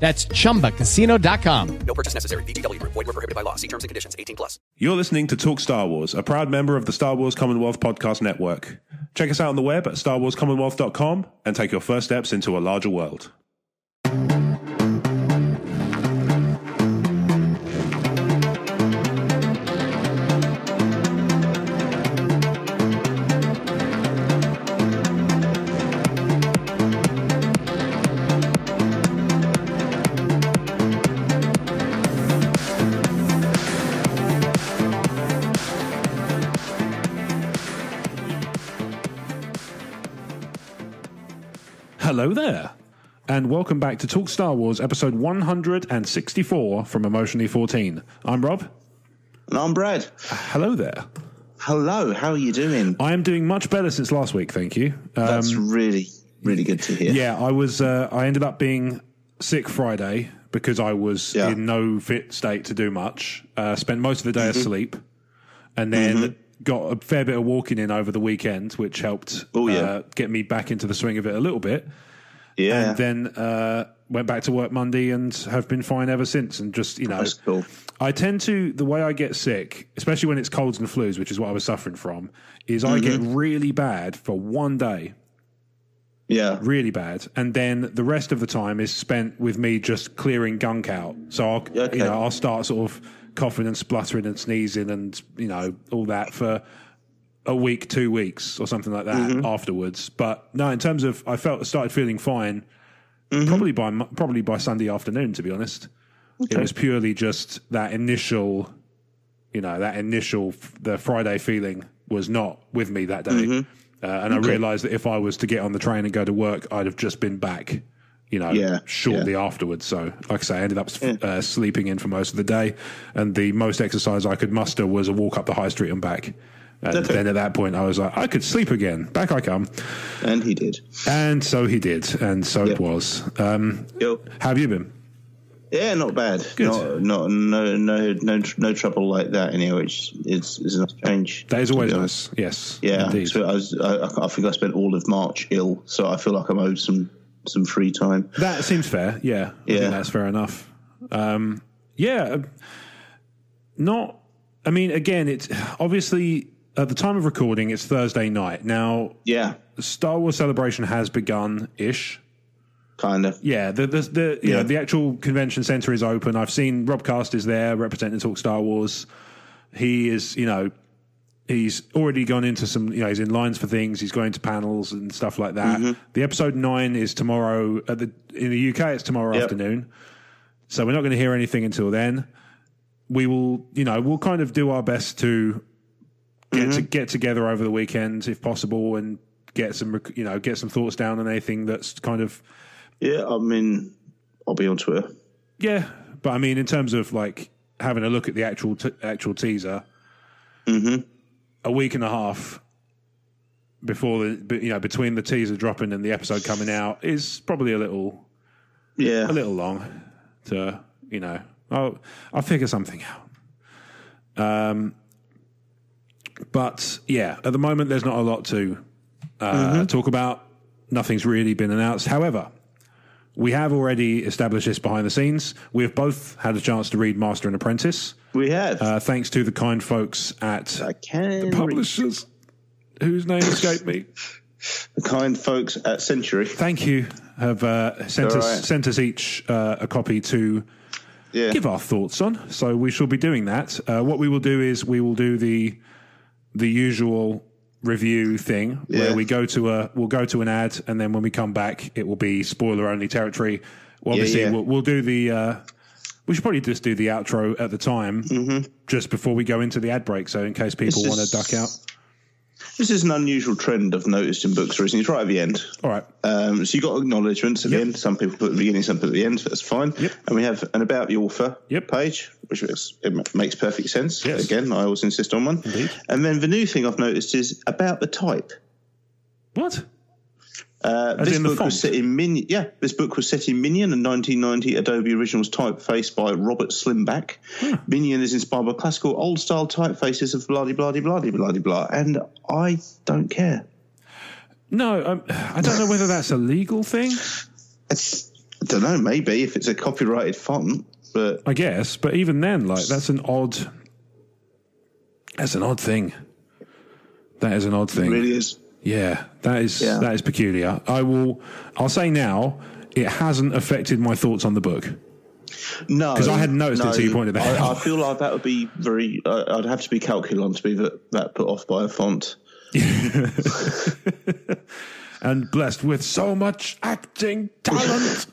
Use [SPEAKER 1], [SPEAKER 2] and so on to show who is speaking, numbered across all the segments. [SPEAKER 1] That's chumbacasino.com.
[SPEAKER 2] No purchase necessary. VGW Group. Void were prohibited by law. See terms and conditions. 18 plus.
[SPEAKER 3] You're listening to Talk Star Wars, a proud member of the Star Wars Commonwealth Podcast Network. Check us out on the web at starwarscommonwealth.com and take your first steps into a larger world. Hello there, and welcome back to Talk Star Wars, episode 164 from Emotionally 14. I'm Rob.
[SPEAKER 4] And I'm Brad.
[SPEAKER 3] Hello there.
[SPEAKER 4] Hello, how are you doing?
[SPEAKER 3] I am doing much better since last week, thank you. Um,
[SPEAKER 4] That's really, really good to hear.
[SPEAKER 3] yeah, I was. Uh, I ended up being sick Friday because I was
[SPEAKER 4] Yeah.
[SPEAKER 3] in no fit state to do much. Uh, spent most of the
[SPEAKER 4] Mm-hmm.
[SPEAKER 3] day asleep, and then got a fair bit of walking in over the weekend, which helped
[SPEAKER 4] Oh, yeah.
[SPEAKER 3] uh, get me back into the swing of it a little bit.
[SPEAKER 4] Yeah.
[SPEAKER 3] And then uh, went back to work Monday and have been fine ever since. And just you know,
[SPEAKER 4] That's cool.
[SPEAKER 3] I tend to the way I get sick, especially when it's colds and flus, which is what I was suffering from, is I get
[SPEAKER 4] Mm-hmm.
[SPEAKER 3] really bad for one day
[SPEAKER 4] yeah.
[SPEAKER 3] really bad, and then the rest of the time is spent with me just clearing gunk out. So I'll,
[SPEAKER 4] Okay.
[SPEAKER 3] you know, I'll start sort of coughing and spluttering and sneezing and you know all that for a week, two weeks, or something like that afterwards. But no, in terms of, I felt started feeling fine probably by mo- probably by Sunday afternoon. To be honest, it was purely just that initial, you know, that initial f- the Friday feeling was not with me that day.
[SPEAKER 4] Mm-hmm.
[SPEAKER 3] Uh, and I realized that if I was to get on the train and go to work, I'd have just been back, you know,
[SPEAKER 4] Yeah,
[SPEAKER 3] shortly afterwards. So, like I say, I ended up s uh, sleeping in for most of the day, and the most exercise I could muster was a walk up the high street and back. And then at that point, I was like, I could sleep again. Back I come,
[SPEAKER 4] And he did.
[SPEAKER 3] and so he did, and so it
[SPEAKER 4] Yeah.
[SPEAKER 3] was. Um,
[SPEAKER 4] Yep.
[SPEAKER 3] how have you been?
[SPEAKER 4] Yeah, not bad.
[SPEAKER 3] Good.
[SPEAKER 4] Not, not, no, no, no, tr- no trouble like that. Anyway, which is is a nice change.
[SPEAKER 3] That is
[SPEAKER 4] to
[SPEAKER 3] always
[SPEAKER 4] be honest.
[SPEAKER 3] nice. Yes.
[SPEAKER 4] Yeah.
[SPEAKER 3] Indeed.
[SPEAKER 4] So I, was, I, I- I think I spent all of March ill, so I feel like I'm owed some some free time.
[SPEAKER 3] That seems fair. Yeah, I
[SPEAKER 4] Yeah.
[SPEAKER 3] think that's fair enough. Um, yeah, uh, not. I mean, again, it's obviously at the time of recording, it's Thursday night. Now,
[SPEAKER 4] Yeah.
[SPEAKER 3] Star Wars Celebration has begun ish.
[SPEAKER 4] Kind of.
[SPEAKER 3] Yeah, the the, the you
[SPEAKER 4] Yeah.
[SPEAKER 3] know the actual convention center is open. I've seen Rob Cast is there representing Talk Star Wars. He is, you know, he's already gone into some, you know, he's in lines for things. He's going to panels and stuff like that.
[SPEAKER 4] Mm-hmm.
[SPEAKER 3] The episode nine is tomorrow at the in the UK. It's tomorrow
[SPEAKER 4] Yep.
[SPEAKER 3] afternoon, so we're not going to hear anything until then. We will, you know, we'll kind of do our best to get
[SPEAKER 4] Mm-hmm.
[SPEAKER 3] to get together over the weekend if possible and get some, rec- you know, get some thoughts down on anything that's kind of
[SPEAKER 4] Yeah. I mean, I'll be on Twitter.
[SPEAKER 3] yeah, but I mean, in terms of like having a look at the actual t- actual teaser, a week and a half before the be- you know between the teaser dropping and the episode coming out is probably a little
[SPEAKER 4] Yeah.
[SPEAKER 3] a little long to you know I'll I'll figure something out. Um, but yeah, at the moment there's not a lot to uh,
[SPEAKER 4] Mm-hmm.
[SPEAKER 3] talk about. Nothing's really been announced. However, we have already established this behind the scenes. We have both had a chance to read Master and Apprentice,
[SPEAKER 4] We have.
[SPEAKER 3] uh, thanks to the kind folks at
[SPEAKER 4] I can read.
[SPEAKER 3] publishers whose name escaped me.
[SPEAKER 4] the kind folks at Century.
[SPEAKER 3] Thank you. Have uh, sent
[SPEAKER 4] All
[SPEAKER 3] us
[SPEAKER 4] right.
[SPEAKER 3] sent us each uh, a copy to
[SPEAKER 4] Yeah.
[SPEAKER 3] give our thoughts on. So we shall be doing that. Uh, what we will do is we will do the the usual review thing
[SPEAKER 4] Yeah.
[SPEAKER 3] where we go to a we'll go to an ad and then when we come back it will be spoiler only territory. Well, obviously
[SPEAKER 4] yeah.
[SPEAKER 3] We'll, we'll do the uh, we should probably just do the outro at the time just before we go into the ad break. So in case people
[SPEAKER 4] Mm-hmm. It's
[SPEAKER 3] want to
[SPEAKER 4] just-
[SPEAKER 3] duck out.
[SPEAKER 4] This is an unusual trend I've noticed in books recently. It's right at the end.
[SPEAKER 3] All right.
[SPEAKER 4] Um, so you got acknowledgements at
[SPEAKER 3] Yep.
[SPEAKER 4] the end. Some people put at the beginning, some put at the end. That's fine.
[SPEAKER 3] Yep.
[SPEAKER 4] And we have an about the author
[SPEAKER 3] Yep.
[SPEAKER 4] page, which is, it ma- makes perfect sense.
[SPEAKER 3] Yes.
[SPEAKER 4] Again, I always insist on one. And then the new thing I've noticed is about the type.
[SPEAKER 3] What?
[SPEAKER 4] Uh,
[SPEAKER 3] As
[SPEAKER 4] this
[SPEAKER 3] in the
[SPEAKER 4] book was
[SPEAKER 3] font?
[SPEAKER 4] set in Minion. Yeah, this book was set in Minion, a 1990 Adobe Originals typeface by Robert Slimback.
[SPEAKER 3] Hmm.
[SPEAKER 4] Minion is inspired by classical old style typefaces of blah de blah de blah de blah de blah. And I don't care.
[SPEAKER 3] No, um, I don't know whether that's a legal thing.
[SPEAKER 4] It's, I don't know. Maybe if it's a copyrighted font, but
[SPEAKER 3] I guess, but even then, like that's an odd. That's an odd thing. That is an odd thing.
[SPEAKER 4] it really is.
[SPEAKER 3] Yeah, that is
[SPEAKER 4] Yeah.
[SPEAKER 3] that is peculiar. I will. I'll say now, it hasn't affected my thoughts on the book.
[SPEAKER 4] No,
[SPEAKER 3] 'Cause I hadn't noticed it till you pointed that
[SPEAKER 4] I,
[SPEAKER 3] out.
[SPEAKER 4] I feel like that would be very. I I'd have to be calculon to be that, that put off by a font.
[SPEAKER 3] And blessed with so much acting talent.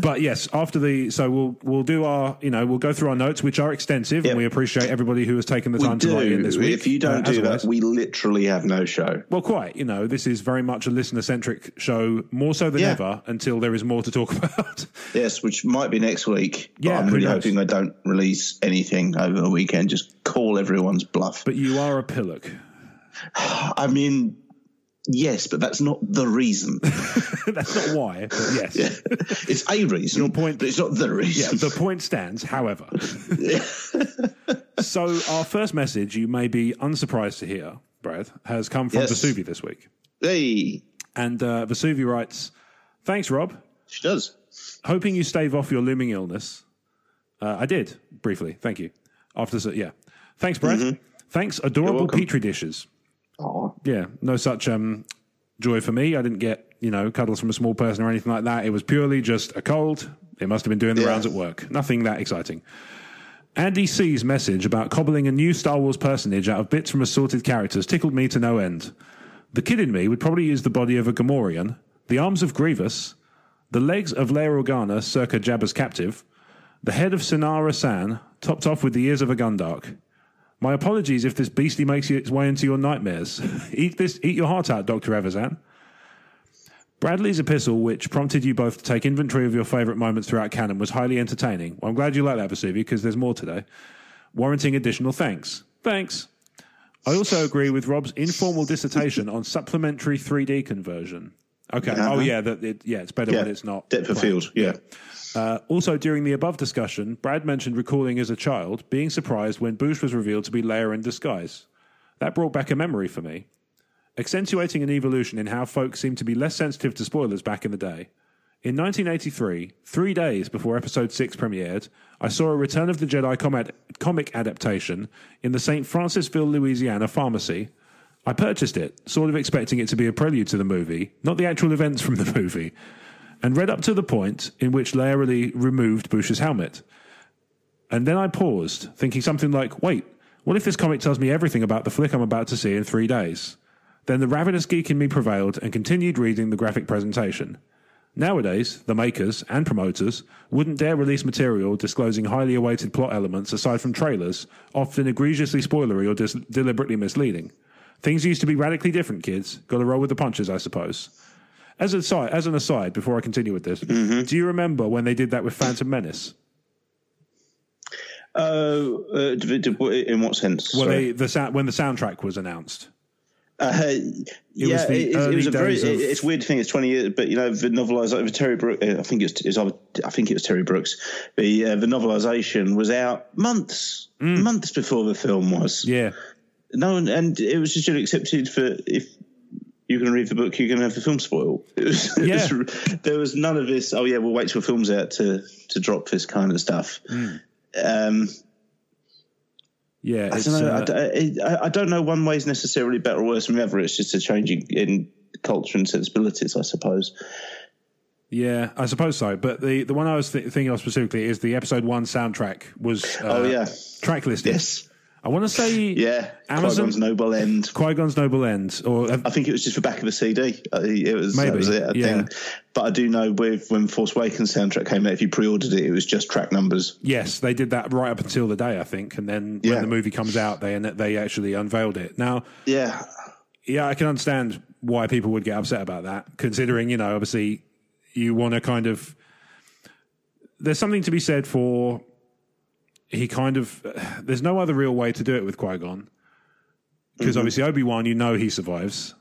[SPEAKER 3] but yes, after the so we'll we'll do our you know we'll go through our notes, which are extensive,
[SPEAKER 4] Yeah.
[SPEAKER 3] and we appreciate everybody who has taken the
[SPEAKER 4] We
[SPEAKER 3] time to write in
[SPEAKER 4] do.
[SPEAKER 3] this week.
[SPEAKER 4] If you don't
[SPEAKER 3] Uh, as
[SPEAKER 4] do that,
[SPEAKER 3] always.
[SPEAKER 4] we literally have no show.
[SPEAKER 3] Well, quite. You know, this is very much a listener centric show, more so than
[SPEAKER 4] Yeah.
[SPEAKER 3] ever, until there is more to talk about.
[SPEAKER 4] Yes, which might be next week.
[SPEAKER 3] Yeah,
[SPEAKER 4] but I'm
[SPEAKER 3] who
[SPEAKER 4] really
[SPEAKER 3] knows?
[SPEAKER 4] hoping I don't release anything over the weekend. Just call everyone's bluff.
[SPEAKER 3] but you are a pillock.
[SPEAKER 4] I mean, yes, but that's not the reason.
[SPEAKER 3] That's not why, but yes.
[SPEAKER 4] it's a reason. Your
[SPEAKER 3] point-
[SPEAKER 4] but it's not the
[SPEAKER 3] Yeah,
[SPEAKER 4] reason.
[SPEAKER 3] the point stands, however. so, our first message, you may be unsurprised to hear, Brad, has come from
[SPEAKER 4] Yes.
[SPEAKER 3] Vesuvi this week.
[SPEAKER 4] hey,
[SPEAKER 3] And uh, Vesuvi writes Thanks, Rob.
[SPEAKER 4] she does.
[SPEAKER 3] hoping you stave off your looming illness. Uh, I did briefly. Thank you. After so, yeah, thanks, Brad. Thanks, adorable
[SPEAKER 4] Mm-hmm. welcome.
[SPEAKER 3] petri dishes. Yeah, no such um, joy for me. I didn't get you know cuddles from a small person or anything like that. It was purely just a cold. It must have been doing the
[SPEAKER 4] Yeah.
[SPEAKER 3] rounds at work. Nothing that exciting. Andy C's message about cobbling a new Star Wars personage out of bits from assorted characters tickled me to no end. The kid in me would probably use the body of a Gamorrean, the arms of Grievous, the legs of Leia Organa circa Jabba's captive, the head of Sinara San, topped off with the ears of a Gundark. My apologies if this beastie makes its way into your nightmares. eat this, eat your heart out, Doctor Evazan. Bradley's epistle, which prompted you both to take inventory of your favourite moments throughout canon, was highly entertaining. Well, I'm glad you like that, Vesuvi, because there's more today, warranting additional thanks. Thanks. I also agree with Rob's informal dissertation on supplementary 3D conversion. Okay. Oh yeah, that it, yeah, it's better
[SPEAKER 4] Yeah,
[SPEAKER 3] when it's not
[SPEAKER 4] depth of
[SPEAKER 3] right.
[SPEAKER 4] field. Yeah,
[SPEAKER 3] Uh, Also, during the above discussion, Brad mentioned recalling as a child being surprised when Boosh was revealed to be Leia in disguise. That brought back a memory for me, accentuating an evolution in how folks seemed to be less sensitive to spoilers back in the day. In 1983, three days before Episode 6 premiered, I saw a Return of the Jedi comic, comic adaptation in the St. Francisville, Louisiana pharmacy. I purchased it, sort of expecting it to be a prelude to the movie, not the actual events from the movie and read up to the point in which Leia really removed Bush's helmet. And then I paused, thinking something like, wait, what if this comic tells me everything about the flick I'm about to see in three days? Then the ravenous geek in me prevailed and continued reading the graphic presentation. Nowadays, the makers and promoters wouldn't dare release material disclosing highly awaited plot elements aside from trailers, often egregiously spoilery or dis- deliberately misleading. Things used to be radically different, kids. Gotta roll with the punches, I suppose. As an aside, as an aside before I continue with this,
[SPEAKER 4] Mm-hmm.
[SPEAKER 3] do you remember when they did that with Phantom Menace?
[SPEAKER 4] Oh, uh, d- d- w- in what sense?
[SPEAKER 3] Well,
[SPEAKER 4] Sorry.
[SPEAKER 3] they, the sou- when the soundtrack was announced.
[SPEAKER 4] Uh, yeah,
[SPEAKER 3] was the
[SPEAKER 4] it, it
[SPEAKER 3] early
[SPEAKER 4] was a very.
[SPEAKER 3] days
[SPEAKER 4] it-
[SPEAKER 3] of-
[SPEAKER 4] it's a weird thing. It's twenty years, but you know the novelization. Terry Brooks. I think it's. it's either- I think it was Terry Brooks. The uh, the novelization was out months, months before the film was.
[SPEAKER 3] Mm. Yeah,
[SPEAKER 4] No, and, and it was just generally accepted for if you're going to read the book, you're going to have the film spoiled. It was, it
[SPEAKER 3] Yeah.
[SPEAKER 4] was- there was none of this. Oh yeah, we'll wait till the film's out to to drop this kind of stuff.
[SPEAKER 3] Mm.
[SPEAKER 4] Um,
[SPEAKER 3] yeah.
[SPEAKER 4] I
[SPEAKER 3] it's,
[SPEAKER 4] don't, know,
[SPEAKER 3] uh,
[SPEAKER 4] I d- I, I- I don't know one way is necessarily better or worse than the other. It's just a change in, in culture and sensibilities, I suppose.
[SPEAKER 3] Yeah, I suppose so. But the, the one I was th- thinking of specifically is the episode one soundtrack was uh,
[SPEAKER 4] Oh, yeah.
[SPEAKER 3] track listed.
[SPEAKER 4] Yes.
[SPEAKER 3] I want to say
[SPEAKER 4] Yeah.
[SPEAKER 3] Amazon
[SPEAKER 4] Qui-Gon's Noble End.
[SPEAKER 3] Qui Gon's Noble End or uh,
[SPEAKER 4] I think it was just the back of the CD. Uh, It was
[SPEAKER 3] Maybe,
[SPEAKER 4] that was it. I
[SPEAKER 3] yeah.
[SPEAKER 4] think. But I do know with when Force Awakens soundtrack came out, if you pre-ordered it, it was just track numbers.
[SPEAKER 3] Yes, they did that right up until the day I think, and then
[SPEAKER 4] Yeah.
[SPEAKER 3] when the movie comes out, they they actually unveiled it. Now,
[SPEAKER 4] Yeah,
[SPEAKER 3] yeah, I can understand why people would get upset about that, considering you know obviously you want to kind of there's something to be said for he kind of there's no other real way to do it with Qui Gon because obviously Obi Wan, you know, he survives.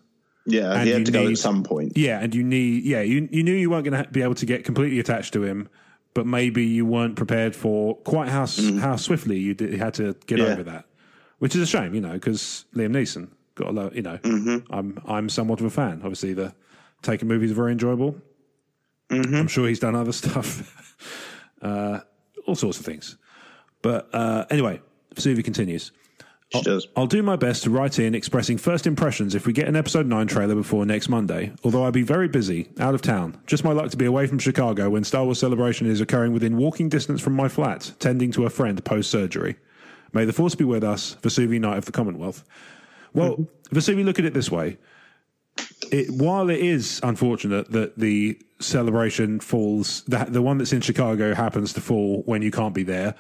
[SPEAKER 4] yeah,
[SPEAKER 3] And
[SPEAKER 4] he
[SPEAKER 3] you
[SPEAKER 4] had to go
[SPEAKER 3] need-
[SPEAKER 4] at some point.
[SPEAKER 3] Yeah, and you need yeah you you knew you weren't going to be able to get completely attached to him, but maybe you weren't prepared for quite how s how swiftly you did, had to get
[SPEAKER 4] Yeah.
[SPEAKER 3] over that, which is a shame, you know, because Liam Neeson got a lot, you know, I'm I'm somewhat of a fan. Obviously, the Taken movies are very enjoyable. I'm sure he's done other stuff, uh, all sorts of things. But uh, anyway, Vesuvi continues.
[SPEAKER 4] She does.
[SPEAKER 3] I'll do my best to write in expressing first impressions if we get an episode 9 trailer before next Monday, although I'll be very busy, out of town. Just my luck to be away from Chicago when Star Wars Celebration is occurring within walking distance from my flat, tending to a friend post surgery. May the force be with us, Vesuvi Knight of the Commonwealth. Well, Vesuvi, look at it this way. It, while it is unfortunate that the celebration falls, that the one that's in Chicago happens to fall when you can't be there,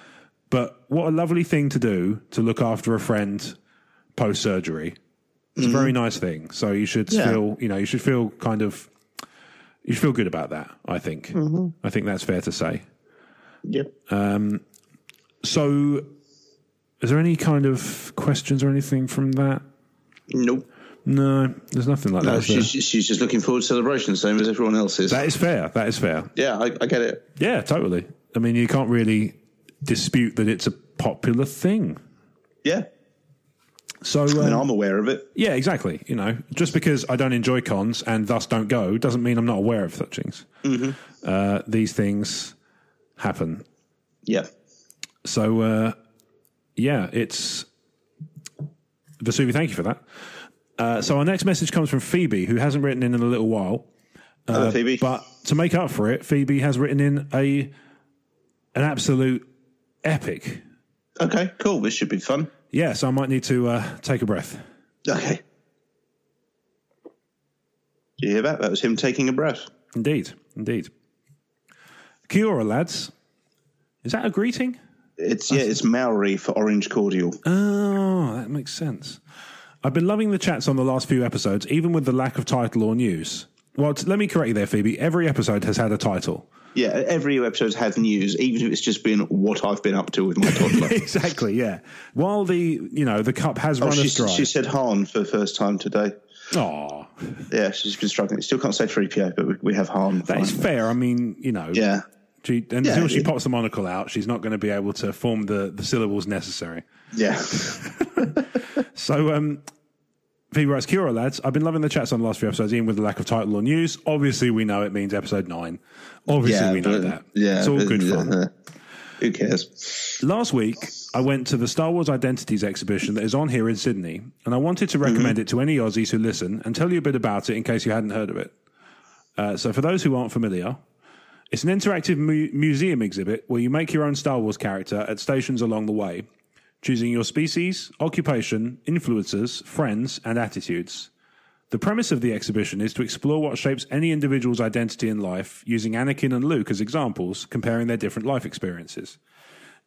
[SPEAKER 3] but what a lovely thing to do to look after a friend post surgery. It's a very nice thing. So you should
[SPEAKER 4] Mm-hmm. Yeah.
[SPEAKER 3] feel, you know, you should feel kind of, you should feel good about that. I think.
[SPEAKER 4] Mm-hmm.
[SPEAKER 3] I think that's fair to say.
[SPEAKER 4] Yep.
[SPEAKER 3] So, is there any kind of questions or anything from that?
[SPEAKER 4] Nope.
[SPEAKER 3] No, there's nothing like that.
[SPEAKER 4] No,
[SPEAKER 3] is there?
[SPEAKER 4] she's, she's just looking forward to celebration, same as everyone else is.
[SPEAKER 3] That is fair. That is fair.
[SPEAKER 4] yeah, I, I get it.
[SPEAKER 3] Yeah, totally. I mean, you can't really dispute that it's a popular thing.
[SPEAKER 4] Yeah,
[SPEAKER 3] So,
[SPEAKER 4] I mean,
[SPEAKER 3] um,
[SPEAKER 4] I'm aware of it.
[SPEAKER 3] yeah, exactly. You know, just because I don't enjoy cons and thus don't go doesn't mean I'm not aware of such things. Uh, these things happen.
[SPEAKER 4] Yeah,
[SPEAKER 3] So, uh, yeah, it's Vesuvi. Thank you for that. Uh, so, our next message comes from Phoebe, who hasn't written in in a little while.
[SPEAKER 4] Hello, Phoebe.
[SPEAKER 3] Uh, But to make up for it, Phoebe has written in a an absolute epic.
[SPEAKER 4] okay, cool. This should be fun.
[SPEAKER 3] Yeah, so I might need to uh, take a breath.
[SPEAKER 4] Okay. Do you hear that? That was him taking a breath.
[SPEAKER 3] Indeed, indeed. Kia ora, lads. Is that a greeting?
[SPEAKER 4] It's yeah, it's Maori for orange cordial.
[SPEAKER 3] Oh, that makes sense. I've been loving the chats on the last few episodes, even with the lack of title or news. Well, t- let me correct you there, Phoebe. Every episode has had a title.
[SPEAKER 4] Yeah, every episode's had news, even if it's just been what I've been up to with my toddler.
[SPEAKER 3] exactly, yeah. While the you know the cup has
[SPEAKER 4] Oh,
[SPEAKER 3] run
[SPEAKER 4] she,
[SPEAKER 3] us dry.
[SPEAKER 4] she said Han for the first time today.
[SPEAKER 3] Aw,
[SPEAKER 4] Yeah, she's been struggling. Still can't say 3PO, but we, we have Han.
[SPEAKER 3] that is
[SPEAKER 4] finally.
[SPEAKER 3] fair. I mean, you know,
[SPEAKER 4] Yeah.
[SPEAKER 3] She, until
[SPEAKER 4] Yeah,
[SPEAKER 3] she
[SPEAKER 4] it-
[SPEAKER 3] pops the monocle out, she's not going to be able to form the, the syllables necessary.
[SPEAKER 4] Yeah.
[SPEAKER 3] So, um, Phoebe writes, Kia ora, lads. I've been loving the chats on the last few episodes, even with the lack of title or news. Obviously, we know it means episode nine. Obviously,
[SPEAKER 4] yeah.
[SPEAKER 3] we know
[SPEAKER 4] but-
[SPEAKER 3] that.
[SPEAKER 4] Yeah.
[SPEAKER 3] it's all
[SPEAKER 4] but-
[SPEAKER 3] good
[SPEAKER 4] yeah,
[SPEAKER 3] fun.
[SPEAKER 4] uh, Who cares?
[SPEAKER 3] Last week, I went to the Star Wars Identities exhibition that is on here in Sydney, and I wanted to recommend it to any Aussies who listen and tell you a bit about it in case you hadn't heard of it. Uh, so, for those who aren't familiar, it's an interactive mu- museum exhibit where you make your own Star Wars character at stations along the way, choosing your species, occupation, influences, friends, and attitudes. The premise of the exhibition is to explore what shapes any individual's identity in life, using Anakin and Luke as examples, comparing their different life experiences.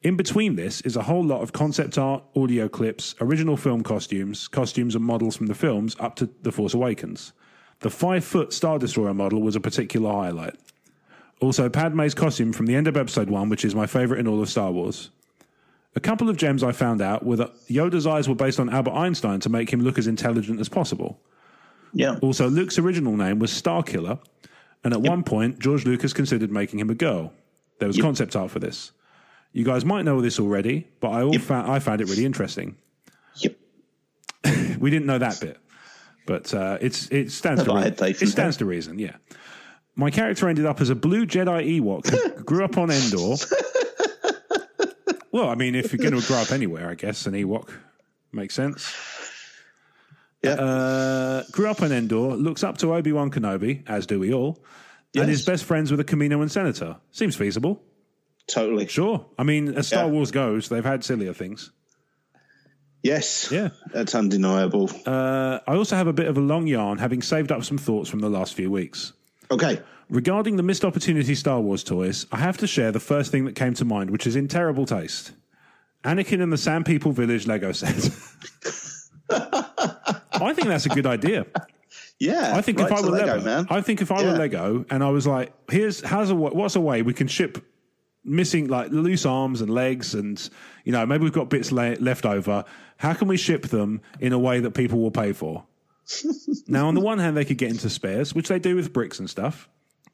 [SPEAKER 3] In between this is a whole lot of concept art, audio clips, original film costumes, costumes and models from the films up to The Force Awakens. The five foot Star Destroyer model was a particular highlight. Also, Padme's costume from the end of episode one, which is my favourite in all of Star Wars. A couple of gems I found out were that Yoda's eyes were based on Albert Einstein to make him look as intelligent as possible.
[SPEAKER 4] Yeah.
[SPEAKER 3] Also, Luke's original name was Starkiller, and at one point, George Lucas considered making him a girl. There was concept art for this. You guys might know this already, but I all found, I found it really interesting.
[SPEAKER 4] Yep.
[SPEAKER 3] We didn't know that bit, but uh, it's it stands
[SPEAKER 4] Have I
[SPEAKER 3] to
[SPEAKER 4] had
[SPEAKER 3] reason.
[SPEAKER 4] faith
[SPEAKER 3] It
[SPEAKER 4] in
[SPEAKER 3] stands to reason, yeah. My character ended up as a blue Jedi Ewok who grew up on Endor. well, I mean, if you're going to grow up anywhere, I guess an Ewok makes sense.
[SPEAKER 4] Yeah.
[SPEAKER 3] Uh, grew up on Endor, looks up to Obi Wan Kenobi, as do we all, and
[SPEAKER 4] Yes.
[SPEAKER 3] is best friends with a Camino and Senator. Seems feasible.
[SPEAKER 4] Totally.
[SPEAKER 3] Sure. I mean, as Star
[SPEAKER 4] Yeah.
[SPEAKER 3] Wars goes, they've had sillier things.
[SPEAKER 4] Yes.
[SPEAKER 3] Yeah.
[SPEAKER 4] That's undeniable.
[SPEAKER 3] Uh, I also have a bit of a long yarn, having saved up some thoughts from the last few weeks.
[SPEAKER 4] okay.
[SPEAKER 3] Regarding the missed opportunity Star Wars toys, I have to share the first thing that came to mind, which is in terrible taste. Anakin and the Sand People Village Lego set. I think that's a good idea.
[SPEAKER 4] Yeah.
[SPEAKER 3] I think if
[SPEAKER 4] right
[SPEAKER 3] I
[SPEAKER 4] to
[SPEAKER 3] were
[SPEAKER 4] Lego,
[SPEAKER 3] Lego,
[SPEAKER 4] man.
[SPEAKER 3] I think if I were
[SPEAKER 4] Yeah.
[SPEAKER 3] Lego and I was like, here's how's a wa- what's a way we can ship missing like loose arms and legs and you know maybe we've got bits la- left over. How can we ship them in a way that people will pay for? now, on the one hand, they could get into spares, which they do with bricks and stuff.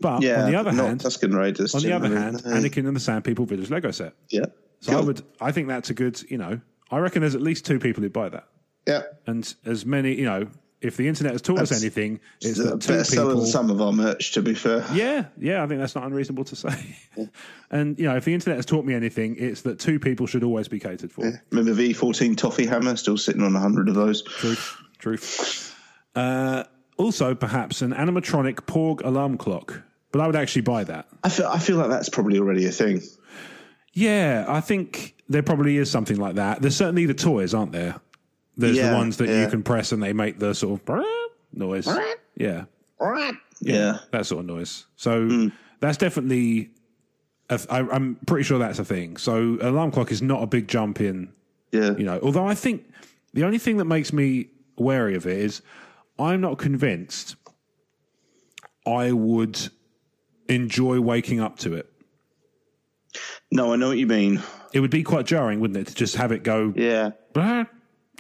[SPEAKER 3] But
[SPEAKER 4] yeah.
[SPEAKER 3] on the other
[SPEAKER 4] not
[SPEAKER 3] hand,
[SPEAKER 4] Tuscan Raiders.
[SPEAKER 3] on the other hand,
[SPEAKER 4] generally.
[SPEAKER 3] Anakin and the Sand People Village Lego set.
[SPEAKER 4] Yeah.
[SPEAKER 3] So I
[SPEAKER 4] Cool.
[SPEAKER 3] would, I think that's a good, you know, I reckon there's at least two people who buy that
[SPEAKER 4] Yeah.
[SPEAKER 3] and as many, you know, if the internet has taught us
[SPEAKER 4] That's-
[SPEAKER 3] anything, it's
[SPEAKER 4] It's a
[SPEAKER 3] that two
[SPEAKER 4] better seller
[SPEAKER 3] people.
[SPEAKER 4] than some of our merch, to be fair.
[SPEAKER 3] Yeah, yeah, I think that's not unreasonable to say. and you know, if the internet has taught me anything, it's that two people should always be catered for.
[SPEAKER 4] Remember V14 Toffee Hammer? Still sitting on 100 of those.
[SPEAKER 3] Truth, truth. Uh, also, perhaps an animatronic Porg alarm clock, but I would actually buy that.
[SPEAKER 4] I feel, I feel like that's probably already a thing.
[SPEAKER 3] Yeah, I think there probably is something like that. There's certainly the toys, aren't there? There's the
[SPEAKER 4] Yeah,
[SPEAKER 3] ones that you
[SPEAKER 4] yeah.
[SPEAKER 3] can press and they make the sort of noise. yeah.
[SPEAKER 4] Yeah. Hmm.
[SPEAKER 3] that sort of noise. So that's definitely. a th- I, I'm pretty sure that's a thing. So alarm clock is not a big jump in,
[SPEAKER 4] Yeah.
[SPEAKER 3] you know. Although I think the only thing that makes me wary of it is I'm not convinced I would enjoy waking up to it.
[SPEAKER 4] No, I know what you mean.
[SPEAKER 3] It would be quite jarring, wouldn't it, to just have it go
[SPEAKER 4] Yeah.
[SPEAKER 3] "Bah,"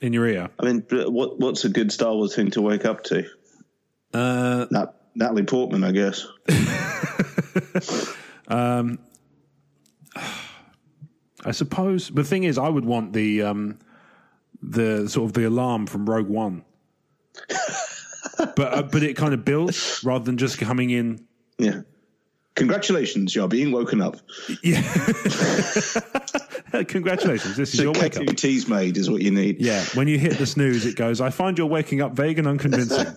[SPEAKER 3] in your ear?
[SPEAKER 4] I mean, what what's a good Star Wars thing to wake up to? Uh, Nat- Natalie Portman, I guess.
[SPEAKER 3] I suppose the thing is, I would want the um, the sort of the alarm from Rogue One, but uh, but it kind of builds rather than just coming in.
[SPEAKER 4] Yeah. Congratulations, you are being woken up.
[SPEAKER 3] Yeah, congratulations, this is
[SPEAKER 4] So
[SPEAKER 3] your wake up.
[SPEAKER 4] Your tea's made is what you need.
[SPEAKER 3] Yeah, when you hit the snooze, it goes. I find you're waking up vague and unconvincing.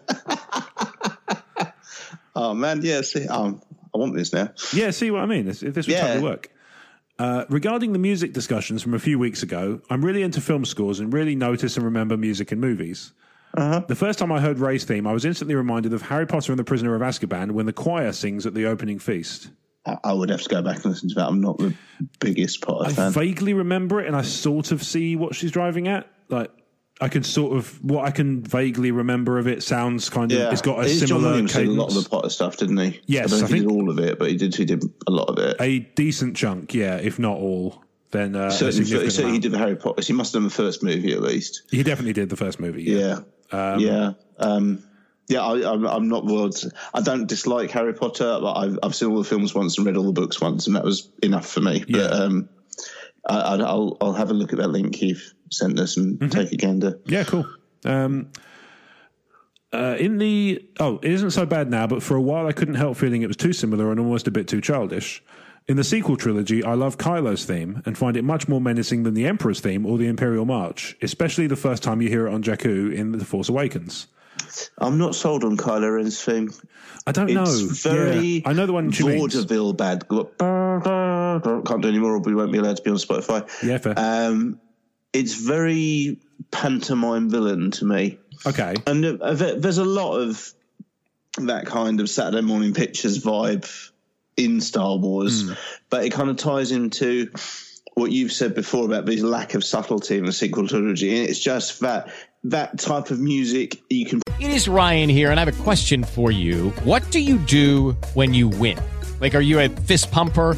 [SPEAKER 4] Oh man, yeah. See, um, I want this now.
[SPEAKER 3] Yeah, see what I mean? This, this would
[SPEAKER 4] Yeah.
[SPEAKER 3] totally work. Uh, regarding the music discussions from a few weeks ago, I'm really into film scores and really notice and remember music in movies.
[SPEAKER 4] Uh-huh.
[SPEAKER 3] The first time I heard Ray's theme, I was instantly reminded of Harry Potter and the Prisoner of Azkaban when the choir sings at the opening feast.
[SPEAKER 4] I, I would have to go back and listen to that. I'm not the biggest Potter
[SPEAKER 3] I
[SPEAKER 4] fan.
[SPEAKER 3] vaguely remember it and I sort of see what she's driving at. Like, I can sort of, what I can vaguely remember of it sounds kind of,
[SPEAKER 4] yeah,
[SPEAKER 3] it's got a
[SPEAKER 4] He's John
[SPEAKER 3] similar
[SPEAKER 4] Williams did a lot
[SPEAKER 3] cadence.
[SPEAKER 4] of the Potter stuff, didn't he?
[SPEAKER 3] Yes,
[SPEAKER 4] I don't
[SPEAKER 3] I
[SPEAKER 4] think he
[SPEAKER 3] think-
[SPEAKER 4] did all of it, but he did. He did a lot of it.
[SPEAKER 3] a decent chunk, yeah, if not all. Then uh, a
[SPEAKER 4] Certainly,
[SPEAKER 3] significant
[SPEAKER 4] certainly he
[SPEAKER 3] amount.
[SPEAKER 4] did the Harry Potter. He must have done the first movie at least.
[SPEAKER 3] He definitely did the first movie. yeah.
[SPEAKER 4] Yeah. yeah. Um, yeah, I, I'm, I'm not world. I don't dislike Harry Potter, but I've, I've seen all the films once and read all the books once, and that was enough for me.
[SPEAKER 3] Yeah.
[SPEAKER 4] But um, I, I'd- I'll, I'll have a look at that link you've sent us and
[SPEAKER 3] Mm-hmm.
[SPEAKER 4] take a gander.
[SPEAKER 3] Yeah, cool. Um, uh, in the oh, it isn't so bad now, but for a while I couldn't help feeling it was too similar and almost a bit too childish. In the sequel trilogy, I love Kylo's theme and find it much more menacing than the Emperor's theme or the Imperial March, especially the first time you hear it on Jakku in The Force Awakens.
[SPEAKER 4] I'm not sold on Kylo Ren's theme.
[SPEAKER 3] I don't
[SPEAKER 4] It's
[SPEAKER 3] know.
[SPEAKER 4] very
[SPEAKER 3] Yeah, I know the one she means.
[SPEAKER 4] vaudeville bad. Go up, "Bah, bah, bah." Can't do any more, or we won't be allowed to be on Spotify.
[SPEAKER 3] Yeah, fair.
[SPEAKER 4] Um, it's very pantomime villain to me.
[SPEAKER 3] okay.
[SPEAKER 4] and uh, uh, there- there's a lot of that kind of Saturday morning pictures vibe in Star Wars, but it kind of ties into what you've said before about the lack of subtlety in the sequel trilogy, and it's just that that type of music you can
[SPEAKER 1] It is Ryan here, and I have a question for you. What do you do when you win? Like, are you a fist pumper?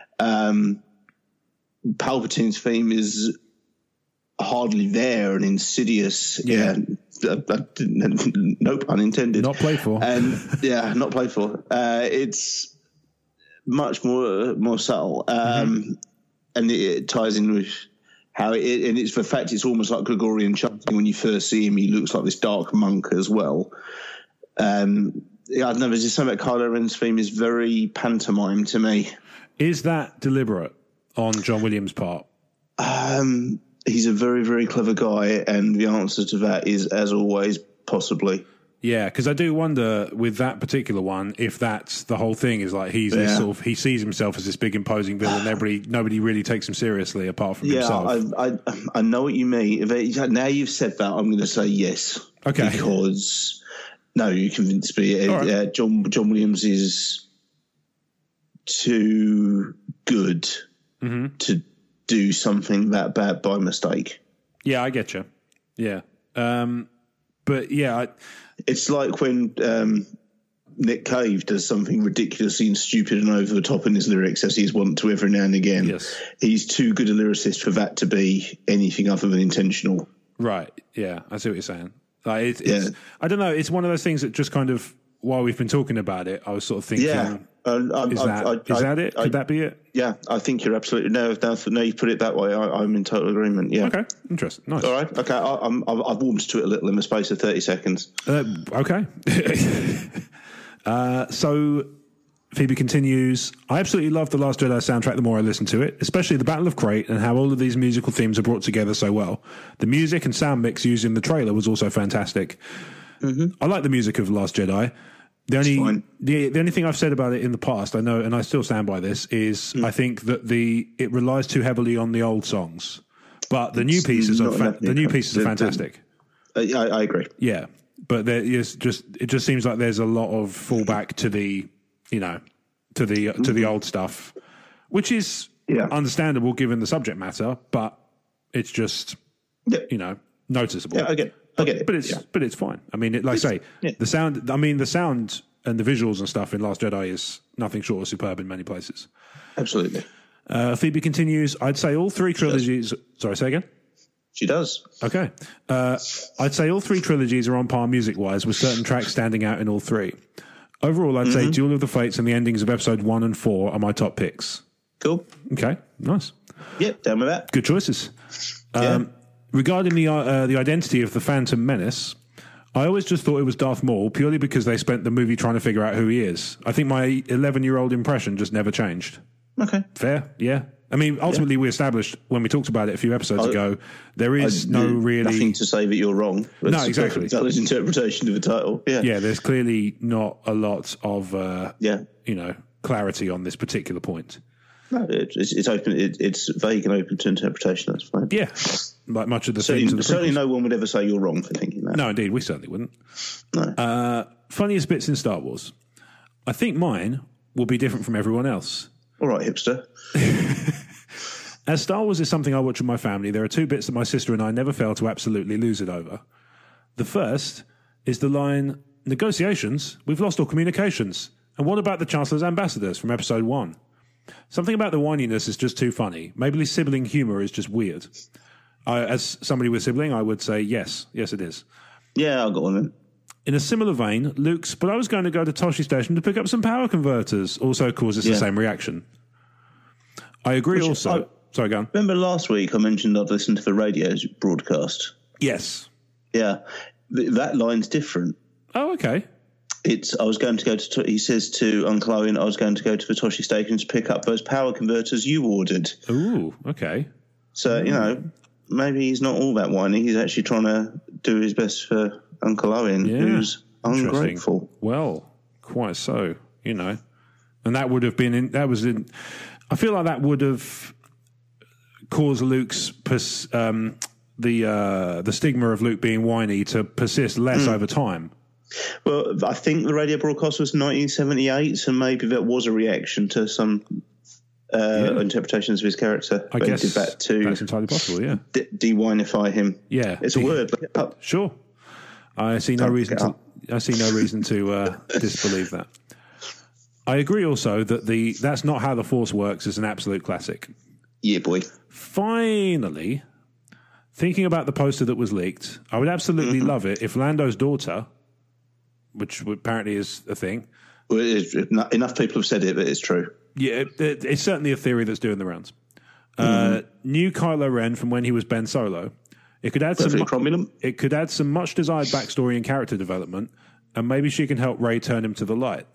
[SPEAKER 4] um, Palpatine's theme is hardly there and insidious.
[SPEAKER 3] Yeah.
[SPEAKER 4] Uh, uh, no pun intended.
[SPEAKER 3] Not playful.
[SPEAKER 4] And yeah, not playful. Uh, it's much more more subtle, um,
[SPEAKER 3] Mm-hmm.
[SPEAKER 4] and it, it ties in with. How it, and it's the fact it's almost like Gregorian chanting. When you first see him, he looks like this dark monk as well. Um, yeah, I don't know. There's just something about Kylo Ren's theme is very pantomime to me.
[SPEAKER 3] Is that deliberate on John Williams' part?
[SPEAKER 4] Um, he's a very, very clever guy, and the answer to that is, as always, possibly.
[SPEAKER 3] Yeah, because I do wonder with that particular one if that's the whole thing is like he's this
[SPEAKER 4] Yeah.
[SPEAKER 3] sort of he sees himself as this big imposing villain. Everybody, nobody really takes him seriously apart from
[SPEAKER 4] Yeah,
[SPEAKER 3] himself.
[SPEAKER 4] I, I, I know what you mean. If it- Now you've said that, I'm going to say yes.
[SPEAKER 3] Okay.
[SPEAKER 4] Because no, you convinced me.
[SPEAKER 3] All right.
[SPEAKER 4] Uh, John John Williams is too good
[SPEAKER 3] Mm-hmm.
[SPEAKER 4] to do something that bad by mistake.
[SPEAKER 3] yeah, I get you. Yeah, um, but yeah, I,
[SPEAKER 4] It's like when um, Nick Cave does something ridiculously and stupid and over the top in his lyrics, as he's wont to every now and again.
[SPEAKER 3] Yes.
[SPEAKER 4] He's too good a lyricist for that to be anything other than intentional.
[SPEAKER 3] Right. Yeah, I see what you're saying. Like it's,
[SPEAKER 4] Yeah.
[SPEAKER 3] it's I don't know. It's one of those things that just kind of while we've been talking about it, I was sort of thinking,
[SPEAKER 4] Yeah. Um, I-
[SPEAKER 3] is
[SPEAKER 4] I-
[SPEAKER 3] that is
[SPEAKER 4] I- I-
[SPEAKER 3] that it?
[SPEAKER 4] I-
[SPEAKER 3] Could that be it?
[SPEAKER 4] Yeah, I think you're absolutely no. Now, now you put it that way, I, I'm in total agreement. Yeah.
[SPEAKER 3] Okay, interesting. Nice.
[SPEAKER 4] All right. Okay. I, I'm, I've I've warmed to it a little in the space of 30 seconds.
[SPEAKER 3] Uh, okay. uh, so Phoebe continues. I absolutely love the Last Jedi soundtrack. The more I listen to it, especially the Battle of Crate and how all of these musical themes are brought together so well. The music and sound mix used in the trailer was also fantastic. I like the music of Last Jedi. The only
[SPEAKER 4] Mm-hmm. fine.
[SPEAKER 3] the, the only thing I've said about it in the past, I know, and I still stand by this, is
[SPEAKER 4] Mm.
[SPEAKER 3] I think that the it relies too heavily on the old songs, but the new
[SPEAKER 4] It's
[SPEAKER 3] pieces are
[SPEAKER 4] not
[SPEAKER 3] fa-
[SPEAKER 4] enough
[SPEAKER 3] the new
[SPEAKER 4] income.
[SPEAKER 3] pieces are
[SPEAKER 4] The- the-
[SPEAKER 3] fantastic.
[SPEAKER 4] Uh, yeah, I, I agree.
[SPEAKER 3] Yeah, but there is just it just seems like there's a lot of fallback to the you know to the to the old stuff, which is
[SPEAKER 4] Yeah.
[SPEAKER 3] understandable given the subject matter, but it's just
[SPEAKER 4] Yeah.
[SPEAKER 3] you know noticeable.
[SPEAKER 4] Yeah, I get. I get it.
[SPEAKER 3] But it's
[SPEAKER 4] Yeah.
[SPEAKER 3] but it's fine. I mean, it, like I say,
[SPEAKER 4] yeah.
[SPEAKER 3] the sound. I mean, the sound and the visuals and stuff in Last Jedi is nothing short of superb in many places.
[SPEAKER 4] absolutely.
[SPEAKER 3] Uh, Phoebe continues. I'd say all three trilogies. Sorry, say again.
[SPEAKER 4] She does.
[SPEAKER 3] Okay. Uh, I'd say all three trilogies are on par music wise, with certain tracks standing out in all three. Overall, I'd
[SPEAKER 4] Mm-hmm.
[SPEAKER 3] say Duel of the Fates and the endings of episode one and four are my top picks.
[SPEAKER 4] Cool.
[SPEAKER 3] Okay, nice.
[SPEAKER 4] Yep. Down with that.
[SPEAKER 3] Good choices.
[SPEAKER 4] Yeah.
[SPEAKER 3] Um, regarding the, uh, the identity of the Phantom Menace, I always just thought it was Darth Maul purely because they spent the movie trying to figure out who he is. I think my 11 year old impression just never changed.
[SPEAKER 4] Okay.
[SPEAKER 3] Fair, yeah. I mean, ultimately, we established when we talked about it a few episodes
[SPEAKER 4] I-
[SPEAKER 3] ago, there is no
[SPEAKER 4] There's
[SPEAKER 3] really.
[SPEAKER 4] nothing to say that you're wrong. That's a
[SPEAKER 3] exactly.
[SPEAKER 4] perfect Valid interpretation of the title. Yeah.
[SPEAKER 3] yeah, there's clearly not a lot of uh,
[SPEAKER 4] Yeah.
[SPEAKER 3] you know clarity on this particular point.
[SPEAKER 4] No, it, it's, it's open. It, it's vague and open to interpretation. That's fine.
[SPEAKER 3] Yeah, like much of the
[SPEAKER 4] So
[SPEAKER 3] themes of the
[SPEAKER 4] certainly,
[SPEAKER 3] prequels.
[SPEAKER 4] no one would ever say you're wrong for thinking that.
[SPEAKER 3] No, indeed, we certainly wouldn't. Uh, funniest bits in Star Wars. I think mine will be different from everyone else.
[SPEAKER 4] All right, hipster.
[SPEAKER 3] As Star Wars is something I watch with my family, there are two bits that my sister and I never fail to absolutely lose it over. The first is the line negotiations, we've lost all communications. And what about the Chancellor's ambassadors from episode one? Something about the whininess is just too funny. Maybe sibling humor is just weird. I, as somebody with sibling, I would say yes, yes, it is.
[SPEAKER 4] Yeah, I'll go on then.
[SPEAKER 3] In a similar vein, Luke's, but I was going to go to Toshi Station to pick up some power converters, also causes the
[SPEAKER 4] Yeah.
[SPEAKER 3] same reaction. I agree
[SPEAKER 4] Which-
[SPEAKER 3] also.
[SPEAKER 4] I-
[SPEAKER 3] Sorry, go on.
[SPEAKER 4] Remember last week I mentioned I'd listened to the radio broadcast.
[SPEAKER 3] Yes.
[SPEAKER 4] Yeah, Th- that line's different.
[SPEAKER 3] Oh, okay.
[SPEAKER 4] It's I was going to go to. He says to Uncle Owen, I was going to go to the Toshi station to pick up those power converters you ordered.
[SPEAKER 3] Ooh, okay.
[SPEAKER 4] So
[SPEAKER 3] Hmm.
[SPEAKER 4] you know, maybe he's not all that whiny. He's actually trying to do his best for Uncle Owen,
[SPEAKER 3] Yeah.
[SPEAKER 4] who's
[SPEAKER 3] Interesting.
[SPEAKER 4] ungrateful.
[SPEAKER 3] Well, quite so, you know. And that would have been in, that was in, I feel like that would have caused Luke's, pers-
[SPEAKER 4] Hmm.
[SPEAKER 3] um, the, uh, the stigma of Luke being whiny to persist less over time.
[SPEAKER 4] But I think the radio broadcast was 1978, so maybe that was a reaction to some uh, interpretations of his character.
[SPEAKER 3] I
[SPEAKER 4] They
[SPEAKER 3] guess
[SPEAKER 4] did that to
[SPEAKER 3] that's entirely possible. Yeah,
[SPEAKER 4] de- dewinify him.
[SPEAKER 3] Yeah.
[SPEAKER 4] it's a word. Look it up.
[SPEAKER 3] sure. I see no
[SPEAKER 4] Don't
[SPEAKER 3] reason
[SPEAKER 4] get
[SPEAKER 3] to. I see no reason to uh, disbelieve that. I agree also that the that's not how the force works is an absolute classic.
[SPEAKER 4] Yeah, boy.
[SPEAKER 3] Finally, thinking about the poster that was leaked, I would absolutely love it if Lando's daughter, which apparently is a thing,
[SPEAKER 4] Well, it- it- no- enough people have said it, but it's true.
[SPEAKER 3] Yeah, it, it- it's certainly a theory that's doing the rounds. Uh, New Kylo Ren from when he was Ben Solo. It could add some.
[SPEAKER 4] Perfectly prominent.
[SPEAKER 3] It could add some much desired backstory and character development, and maybe she can help Ray turn him to the light.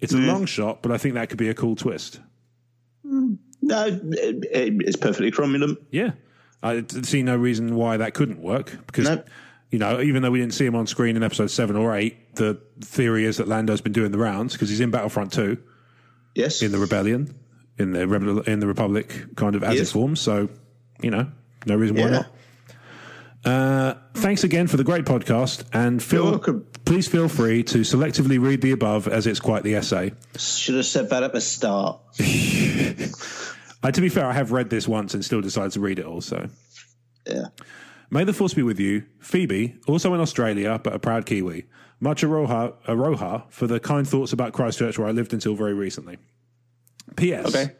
[SPEAKER 3] It's a long shot, but I think that could be a cool twist.
[SPEAKER 4] No, it, it- it's perfectly prominent.
[SPEAKER 3] Yeah, I d- see no reason why that couldn't work because
[SPEAKER 4] Nope.
[SPEAKER 3] you know even though we didn't see him on screen in episode seven or eight, the theory is that Lando's been doing the rounds because he's in Battlefront two
[SPEAKER 4] Yes.
[SPEAKER 3] in the rebellion, in the rebel, in the republic, kind of as
[SPEAKER 4] Yes.
[SPEAKER 3] it forms. So you know, no reason why
[SPEAKER 4] Yeah.
[SPEAKER 3] not. Uh, thanks again for the great podcast, and feel
[SPEAKER 4] welcome.
[SPEAKER 3] please feel free to selectively read the above as it's quite the essay.
[SPEAKER 4] Should have said that at the start.
[SPEAKER 3] Uh, to be fair, I have read this once and still decided to read it all. So
[SPEAKER 4] Yeah.
[SPEAKER 3] may the force be with you, Phoebe, also in Australia but a proud Kiwi. Much aroha, aroha for the kind thoughts about Christchurch where I lived until very recently. P.S.
[SPEAKER 4] Okay.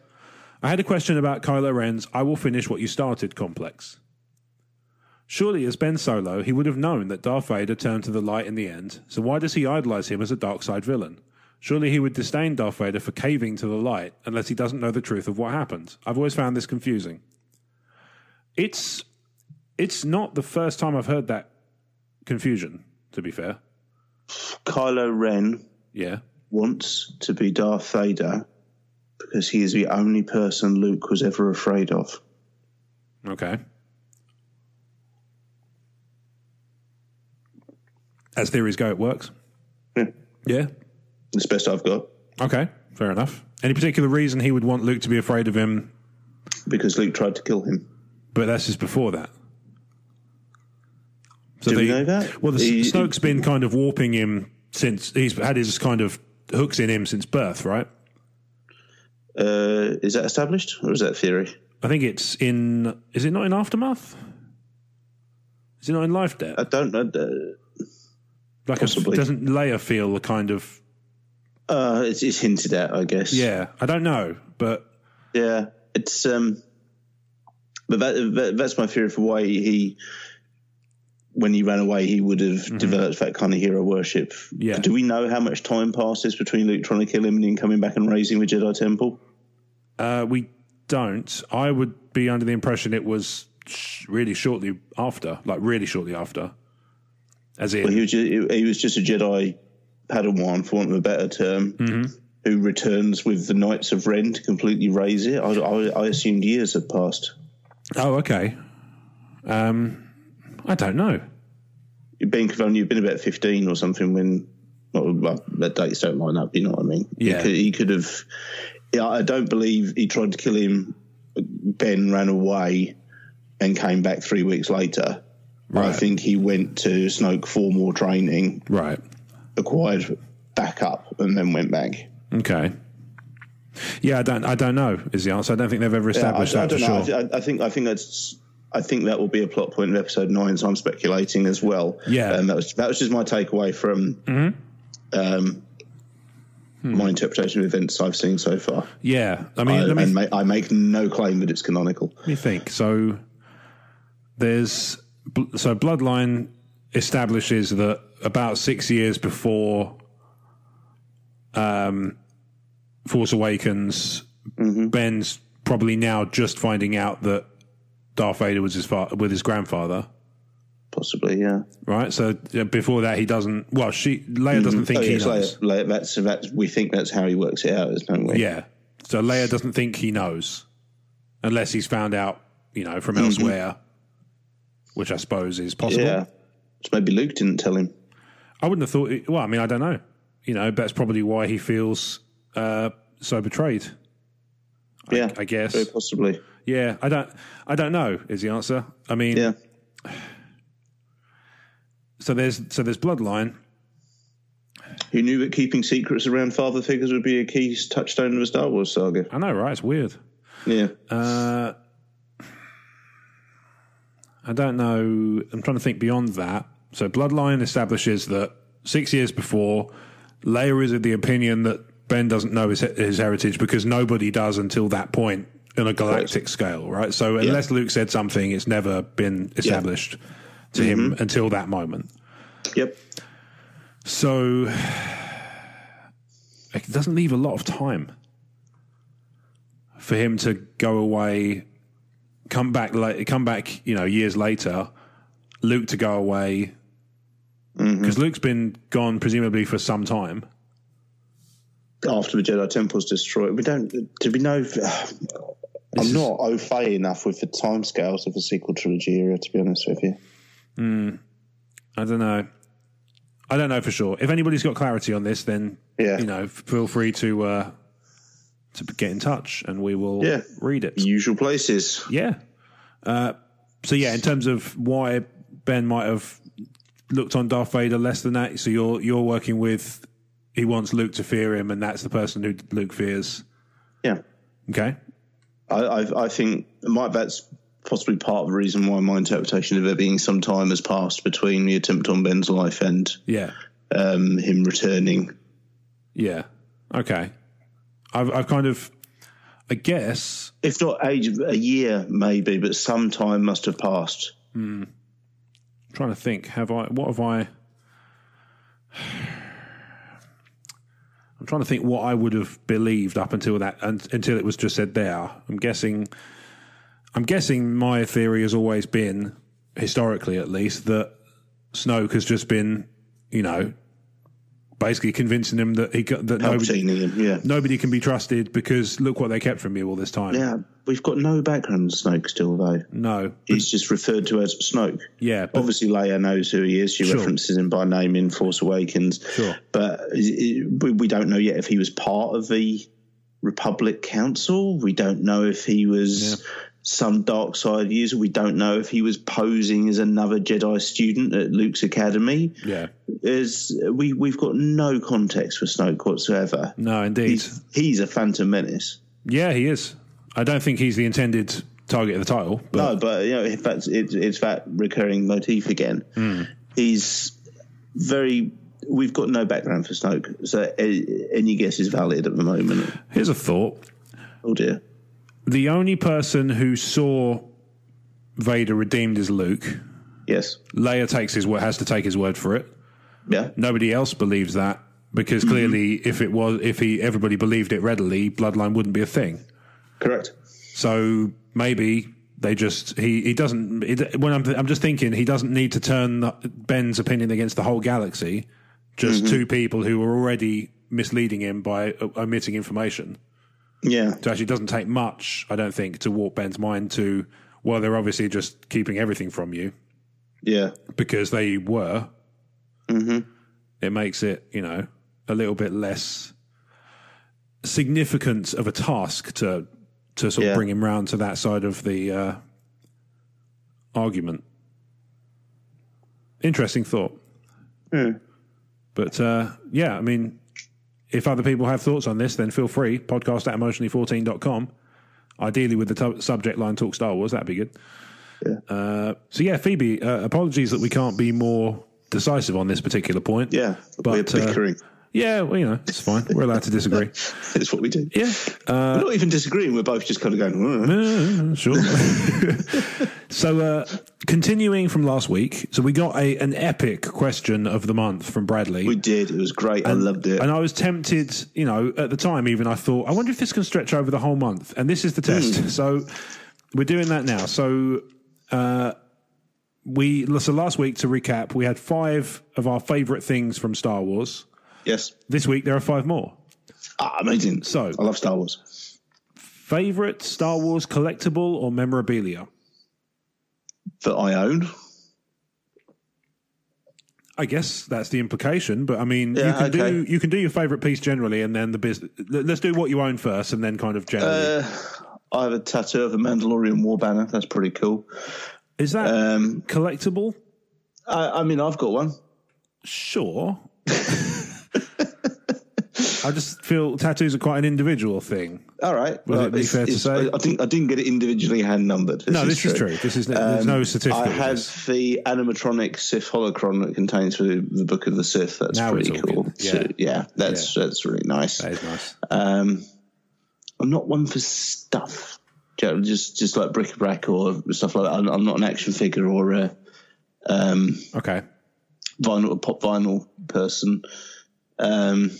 [SPEAKER 3] I had a question about Kylo Ren's I will finish what you started complex. Surely, as Ben Solo, he would have known that Darth Vader turned to the light in the end, so why does he idolize him as a dark side villain? Surely he would disdain Darth Vader for caving to the light unless he doesn't know the truth of what happened. I've always found this confusing. It's it's not the first time I've heard that confusion, to be fair.
[SPEAKER 4] Kylo Ren
[SPEAKER 3] Yeah.
[SPEAKER 4] wants to be Darth Vader because he is the only person Luke was ever afraid of.
[SPEAKER 3] Okay. As theories go, it works.
[SPEAKER 4] Yeah.
[SPEAKER 3] Yeah.
[SPEAKER 4] It's the best I've got
[SPEAKER 3] Okay. Fair enough. Any particular reason he would want Luke to be afraid of him?
[SPEAKER 4] because Luke tried to kill him.
[SPEAKER 3] But that's just before that. So
[SPEAKER 4] Do we know that?
[SPEAKER 3] Well, the,
[SPEAKER 4] He-
[SPEAKER 3] Snoke's been kind of warping him since he's had his kind of hooks in him since birth, right?
[SPEAKER 4] Uh, is that established or is that theory?
[SPEAKER 3] I think it's in. Is it not in aftermath? Is it not in life debt?
[SPEAKER 4] I don't know. Uh,
[SPEAKER 3] Like,
[SPEAKER 4] possibly.
[SPEAKER 3] A, doesn't Leia feel a kind of
[SPEAKER 4] Uh, it's, it's hinted at, I guess.
[SPEAKER 3] Yeah, I don't know, but
[SPEAKER 4] Yeah, it's um, but that, that that's my theory for why he, when he ran away, he would have developed that kind of hero worship.
[SPEAKER 3] Yeah.
[SPEAKER 4] Do we know how much time passes between Luke trying to kill him and him coming back and raising the Jedi Temple?
[SPEAKER 3] uh, we don't. I would be under the impression it was sh- really shortly after, like really shortly after, as in
[SPEAKER 4] Well, he was just, he was just a Jedi Padawan, for want of a better term, who returns with the Knights of Ren to completely raise it. I, I, I assumed years had passed.
[SPEAKER 3] oh okay. Um, I don't know.
[SPEAKER 4] Ben could only have been about 15 or something when well, well, the dates don't line up, you know what I mean?
[SPEAKER 3] Yeah.
[SPEAKER 4] He could, he could have. Yeah, I don't believe he tried to kill him. Ben ran away and came back three weeks later. I
[SPEAKER 3] Right.
[SPEAKER 4] think he went to Snoke for more training,
[SPEAKER 3] Right.
[SPEAKER 4] acquired backup, and then went back.
[SPEAKER 3] Okay. Yeah, I don't. I don't know. Is the answer? I don't think they've ever
[SPEAKER 4] Yeah, I,
[SPEAKER 3] established
[SPEAKER 4] I
[SPEAKER 3] that
[SPEAKER 4] don't
[SPEAKER 3] for
[SPEAKER 4] know.
[SPEAKER 3] sure.
[SPEAKER 4] I, I- I think I think that's I think that will be a plot point in episode nine. So I'm speculating as well.
[SPEAKER 3] Yeah. Mm-hmm.
[SPEAKER 4] and that was that was just my takeaway from um, my interpretation of events I've seen so far.
[SPEAKER 3] yeah, Hmm. I mean,
[SPEAKER 4] I,
[SPEAKER 3] let me
[SPEAKER 4] and ma- I make no claim that it's canonical.
[SPEAKER 3] Let me think. So there's bl- so Bloodline establishes that about six years before um, Force Awakens, Ben's probably now just finding out that Darth Vader was his fa- with his grandfather.
[SPEAKER 4] Possibly, yeah.
[SPEAKER 3] Right, so uh, before that, he doesn't. Well, she Leia doesn't think
[SPEAKER 4] Oh,
[SPEAKER 3] he
[SPEAKER 4] yes,
[SPEAKER 3] knows.
[SPEAKER 4] like, like that's that's we think that's how he works it out, don't we?
[SPEAKER 3] Yeah. So Leia doesn't think he knows unless he's found out, you know, from elsewhere, which I suppose is possible.
[SPEAKER 4] yeah. So maybe Luke didn't tell him.
[SPEAKER 3] I wouldn't have thought. It, well, I mean, I don't know. You know, that's probably why he feels uh, so betrayed.
[SPEAKER 4] Yeah,
[SPEAKER 3] I guess.
[SPEAKER 4] very possibly.
[SPEAKER 3] Yeah, I don't. I don't know. Is the answer? I mean,
[SPEAKER 4] Yeah,
[SPEAKER 3] so there's so there's bloodline.
[SPEAKER 4] who knew that keeping secrets around father figures would be a key touchstone of the Star Wars saga.
[SPEAKER 3] I know, right? It's weird.
[SPEAKER 4] Yeah.
[SPEAKER 3] Uh, I don't know. I'm trying to think beyond that. So, Bloodline establishes that six years before, Leia is of the opinion that Ben doesn't know his, his heritage because nobody does until that point on a galactic scale, right? So, unless Luke said something, it's never been established to him until that moment.
[SPEAKER 4] Yep.
[SPEAKER 3] So, it doesn't leave a lot of time for him to go away, come back, la- come back, you know, years later, Luke to go away
[SPEAKER 4] Mm-hmm.
[SPEAKER 3] because Luke's been gone presumably for some time.
[SPEAKER 4] After the Jedi Temple's destroyed, we don't. Do we know? I'm not au fait enough with the timescales of the sequel trilogy era, to be honest with you.
[SPEAKER 3] I don't know. I don't know for sure. If anybody's got clarity on this, then
[SPEAKER 4] Yeah.
[SPEAKER 3] you know, f- feel free to uh, to get in touch and we will
[SPEAKER 4] Yeah.
[SPEAKER 3] read it.
[SPEAKER 4] Usual places.
[SPEAKER 3] Yeah. Uh, so yeah, in terms of why Ben might have looked on Darth Vader less than that, so you're you're working with he wants Luke to fear him, and that's the person who Luke fears.
[SPEAKER 4] Yeah.
[SPEAKER 3] Okay.
[SPEAKER 4] I, I, I think my, that's possibly part of the reason why my interpretation of there being some time has passed between the attempt on Ben's life and
[SPEAKER 3] Yeah.
[SPEAKER 4] um, him returning.
[SPEAKER 3] Yeah. Okay. I've I've kind of I guess
[SPEAKER 4] If not age, a year maybe, but some time must have passed.
[SPEAKER 3] I'm trying to think. Have I? What have I? I'm trying to think what I would have believed up until that un, until it was just said there. I'm guessing. I'm guessing my theory has always been, historically at least, that Snoke has just been, you know, basically convincing him that he got, that nobody,
[SPEAKER 4] Palpatine, him, yeah.
[SPEAKER 3] nobody can be trusted because look what they kept from you all this time.
[SPEAKER 4] Yeah, we've got no background on Snoke still, though.
[SPEAKER 3] No.
[SPEAKER 4] He's just referred to as Snoke.
[SPEAKER 3] Yeah. But
[SPEAKER 4] Obviously, Leia knows who he is. She
[SPEAKER 3] Sure.
[SPEAKER 4] references him by name in Force Awakens.
[SPEAKER 3] Sure.
[SPEAKER 4] But i- i- we we don't know yet if he was part of the Republic Council. We don't know if he was some dark side user. We don't know if he was posing as another Jedi student at Luke's academy.
[SPEAKER 3] yeah.
[SPEAKER 4] Is we we've got no context for Snoke whatsoever.
[SPEAKER 3] No, indeed.
[SPEAKER 4] He's, he's a Phantom Menace.
[SPEAKER 3] Yeah, he is. I don't think he's the intended target of the title. But
[SPEAKER 4] No, but you know, if that's it's it's that recurring motif again.
[SPEAKER 3] Hmm.
[SPEAKER 4] He's very. We've got no background for Snoke, so a- any guess is valid at the moment.
[SPEAKER 3] here's a thought:
[SPEAKER 4] Oh dear.
[SPEAKER 3] the only person who saw Vader redeemed is Luke.
[SPEAKER 4] Yes.
[SPEAKER 3] Leia takes his word, has to take his word for it.
[SPEAKER 4] Yeah.
[SPEAKER 3] Nobody else believes that because clearly, if it was, if he everybody believed it readily, bloodline wouldn't be a thing.
[SPEAKER 4] Correct.
[SPEAKER 3] So maybe they just he he doesn't. It, when I'm I'm just thinking, he doesn't need to turn the, Ben's opinion against the whole galaxy. Just two people who are already misleading him by uh, omitting information.
[SPEAKER 4] Yeah.
[SPEAKER 3] So actually, it doesn't take much, I don't think, to warp Ben's mind to well, they're obviously just keeping everything from you
[SPEAKER 4] Yeah.
[SPEAKER 3] because they were. Mm-hmm. It makes it, you know, a little bit less significant of a task to to sort
[SPEAKER 4] Yeah.
[SPEAKER 3] of bring him round to that side of the uh, argument. Interesting thought, but uh, yeah, I mean, if other people have thoughts on this, then feel free podcast at emotionally14.com. Ideally, with the tu- subject line "Talk Star Wars," that'd be good. So yeah, Phoebe, uh, apologies that we can't be more decisive on this particular point.
[SPEAKER 4] Yeah. We're
[SPEAKER 3] but uh,
[SPEAKER 4] bickering.
[SPEAKER 3] yeah, well, you know, it's fine. We're allowed to disagree.
[SPEAKER 4] It's what we do.
[SPEAKER 3] yeah,
[SPEAKER 4] we're not even disagreeing. We're both just kind of going. "Hmm." "Ugh."
[SPEAKER 3] uh, sure. so uh, continuing from last week, so we got a an epic question of the month from Bradley.
[SPEAKER 4] We did. It was great. I loved it.
[SPEAKER 3] And I was tempted, you know, at the time even I thought, I wonder if this can stretch over the whole month. And this is the test.
[SPEAKER 4] Hmm.
[SPEAKER 3] So we're doing that now. So uh we so last week to recap, we had five of our favourite things from Star Wars.
[SPEAKER 4] yes.
[SPEAKER 3] This week there are five more.
[SPEAKER 4] Ah, amazing.
[SPEAKER 3] So-
[SPEAKER 4] I love Star Wars.
[SPEAKER 3] Favourite Star Wars collectible or memorabilia?
[SPEAKER 4] That I own.
[SPEAKER 3] I guess that's the implication, but I mean, you
[SPEAKER 4] Yeah,
[SPEAKER 3] can do
[SPEAKER 4] okay.
[SPEAKER 3] you can do your favorite piece generally, and then the business. Let's do what you own first, and then kind of generally.
[SPEAKER 4] Uh, I have a tattoo of a Mandalorian war banner. That's pretty cool.
[SPEAKER 3] Is that
[SPEAKER 4] Um,
[SPEAKER 3] collectible?
[SPEAKER 4] I, I mean, I've got one.
[SPEAKER 3] Sure. I just feel tattoos are quite an individual thing.
[SPEAKER 4] All right.
[SPEAKER 3] Would it be
[SPEAKER 4] it's-
[SPEAKER 3] fair to
[SPEAKER 4] it's-
[SPEAKER 3] say?
[SPEAKER 4] I, I think I didn't get it individually hand numbered.
[SPEAKER 3] No, this is true. This is- there's no certificate
[SPEAKER 4] Um, I
[SPEAKER 3] of
[SPEAKER 4] have
[SPEAKER 3] this.
[SPEAKER 4] the animatronic Sith holocron that contains the, the book of the Sith. That's
[SPEAKER 3] Now we're
[SPEAKER 4] pretty
[SPEAKER 3] talking.
[SPEAKER 4] cool.
[SPEAKER 3] Yeah.
[SPEAKER 4] So, yeah, that's that's really nice.
[SPEAKER 3] That is nice.
[SPEAKER 4] Um, I'm not one for stuff. You know, Just just like bric-a-brac or stuff like that. I'm, I'm not an action figure or a um,
[SPEAKER 3] Okay.
[SPEAKER 4] vinyl a pop vinyl person. Um,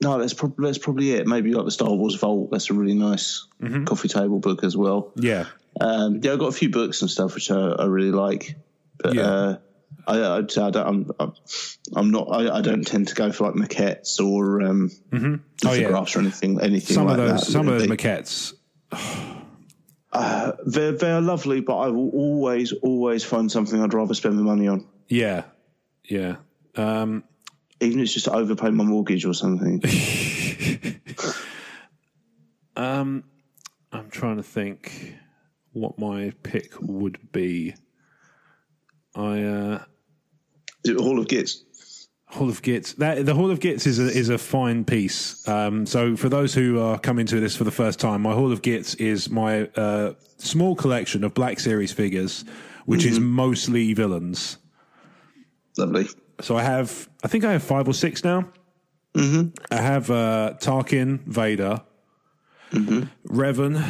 [SPEAKER 4] no, that's probably that's probably it. Maybe like the Star Wars Vault. That's a really nice
[SPEAKER 3] Mm-hmm.
[SPEAKER 4] coffee table book as well.
[SPEAKER 3] Yeah.
[SPEAKER 4] Um, yeah, I've got a few books and stuff which I, I really like, but
[SPEAKER 3] Yeah.
[SPEAKER 4] uh, I, I, I don't. I'm, I'm- I'm not. I, I don't tend to go for like maquettes or um,
[SPEAKER 3] Oh, yeah.
[SPEAKER 4] photographs or anything. Anything
[SPEAKER 3] Some
[SPEAKER 4] like
[SPEAKER 3] of those,
[SPEAKER 4] that.
[SPEAKER 3] some of those
[SPEAKER 4] They-
[SPEAKER 3] maquettes.
[SPEAKER 4] They're they're lovely, but I will always always find something I'd rather spend the money on,
[SPEAKER 3] Yeah. Yeah. Um,
[SPEAKER 4] even if it's just to overpay my mortgage or something.
[SPEAKER 3] Um, I'm trying to think what my pick would be. I uh,
[SPEAKER 4] Hall of Gits.
[SPEAKER 3] Hall of Gits. That the Hall of Gits is a, is a fine piece. Um, so for those who are coming to this for the first time, my Hall of Gits is my uh, small collection of Black Series figures, which is
[SPEAKER 4] Mm-hmm.
[SPEAKER 3] mostly villains.
[SPEAKER 4] Lovely.
[SPEAKER 3] So I have, I think I have five or six now.
[SPEAKER 4] Mm-hmm.
[SPEAKER 3] I have uh, Tarkin, Vader,
[SPEAKER 4] Mm-hmm.
[SPEAKER 3] Revan,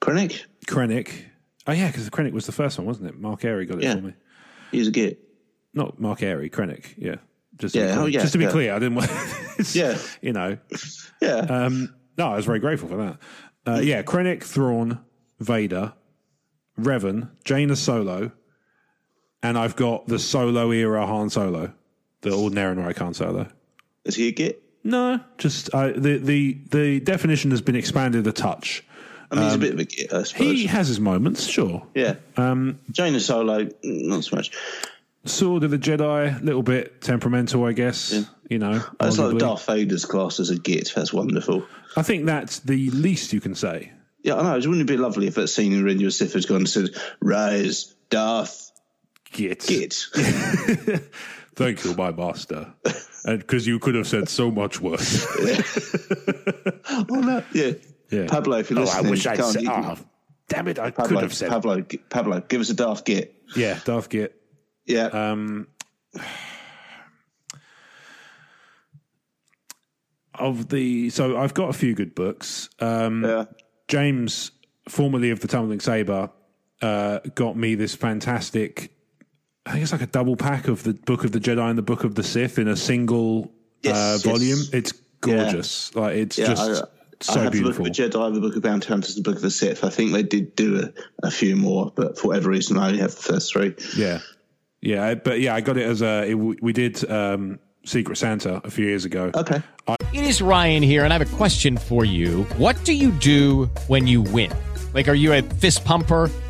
[SPEAKER 4] Krennic?
[SPEAKER 3] Krennic. Oh yeah, because Krennic was the first one, wasn't it? Mark Airy got it
[SPEAKER 4] Yeah.
[SPEAKER 3] for me.
[SPEAKER 4] He's a git.
[SPEAKER 3] Not Mark Airy, Krennic. Yeah. Just to be
[SPEAKER 4] Yeah,
[SPEAKER 3] clear.
[SPEAKER 4] oh, yeah,
[SPEAKER 3] Just to be
[SPEAKER 4] yeah.
[SPEAKER 3] clear, I didn't want.
[SPEAKER 4] Yeah.
[SPEAKER 3] You know.
[SPEAKER 4] Yeah.
[SPEAKER 3] Um, no, I was very grateful for that. Uh, yeah, Krennic, Thrawn, Vader, Revan, Jaina Solo, and I've got the Solo era Han Solo, the ordinary and Han Solo.
[SPEAKER 4] Is he a git?
[SPEAKER 3] No, just uh, the the the definition has been expanded a touch.
[SPEAKER 4] I mean, he's a bit of a git, I suppose.
[SPEAKER 3] um, He has his moments, sure.
[SPEAKER 4] yeah. Um, Jaina Solo, mm, not so much.
[SPEAKER 3] Sword of the Jedi, little bit temperamental, I guess. You know,
[SPEAKER 4] That's like
[SPEAKER 3] arguably.
[SPEAKER 4] Darth Vader's class as a git. That's wonderful.
[SPEAKER 3] I think that's the least you can say.
[SPEAKER 4] Yeah, I know. Wouldn't it be lovely if that scene in Renu Sif had gone and said, Rise, Darth,
[SPEAKER 3] Git.
[SPEAKER 4] git.
[SPEAKER 3] Thank you, my master. And because you could have said so much worse.
[SPEAKER 4] yeah.
[SPEAKER 3] Yeah.
[SPEAKER 4] Pablo, if you're
[SPEAKER 3] Oh,
[SPEAKER 4] listening,
[SPEAKER 3] I wish
[SPEAKER 4] you
[SPEAKER 3] I'd
[SPEAKER 4] can't-
[SPEAKER 3] said.
[SPEAKER 4] you can-
[SPEAKER 3] Oh, damn it! I
[SPEAKER 4] Pablo,
[SPEAKER 3] could have said.
[SPEAKER 4] Pablo, g- Pablo, give us a Darth git.
[SPEAKER 3] Yeah, Darth Git.
[SPEAKER 4] Yeah.
[SPEAKER 3] Um, of the so I've got a few good books. Um,
[SPEAKER 4] yeah.
[SPEAKER 3] James, formerly of the Tumbling Saber, uh, got me this fantastic. I think it's like a double pack of the Book of the Jedi and the Book of the Sith in a single
[SPEAKER 4] Yes,
[SPEAKER 3] uh,
[SPEAKER 4] yes.
[SPEAKER 3] volume. It's gorgeous. Like it's
[SPEAKER 4] Yeah,
[SPEAKER 3] just
[SPEAKER 4] I,
[SPEAKER 3] so
[SPEAKER 4] I have
[SPEAKER 3] beautiful.
[SPEAKER 4] the Book of the Jedi, the Book of Bounty Hunters, the Book of the Sith. I think they did do a, a few more, but for whatever reason, I only have the first three.
[SPEAKER 3] Yeah, yeah, I- but yeah, I got it as a. It, w- we did um, Secret Santa a few years ago.
[SPEAKER 4] Okay.
[SPEAKER 1] It is Ryan here, and I have a question for you. What do you do when you win? Like, are you a fist pumper?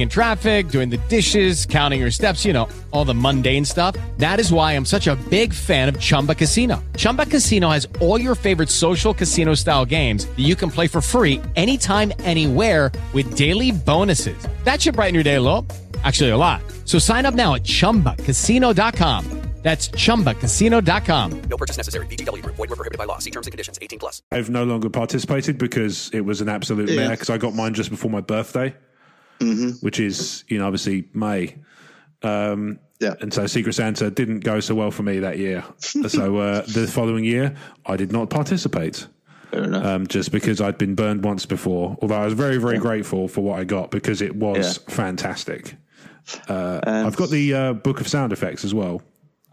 [SPEAKER 1] in traffic, doing the dishes, counting your steps, you know, all the mundane stuff. That is why I'm such a big fan of Chumba Casino. Chumba Casino has all your favorite social casino style games that you can play for free anytime, anywhere with daily bonuses. That should brighten your day a little. Actually, a lot. So sign up now at chumbacasino.com. That's chumbacasino.com.
[SPEAKER 2] No purchase necessary. VGW Group. Void were prohibited by law. See terms and conditions. 18 plus.
[SPEAKER 3] I've no longer participated because it was an absolute
[SPEAKER 4] Yeah. Mm-hmm.
[SPEAKER 3] mare because I got mine just before my birthday, which is, you know, obviously May. Um,
[SPEAKER 4] Yeah.
[SPEAKER 3] And so Secret Santa didn't go so well for me that year. so uh, the following year, I did not participate
[SPEAKER 4] Fair enough.
[SPEAKER 3] um, just because I'd been burned once before. Although I was very, very grateful for what I got because it was
[SPEAKER 4] Yeah.
[SPEAKER 3] fantastic. Uh, I've got the uh, Book of Sound Effects as well.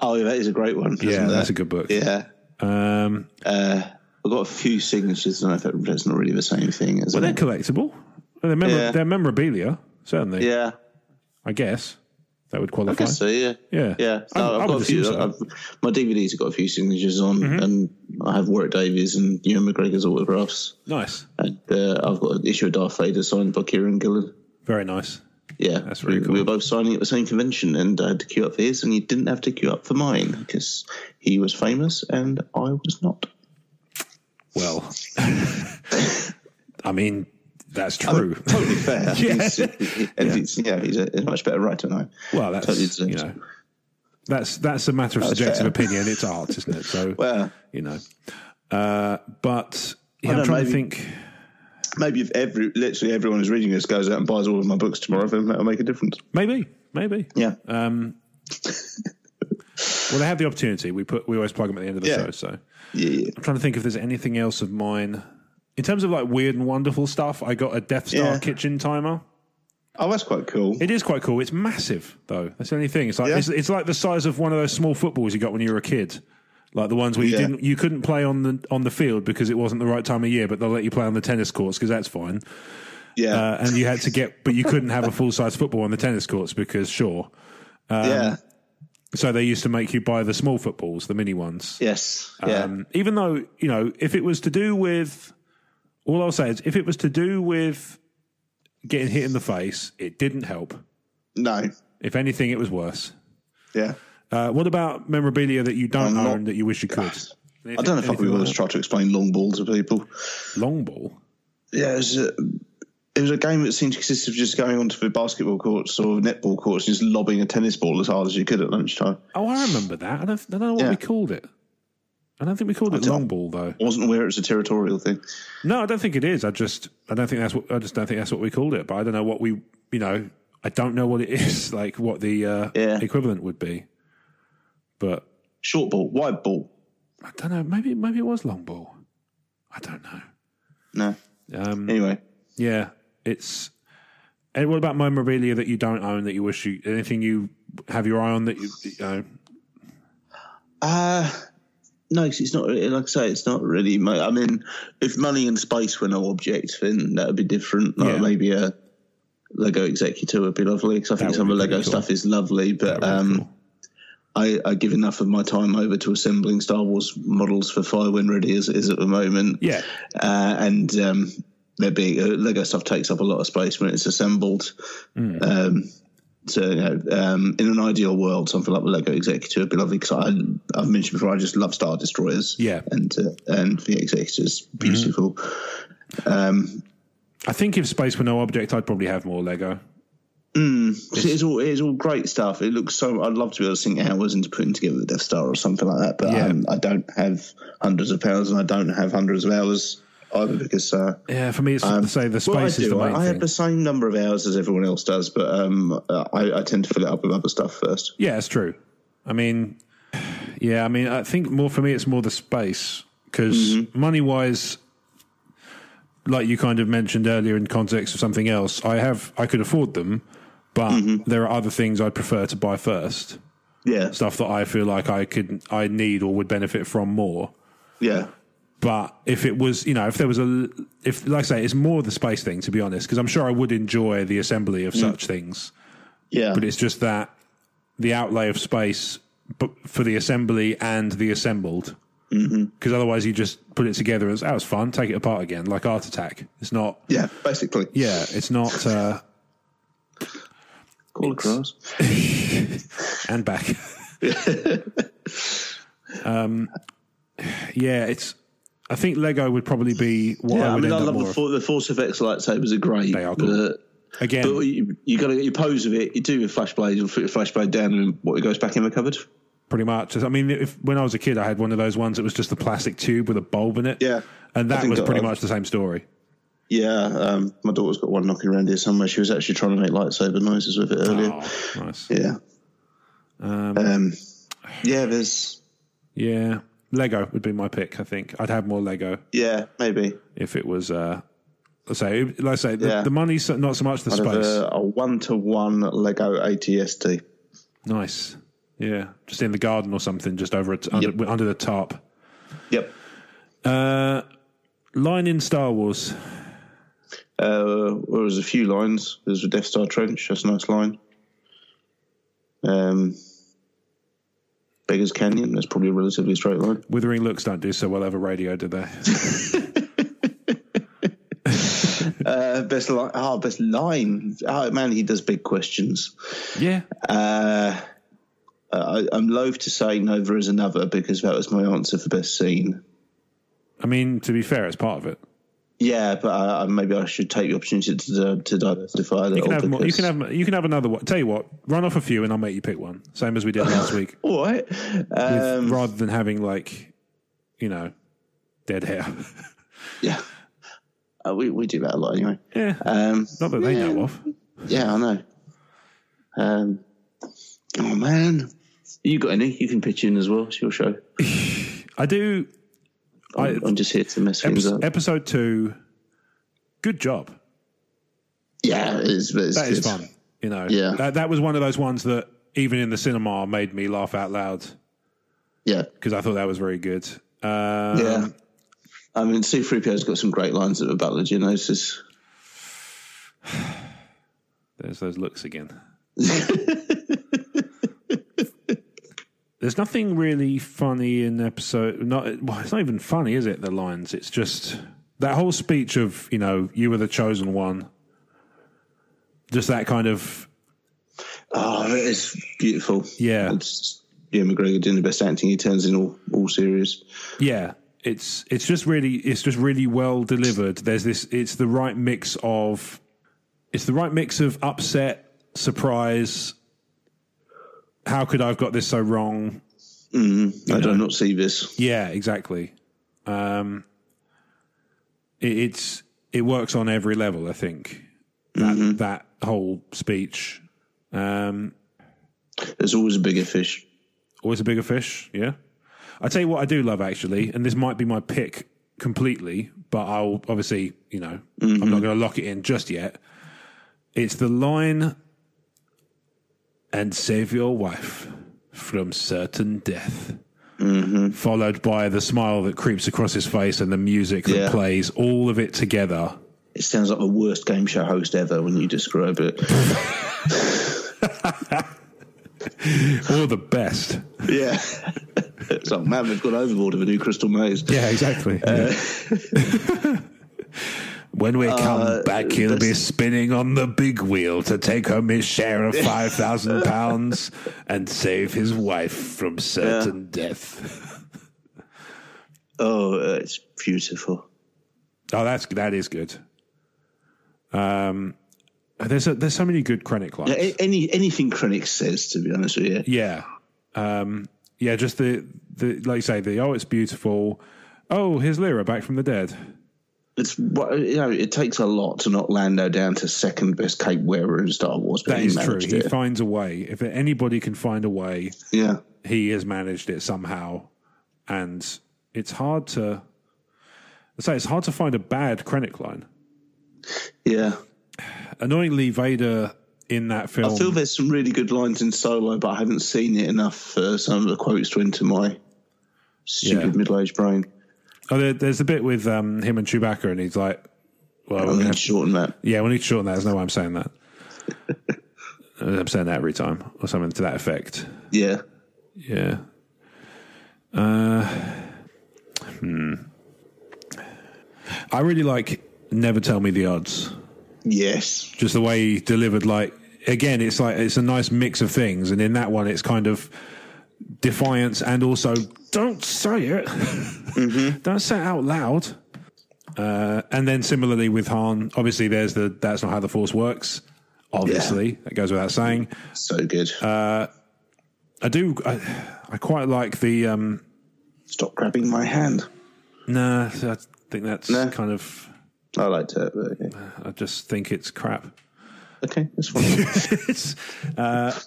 [SPEAKER 4] oh, yeah, that is a great one. isn't
[SPEAKER 3] Yeah,
[SPEAKER 4] it?
[SPEAKER 3] that's a good book.
[SPEAKER 4] Yeah. Uh,
[SPEAKER 3] Um,
[SPEAKER 4] I've got a few signatures, and I don't know if that's not really the same thing. Is
[SPEAKER 3] but they're
[SPEAKER 4] it?
[SPEAKER 3] collectible. They're, memor-
[SPEAKER 4] Yeah.
[SPEAKER 3] they're memorabilia, certainly,
[SPEAKER 4] Yeah.
[SPEAKER 3] I guess. that would
[SPEAKER 4] I
[SPEAKER 3] qualify.
[SPEAKER 4] guess so, yeah.
[SPEAKER 3] Yeah.
[SPEAKER 4] Yeah.
[SPEAKER 3] I-
[SPEAKER 4] No,
[SPEAKER 3] I
[SPEAKER 4] I've
[SPEAKER 3] would
[SPEAKER 4] got a few.
[SPEAKER 3] assume so.
[SPEAKER 4] I've, my DVDs have got a few signatures on,
[SPEAKER 3] Mm-hmm.
[SPEAKER 4] and I have Warwick Davies and Ewan McGregor's autographs.
[SPEAKER 3] Nice,
[SPEAKER 4] And uh, I've got an issue of Darth Vader signed by Kieran Gillen.
[SPEAKER 3] very nice.
[SPEAKER 4] Yeah.
[SPEAKER 3] That's really
[SPEAKER 4] we,
[SPEAKER 3] cool.
[SPEAKER 4] we were both signing at the same convention, and I had to queue up for his, and he didn't have to queue up for mine because he was famous and I was not.
[SPEAKER 3] Well, I mean that's true.
[SPEAKER 4] Totally fair. He's- and He's, yeah, he's a, a much better writer than I.
[SPEAKER 3] Well, that's
[SPEAKER 4] Totally deserves
[SPEAKER 3] you
[SPEAKER 4] it.
[SPEAKER 3] know, that's that's a matter of
[SPEAKER 4] That's
[SPEAKER 3] subjective
[SPEAKER 4] fair.
[SPEAKER 3] opinion. It's art, isn't it? So
[SPEAKER 4] Well,
[SPEAKER 3] you know, uh, but yeah,
[SPEAKER 4] I
[SPEAKER 3] I'm
[SPEAKER 4] don't
[SPEAKER 3] trying
[SPEAKER 4] know, maybe-
[SPEAKER 3] to think.
[SPEAKER 4] maybe if every literally everyone who's reading this goes out and buys all of my books tomorrow, then that'll make a difference.
[SPEAKER 3] Maybe, maybe.
[SPEAKER 4] Yeah.
[SPEAKER 3] Well, they have the opportunity. We put we always plug them at the end of the
[SPEAKER 4] Yeah.
[SPEAKER 3] show. So
[SPEAKER 4] yeah, yeah.
[SPEAKER 3] I'm trying to think if there's anything else of mine in terms of like weird and wonderful stuff. I got a Death Star
[SPEAKER 4] Yeah.
[SPEAKER 3] kitchen timer.
[SPEAKER 4] Oh, that's quite cool.
[SPEAKER 3] It is quite cool. It's massive though. That's the only thing. It's like
[SPEAKER 4] Yeah.
[SPEAKER 3] it's, it's like the size of one of those small footballs you got when you were a kid. Like the ones where you
[SPEAKER 4] Yeah.
[SPEAKER 3] didn't you couldn't play on the on the field because it wasn't the right time of year, but they'll let you play on the tennis courts because that's fine.
[SPEAKER 4] yeah.
[SPEAKER 3] Uh, and you had to get, but you couldn't have a full size football on the tennis courts because sure. um,
[SPEAKER 4] yeah.
[SPEAKER 3] So they used to make you buy the small footballs, the mini ones.
[SPEAKER 4] Yes. Yeah.
[SPEAKER 3] Um, even though, you know, if it was to do with, all I'll say is if it was to do with getting hit in the face, it didn't help.
[SPEAKER 4] no.
[SPEAKER 3] If anything, it was worse.
[SPEAKER 4] Yeah.
[SPEAKER 3] Uh, what about memorabilia that you don't
[SPEAKER 4] I'm not-
[SPEAKER 3] own that you wish you could?
[SPEAKER 4] I don't know if I could always try to explain long ball to people.
[SPEAKER 3] Long ball.
[SPEAKER 4] Yeah, it was a, it was a game that seemed to consist of just going onto the basketball courts or netball courts and just lobbing a tennis ball as hard as you could at lunchtime.
[SPEAKER 3] Oh, I remember that. I don't, I don't know what
[SPEAKER 4] Yeah.
[SPEAKER 3] we called it. I don't think we called it
[SPEAKER 4] don't-
[SPEAKER 3] long ball though.
[SPEAKER 4] I wasn't aware it was a territorial thing.
[SPEAKER 3] No, I don't think it is. I just I don't think that's what I just don't think that's what we called it. But I don't know what we you know I don't know what it is like what the uh,
[SPEAKER 4] Yeah.
[SPEAKER 3] equivalent would be. But
[SPEAKER 4] Short ball, wide ball.
[SPEAKER 3] I don't know. Maybe maybe it was long ball. I don't know.
[SPEAKER 4] No.
[SPEAKER 3] Um,
[SPEAKER 4] Anyway,
[SPEAKER 3] yeah, it's. And what about memorabilia that you don't own that you wish you anything you have your eye on that you, you know?
[SPEAKER 4] Uh, no, 'cause it's not really, like I say, it's not really. My, I mean, if money and space were no object, then that would be different. Like
[SPEAKER 3] Yeah.
[SPEAKER 4] maybe a Lego Executor would be lovely because I think
[SPEAKER 3] would
[SPEAKER 4] some of
[SPEAKER 3] be
[SPEAKER 4] the
[SPEAKER 3] pretty
[SPEAKER 4] Lego
[SPEAKER 3] cool.
[SPEAKER 4] stuff is lovely, but um, I, I give enough of my time over to assembling Star Wars models for fire when ready as it is at the moment.
[SPEAKER 3] Yeah.
[SPEAKER 4] Uh, and um, they're big. Uh, Lego stuff takes up a lot of space when it's assembled.
[SPEAKER 3] Hmm.
[SPEAKER 4] Um, so, you know, um, in an ideal world, something like the Lego Executor would be lovely because I've mentioned before I just love Star Destroyers.
[SPEAKER 3] Yeah. Hmm.
[SPEAKER 4] And uh, and the Executor's beautiful. Um,
[SPEAKER 3] I think if space were no object, I'd probably have more Lego.
[SPEAKER 4] 'cause it is all it is all great stuff. It looks so. I'd love to be able to sink hours into putting together the Death Star or something like that. But
[SPEAKER 3] Yeah.
[SPEAKER 4] um, I don't have hundreds of pounds, and I don't have hundreds of hours either because. Uh,
[SPEAKER 3] Yeah, for me, it's to say the space
[SPEAKER 4] Well, I
[SPEAKER 3] is the
[SPEAKER 4] do. I,
[SPEAKER 3] main
[SPEAKER 4] I
[SPEAKER 3] thing.
[SPEAKER 4] have the same number of hours as everyone else does, but um, I, I tend to fill it up with other stuff first.
[SPEAKER 3] Yeah, it's true. I mean, yeah, I mean, I think more for me, it's more the space because
[SPEAKER 4] Mm-hmm.
[SPEAKER 3] money wise, like you kind of mentioned earlier in context of something else, I have I could afford them, but
[SPEAKER 4] Mm-hmm.
[SPEAKER 3] there are other things I'd prefer to buy first,
[SPEAKER 4] Yeah,
[SPEAKER 3] stuff that I feel like I could I need or would benefit from more.
[SPEAKER 4] yeah,
[SPEAKER 3] But if it was, you know, if there was a, if like I say, it's more the space thing to be honest, because I'm sure I would enjoy the assembly
[SPEAKER 4] Mm.
[SPEAKER 3] of such things
[SPEAKER 4] yeah.
[SPEAKER 3] but it's just that the outlay of space b- for the assembly and the assembled.
[SPEAKER 4] Mm-hmm.
[SPEAKER 3] Because otherwise, you just put it together and it's, oh, it's fun. Take it apart again, like Art Attack. It's not.
[SPEAKER 4] yeah, basically.
[SPEAKER 3] Yeah, it's not. Uh,
[SPEAKER 4] Call across.
[SPEAKER 3] and back. um, yeah, it's. I think Lego would probably be what
[SPEAKER 4] Yeah,
[SPEAKER 3] I
[SPEAKER 4] I
[SPEAKER 3] would
[SPEAKER 4] mean, I
[SPEAKER 3] end up
[SPEAKER 4] love
[SPEAKER 3] more.
[SPEAKER 4] the, for, the Force FX lightsabers are great.
[SPEAKER 3] They are cool.
[SPEAKER 4] but-
[SPEAKER 3] of. Again,
[SPEAKER 4] But you, you got to get your pose of it. You do your flashblade, you'll put your flashblade down, and what it goes back in the cupboard.
[SPEAKER 3] pretty much. I mean, if, when I was a kid, I had one of those ones that was just the plastic tube with a bulb in it.
[SPEAKER 4] Yeah.
[SPEAKER 3] and
[SPEAKER 4] I
[SPEAKER 3] that
[SPEAKER 4] think
[SPEAKER 3] was
[SPEAKER 4] that-
[SPEAKER 3] pretty much the same story.
[SPEAKER 4] Yeah, um, my daughter's got one knocking around here somewhere. She was actually trying to make lightsaber noises with it earlier.
[SPEAKER 3] Oh, nice.
[SPEAKER 4] Yeah. Um, yeah, there's.
[SPEAKER 3] Yeah, Lego would be my pick. I think I'd have more Lego
[SPEAKER 4] Yeah, maybe.
[SPEAKER 3] if it was. Uh, let's say, let's say the,
[SPEAKER 4] Yeah.
[SPEAKER 3] the money's so- not so much the
[SPEAKER 4] I'd have
[SPEAKER 3] space.
[SPEAKER 4] uh, a, a one-to-one Lego ATST.
[SPEAKER 3] nice. Yeah, just in the garden or something, just over it under,
[SPEAKER 4] Yep.
[SPEAKER 3] under the tarp.
[SPEAKER 4] Yep.
[SPEAKER 3] Uh, line in Star Wars.
[SPEAKER 4] Uh, well, there's a few lines. There's a Death Star trench. That's a nice line. Um, Beggars Canyon, that's probably a relatively straight line.
[SPEAKER 3] Withering looks don't do so well over radio, do they?
[SPEAKER 4] Uh, best line, oh, best line. Oh, man, he does big questions.
[SPEAKER 3] yeah.
[SPEAKER 4] Uh, I, I'm loath to say Nova is another because that was my answer for best scene.
[SPEAKER 3] I mean, to be fair, it's part of it.
[SPEAKER 4] Yeah, but uh, maybe I should take the opportunity to to diversify a little.
[SPEAKER 3] You can have more, you
[SPEAKER 4] because-
[SPEAKER 3] can have you can have another one. Tell you what, run off a few and I'll make you pick one. Same as we did last week.
[SPEAKER 4] all right.
[SPEAKER 3] With-
[SPEAKER 4] Um,
[SPEAKER 3] rather than having like, you know, dead hair.
[SPEAKER 4] yeah, uh, we we do that a lot anyway.
[SPEAKER 3] yeah.
[SPEAKER 4] Um,
[SPEAKER 3] Not that they know of.
[SPEAKER 4] yeah, I know. Um, oh man, you got any? You can pitch in as well. It's your show.
[SPEAKER 3] I do I-
[SPEAKER 4] I'm, I'm just here to mess things
[SPEAKER 3] episode,
[SPEAKER 4] up.
[SPEAKER 3] episode two. Good job.
[SPEAKER 4] yeah, it's, it's,
[SPEAKER 3] That is
[SPEAKER 4] it's-
[SPEAKER 3] fun. You know,
[SPEAKER 4] Yeah.
[SPEAKER 3] that, that was one of those ones that even in the cinema made me laugh out loud
[SPEAKER 4] Yeah,
[SPEAKER 3] because I thought that was very good. Um,
[SPEAKER 4] yeah. I mean, C3PO's got some great lines about Legionosis.
[SPEAKER 3] There's those looks again. There's nothing really funny in episode. Not well, it's not even funny, is it? The lines. It's just that whole speech of you know you were the chosen one. Just that kind of
[SPEAKER 4] Oh, that is beautiful.
[SPEAKER 3] Yeah.
[SPEAKER 4] It's, yeah, McGregor doing the best acting he turns in all, all series.
[SPEAKER 3] yeah. It's it's just really it's just really well delivered. There's this. It's the right mix of. It's the right mix of upset, surprise. How could I've got this so wrong? Mm-hmm.
[SPEAKER 4] I do not see this.
[SPEAKER 3] Yeah, exactly. Um, it, it's it works on every level. I think that that whole speech. Um,
[SPEAKER 4] There's always a bigger fish.
[SPEAKER 3] always a bigger fish. Yeah, I tell you what, I do love actually, and this might be my pick completely, but I'll obviously you know I'm not going to lock it in just yet. It's the line and save your wife from certain death. Followed by the smile that creeps across his face and the music that
[SPEAKER 4] Yeah.
[SPEAKER 3] plays, all of it together.
[SPEAKER 4] It sounds like the worst game show host ever when you describe it.
[SPEAKER 3] All the best.
[SPEAKER 4] yeah. it's like, man, we've gone overboard of a new Crystal Maze.
[SPEAKER 3] Yeah, exactly. Uh, when
[SPEAKER 4] Uh,
[SPEAKER 3] we come back, he'll be spinning on the big wheel to take home his share of five thousand pounds and save his wife from certain death.
[SPEAKER 4] Oh, uh, it's beautiful.
[SPEAKER 3] Oh, that's that is good. Um, there's a, there's so many good chronic lines.
[SPEAKER 4] Yeah, a- any anything Krennic says, to be honest with you.
[SPEAKER 3] Yeah. Um, yeah, just the, the like you say, the oh it's beautiful. Oh, here's Lyra back from the dead.
[SPEAKER 4] It's what you know. It takes a lot to knock Lando down to second best cape wearer in Star Wars. But
[SPEAKER 3] That
[SPEAKER 4] he
[SPEAKER 3] is true.
[SPEAKER 4] managed
[SPEAKER 3] He
[SPEAKER 4] it.
[SPEAKER 3] finds a way. If anybody can find a way,
[SPEAKER 4] yeah,
[SPEAKER 3] he has managed it somehow. And it's hard to I say it's hard to find a bad Krennic line.
[SPEAKER 4] yeah.
[SPEAKER 3] Annoyingly, Vader in that film.
[SPEAKER 4] I feel there's some really good lines in Solo, but I haven't seen it enough for some of the quotes to enter my stupid
[SPEAKER 3] Yeah.
[SPEAKER 4] middle-aged brain.
[SPEAKER 3] oh, there, there's a bit with um, him and Chewbacca, and he's like, "Well, we're
[SPEAKER 4] I'm
[SPEAKER 3] gonna
[SPEAKER 4] going
[SPEAKER 3] have
[SPEAKER 4] to shorten that.
[SPEAKER 3] Yeah, we need to shorten that. There's no way I'm saying that. I'm saying that every time or something to that effect.
[SPEAKER 4] Yeah,
[SPEAKER 3] Yeah. Uh, hmm. I really like Never Tell Me the Odds.
[SPEAKER 4] yes,
[SPEAKER 3] Just the way he delivered, like, again, it's like, it's a nice mix of things. And in that one, it's kind of defiance and also don't say it. don't say it out loud. Uh, and then similarly with Han, obviously, there's the that's not how the force works. Obviously, that goes without saying.
[SPEAKER 4] so good.
[SPEAKER 3] I do, I, I quite like the, um,
[SPEAKER 4] Stop grabbing my hand.
[SPEAKER 3] No, I think that's
[SPEAKER 4] No?
[SPEAKER 3] kind of.
[SPEAKER 4] I liked it. But okay.
[SPEAKER 3] I just think it's crap.
[SPEAKER 4] okay, that's fine.
[SPEAKER 3] it's uh,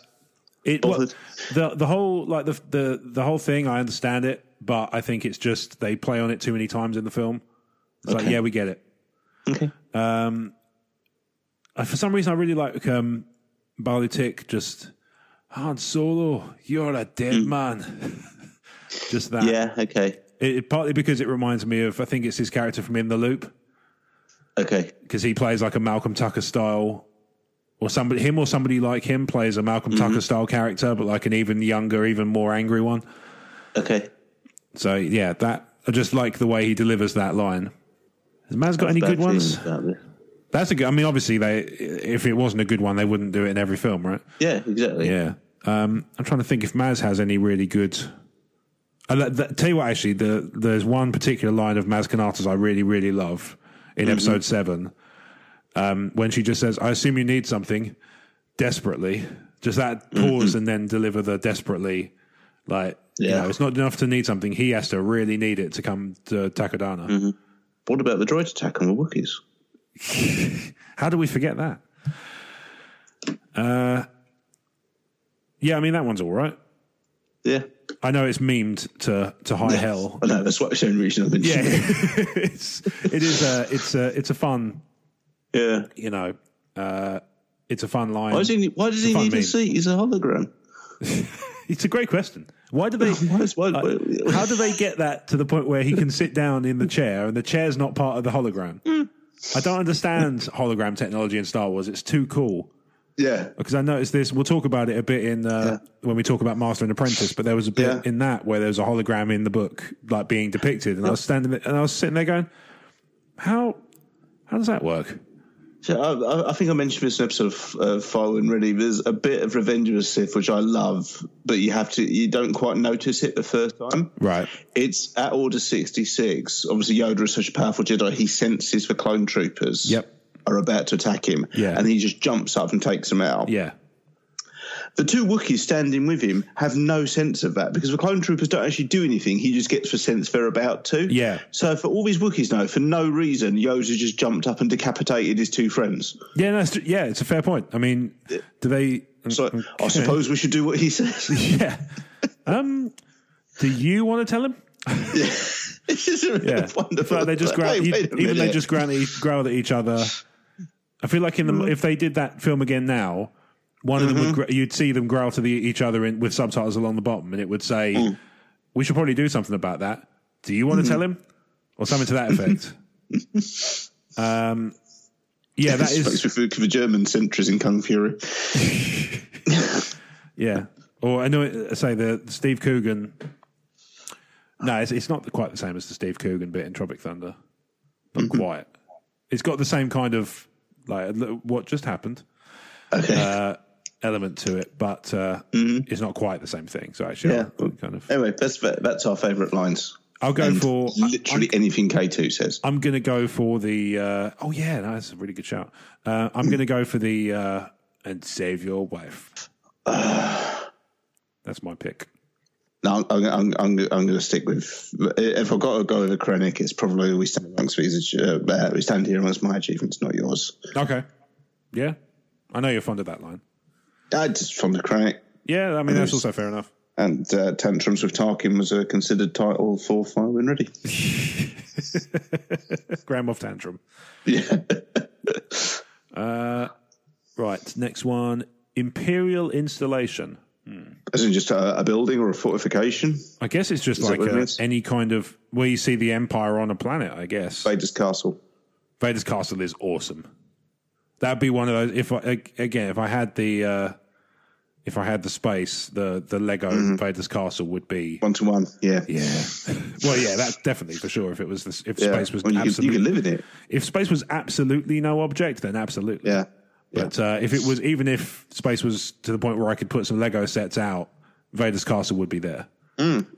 [SPEAKER 3] it well,
[SPEAKER 4] Bothered.
[SPEAKER 3] the the whole like the the the whole thing. I understand it, but I think it's just they play on it too many times in the film. It's like,
[SPEAKER 4] Okay.
[SPEAKER 3] yeah, we get it.
[SPEAKER 4] okay,
[SPEAKER 3] I, Uh, for some reason, I really like um, Bali Tick. Just Han Solo, you're a dead man. just that.
[SPEAKER 4] Hmm. yeah, okay,
[SPEAKER 3] It, it- partly because it reminds me of I think it's his character from In the Loop.
[SPEAKER 4] okay,
[SPEAKER 3] because he plays like a Malcolm Tucker style or somebody him or somebody like him plays a Malcolm
[SPEAKER 4] Mm-hmm.
[SPEAKER 3] Tucker style character, but like an even younger, even more angry one.
[SPEAKER 4] Okay.
[SPEAKER 3] So yeah, that I just like the way he delivers that line. Has Maz got any
[SPEAKER 4] Bad
[SPEAKER 3] good
[SPEAKER 4] feelings
[SPEAKER 3] ones?
[SPEAKER 4] about this.
[SPEAKER 3] That's a good. I mean, obviously they. If it wasn't a good one, they wouldn't do it in every film, right?
[SPEAKER 4] Yeah, exactly.
[SPEAKER 3] Yeah. Um, I'm trying to think if Maz has any really good. I let- that- tell you what, actually, the, there's one particular line of Maz Kanata's I really, really love in episode seven um, when she just says, I assume you need something desperately. Just that pause and then deliver the desperately. Like, you
[SPEAKER 4] Yeah.
[SPEAKER 3] know, it's not enough to need something. He has to really need it to come to Takodana.
[SPEAKER 4] What about the droid attack on the Wookiees?
[SPEAKER 3] How do we forget that? Uh, yeah, I mean, that one's all right.
[SPEAKER 4] Yeah.
[SPEAKER 3] I know it's memed to to high hell.
[SPEAKER 4] I know, that's what it's the only reason I've been
[SPEAKER 3] Yeah, it's it is a it's a it's a fun
[SPEAKER 4] yeah.
[SPEAKER 3] you know uh, it's a fun line.
[SPEAKER 4] Why does he, why does
[SPEAKER 3] It's a
[SPEAKER 4] he
[SPEAKER 3] fun
[SPEAKER 4] need
[SPEAKER 3] meme.
[SPEAKER 4] a seat? He's a hologram.
[SPEAKER 3] It's a great question. Why do they?
[SPEAKER 4] Why is- why-
[SPEAKER 3] uh,
[SPEAKER 4] why-
[SPEAKER 3] how do they get that to the point where he can sit down in the chair and the chair's not part of the hologram?
[SPEAKER 4] Hmm.
[SPEAKER 3] I don't understand hologram technology in Star Wars. It's too cool.
[SPEAKER 4] Yeah.
[SPEAKER 3] because I noticed this. We'll talk about it a bit in uh, when we talk about Master and Apprentice. But there was a bit
[SPEAKER 4] Yeah.
[SPEAKER 3] in that where there was a hologram in the book, like being depicted, and I was standing there, and I was sitting there going, "How how does that work?"
[SPEAKER 4] So I, I- I think I mentioned this in episode of uh, File and Ready. There's a bit of Revenge of the Sith, which I love, but you have to you don't quite notice it the first time.
[SPEAKER 3] Right.
[SPEAKER 4] It's at Order 66. Obviously, Yoda is such a powerful Jedi. He senses the clone troopers
[SPEAKER 3] Yep.
[SPEAKER 4] are about to attack him,
[SPEAKER 3] Yeah.
[SPEAKER 4] and he just jumps up and takes them out.
[SPEAKER 3] Yeah.
[SPEAKER 4] The two Wookiees standing with him have no sense of that because the clone troopers don't actually do anything. He just gets the sense they're about to.
[SPEAKER 3] Yeah.
[SPEAKER 4] So for all these Wookiees know, for no reason, Yoda just jumped up and decapitated his two friends.
[SPEAKER 3] Yeah. No, it's, yeah. It's a fair point. I mean, do they?
[SPEAKER 4] So I suppose we should do what he says.
[SPEAKER 3] Yeah. Um. Do you want to tell him?
[SPEAKER 4] this is a
[SPEAKER 3] Yeah.
[SPEAKER 4] wonderful.
[SPEAKER 3] It's like they just growl.
[SPEAKER 4] Hey,
[SPEAKER 3] e-
[SPEAKER 4] wait a
[SPEAKER 3] even they
[SPEAKER 4] minute.
[SPEAKER 3] just growl at, each- growl at each other. I feel like in the if they did that film again now, one of them would
[SPEAKER 4] Mm-hmm.
[SPEAKER 3] gr- you'd see them growl to the, each other in, with subtitles along the bottom, and it would say,
[SPEAKER 4] Mm.
[SPEAKER 3] "We should probably do something about that. Do you want
[SPEAKER 4] Mm-hmm.
[SPEAKER 3] to tell him?" or something to that effect. um. Yeah, that
[SPEAKER 4] Speaks
[SPEAKER 3] is
[SPEAKER 4] with the- with the German sentries in Kung Fury.
[SPEAKER 3] yeah. Or I know it, say the Steve Coogan. No, it's, it's not quite the same as the Steve Coogan bit in Tropic Thunder. Not quite. It's got the same kind of like look, what just happened
[SPEAKER 4] Okay.
[SPEAKER 3] uh, element to it, but uh, it's not quite the same thing. So actually,
[SPEAKER 4] Yeah.
[SPEAKER 3] I'll, kind of.
[SPEAKER 4] anyway, that's that's our favourite lines.
[SPEAKER 3] I'll go
[SPEAKER 4] And
[SPEAKER 3] for
[SPEAKER 4] literally anything K two says.
[SPEAKER 3] I'm going to go for the. Uh, oh yeah, no, that's a really good shout. Uh, I'm going to go for the uh, and save your wife. that's my pick.
[SPEAKER 4] No, I'm, I'm, I'm, I'm going to stick with. If I've got to go with a chronic, it's probably we stand amongst these. Uh, uh, we stand here amongst my achievements, not yours.
[SPEAKER 3] Okay. Yeah. I know you're fond of that line.
[SPEAKER 4] I just from the chronic.
[SPEAKER 3] Yeah, I mean, that's also fair enough.
[SPEAKER 4] And uh, Tantrums with Tarkin was a considered title for Fire When Ready.
[SPEAKER 3] Grand Moff Tantrum.
[SPEAKER 4] Yeah.
[SPEAKER 3] Right. Next one Imperial Installation.
[SPEAKER 4] As in just a, a building or a fortification.
[SPEAKER 3] I guess it's just
[SPEAKER 4] Is that
[SPEAKER 3] like
[SPEAKER 4] what it
[SPEAKER 3] a,
[SPEAKER 4] is?
[SPEAKER 3] any kind of where you see the Empire on a planet, I guess.
[SPEAKER 4] Vader's Castle.
[SPEAKER 3] Vader's Castle is awesome. That'd be one of those. If I, ag- again, if I had the. Uh, if I had the space, the the Lego
[SPEAKER 4] Mm-hmm.
[SPEAKER 3] Vader's castle would be
[SPEAKER 4] One to one. Yeah. Yeah.
[SPEAKER 3] well, yeah, that's definitely for sure. If it was this, if space was
[SPEAKER 4] Well, you, could, you
[SPEAKER 3] absolutely,
[SPEAKER 4] could live in it.
[SPEAKER 3] if space was absolutely no object, then absolutely,
[SPEAKER 4] Yeah.
[SPEAKER 3] But uh, if it was, even if space was to the point where I could put some Lego sets out, Vader's castle would be there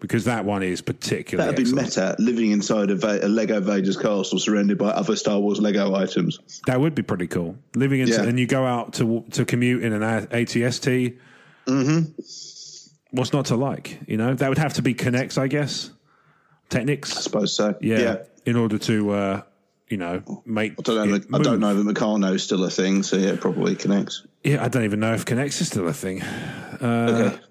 [SPEAKER 3] because that one is particularly.
[SPEAKER 4] Mm. That'd be
[SPEAKER 3] excellent.
[SPEAKER 4] meta, living inside a, Va- a Lego Vader's castle surrounded by other Star Wars Lego items.
[SPEAKER 3] That would be pretty cool. Living in,
[SPEAKER 4] Yeah.
[SPEAKER 3] and you go out to to commute in an A- ATST. Mm-hmm. What's not to like? You know, that would have to be Connects, I guess.
[SPEAKER 4] I
[SPEAKER 3] Technics,
[SPEAKER 4] suppose so.
[SPEAKER 3] yeah, in order to uh, you know make.
[SPEAKER 4] I don't know,
[SPEAKER 3] it
[SPEAKER 4] I
[SPEAKER 3] move.
[SPEAKER 4] don't know that Meccano's still a thing, so yeah, it probably connects.
[SPEAKER 3] Yeah, I don't even know if Connects is still a thing. Uh,
[SPEAKER 4] okay.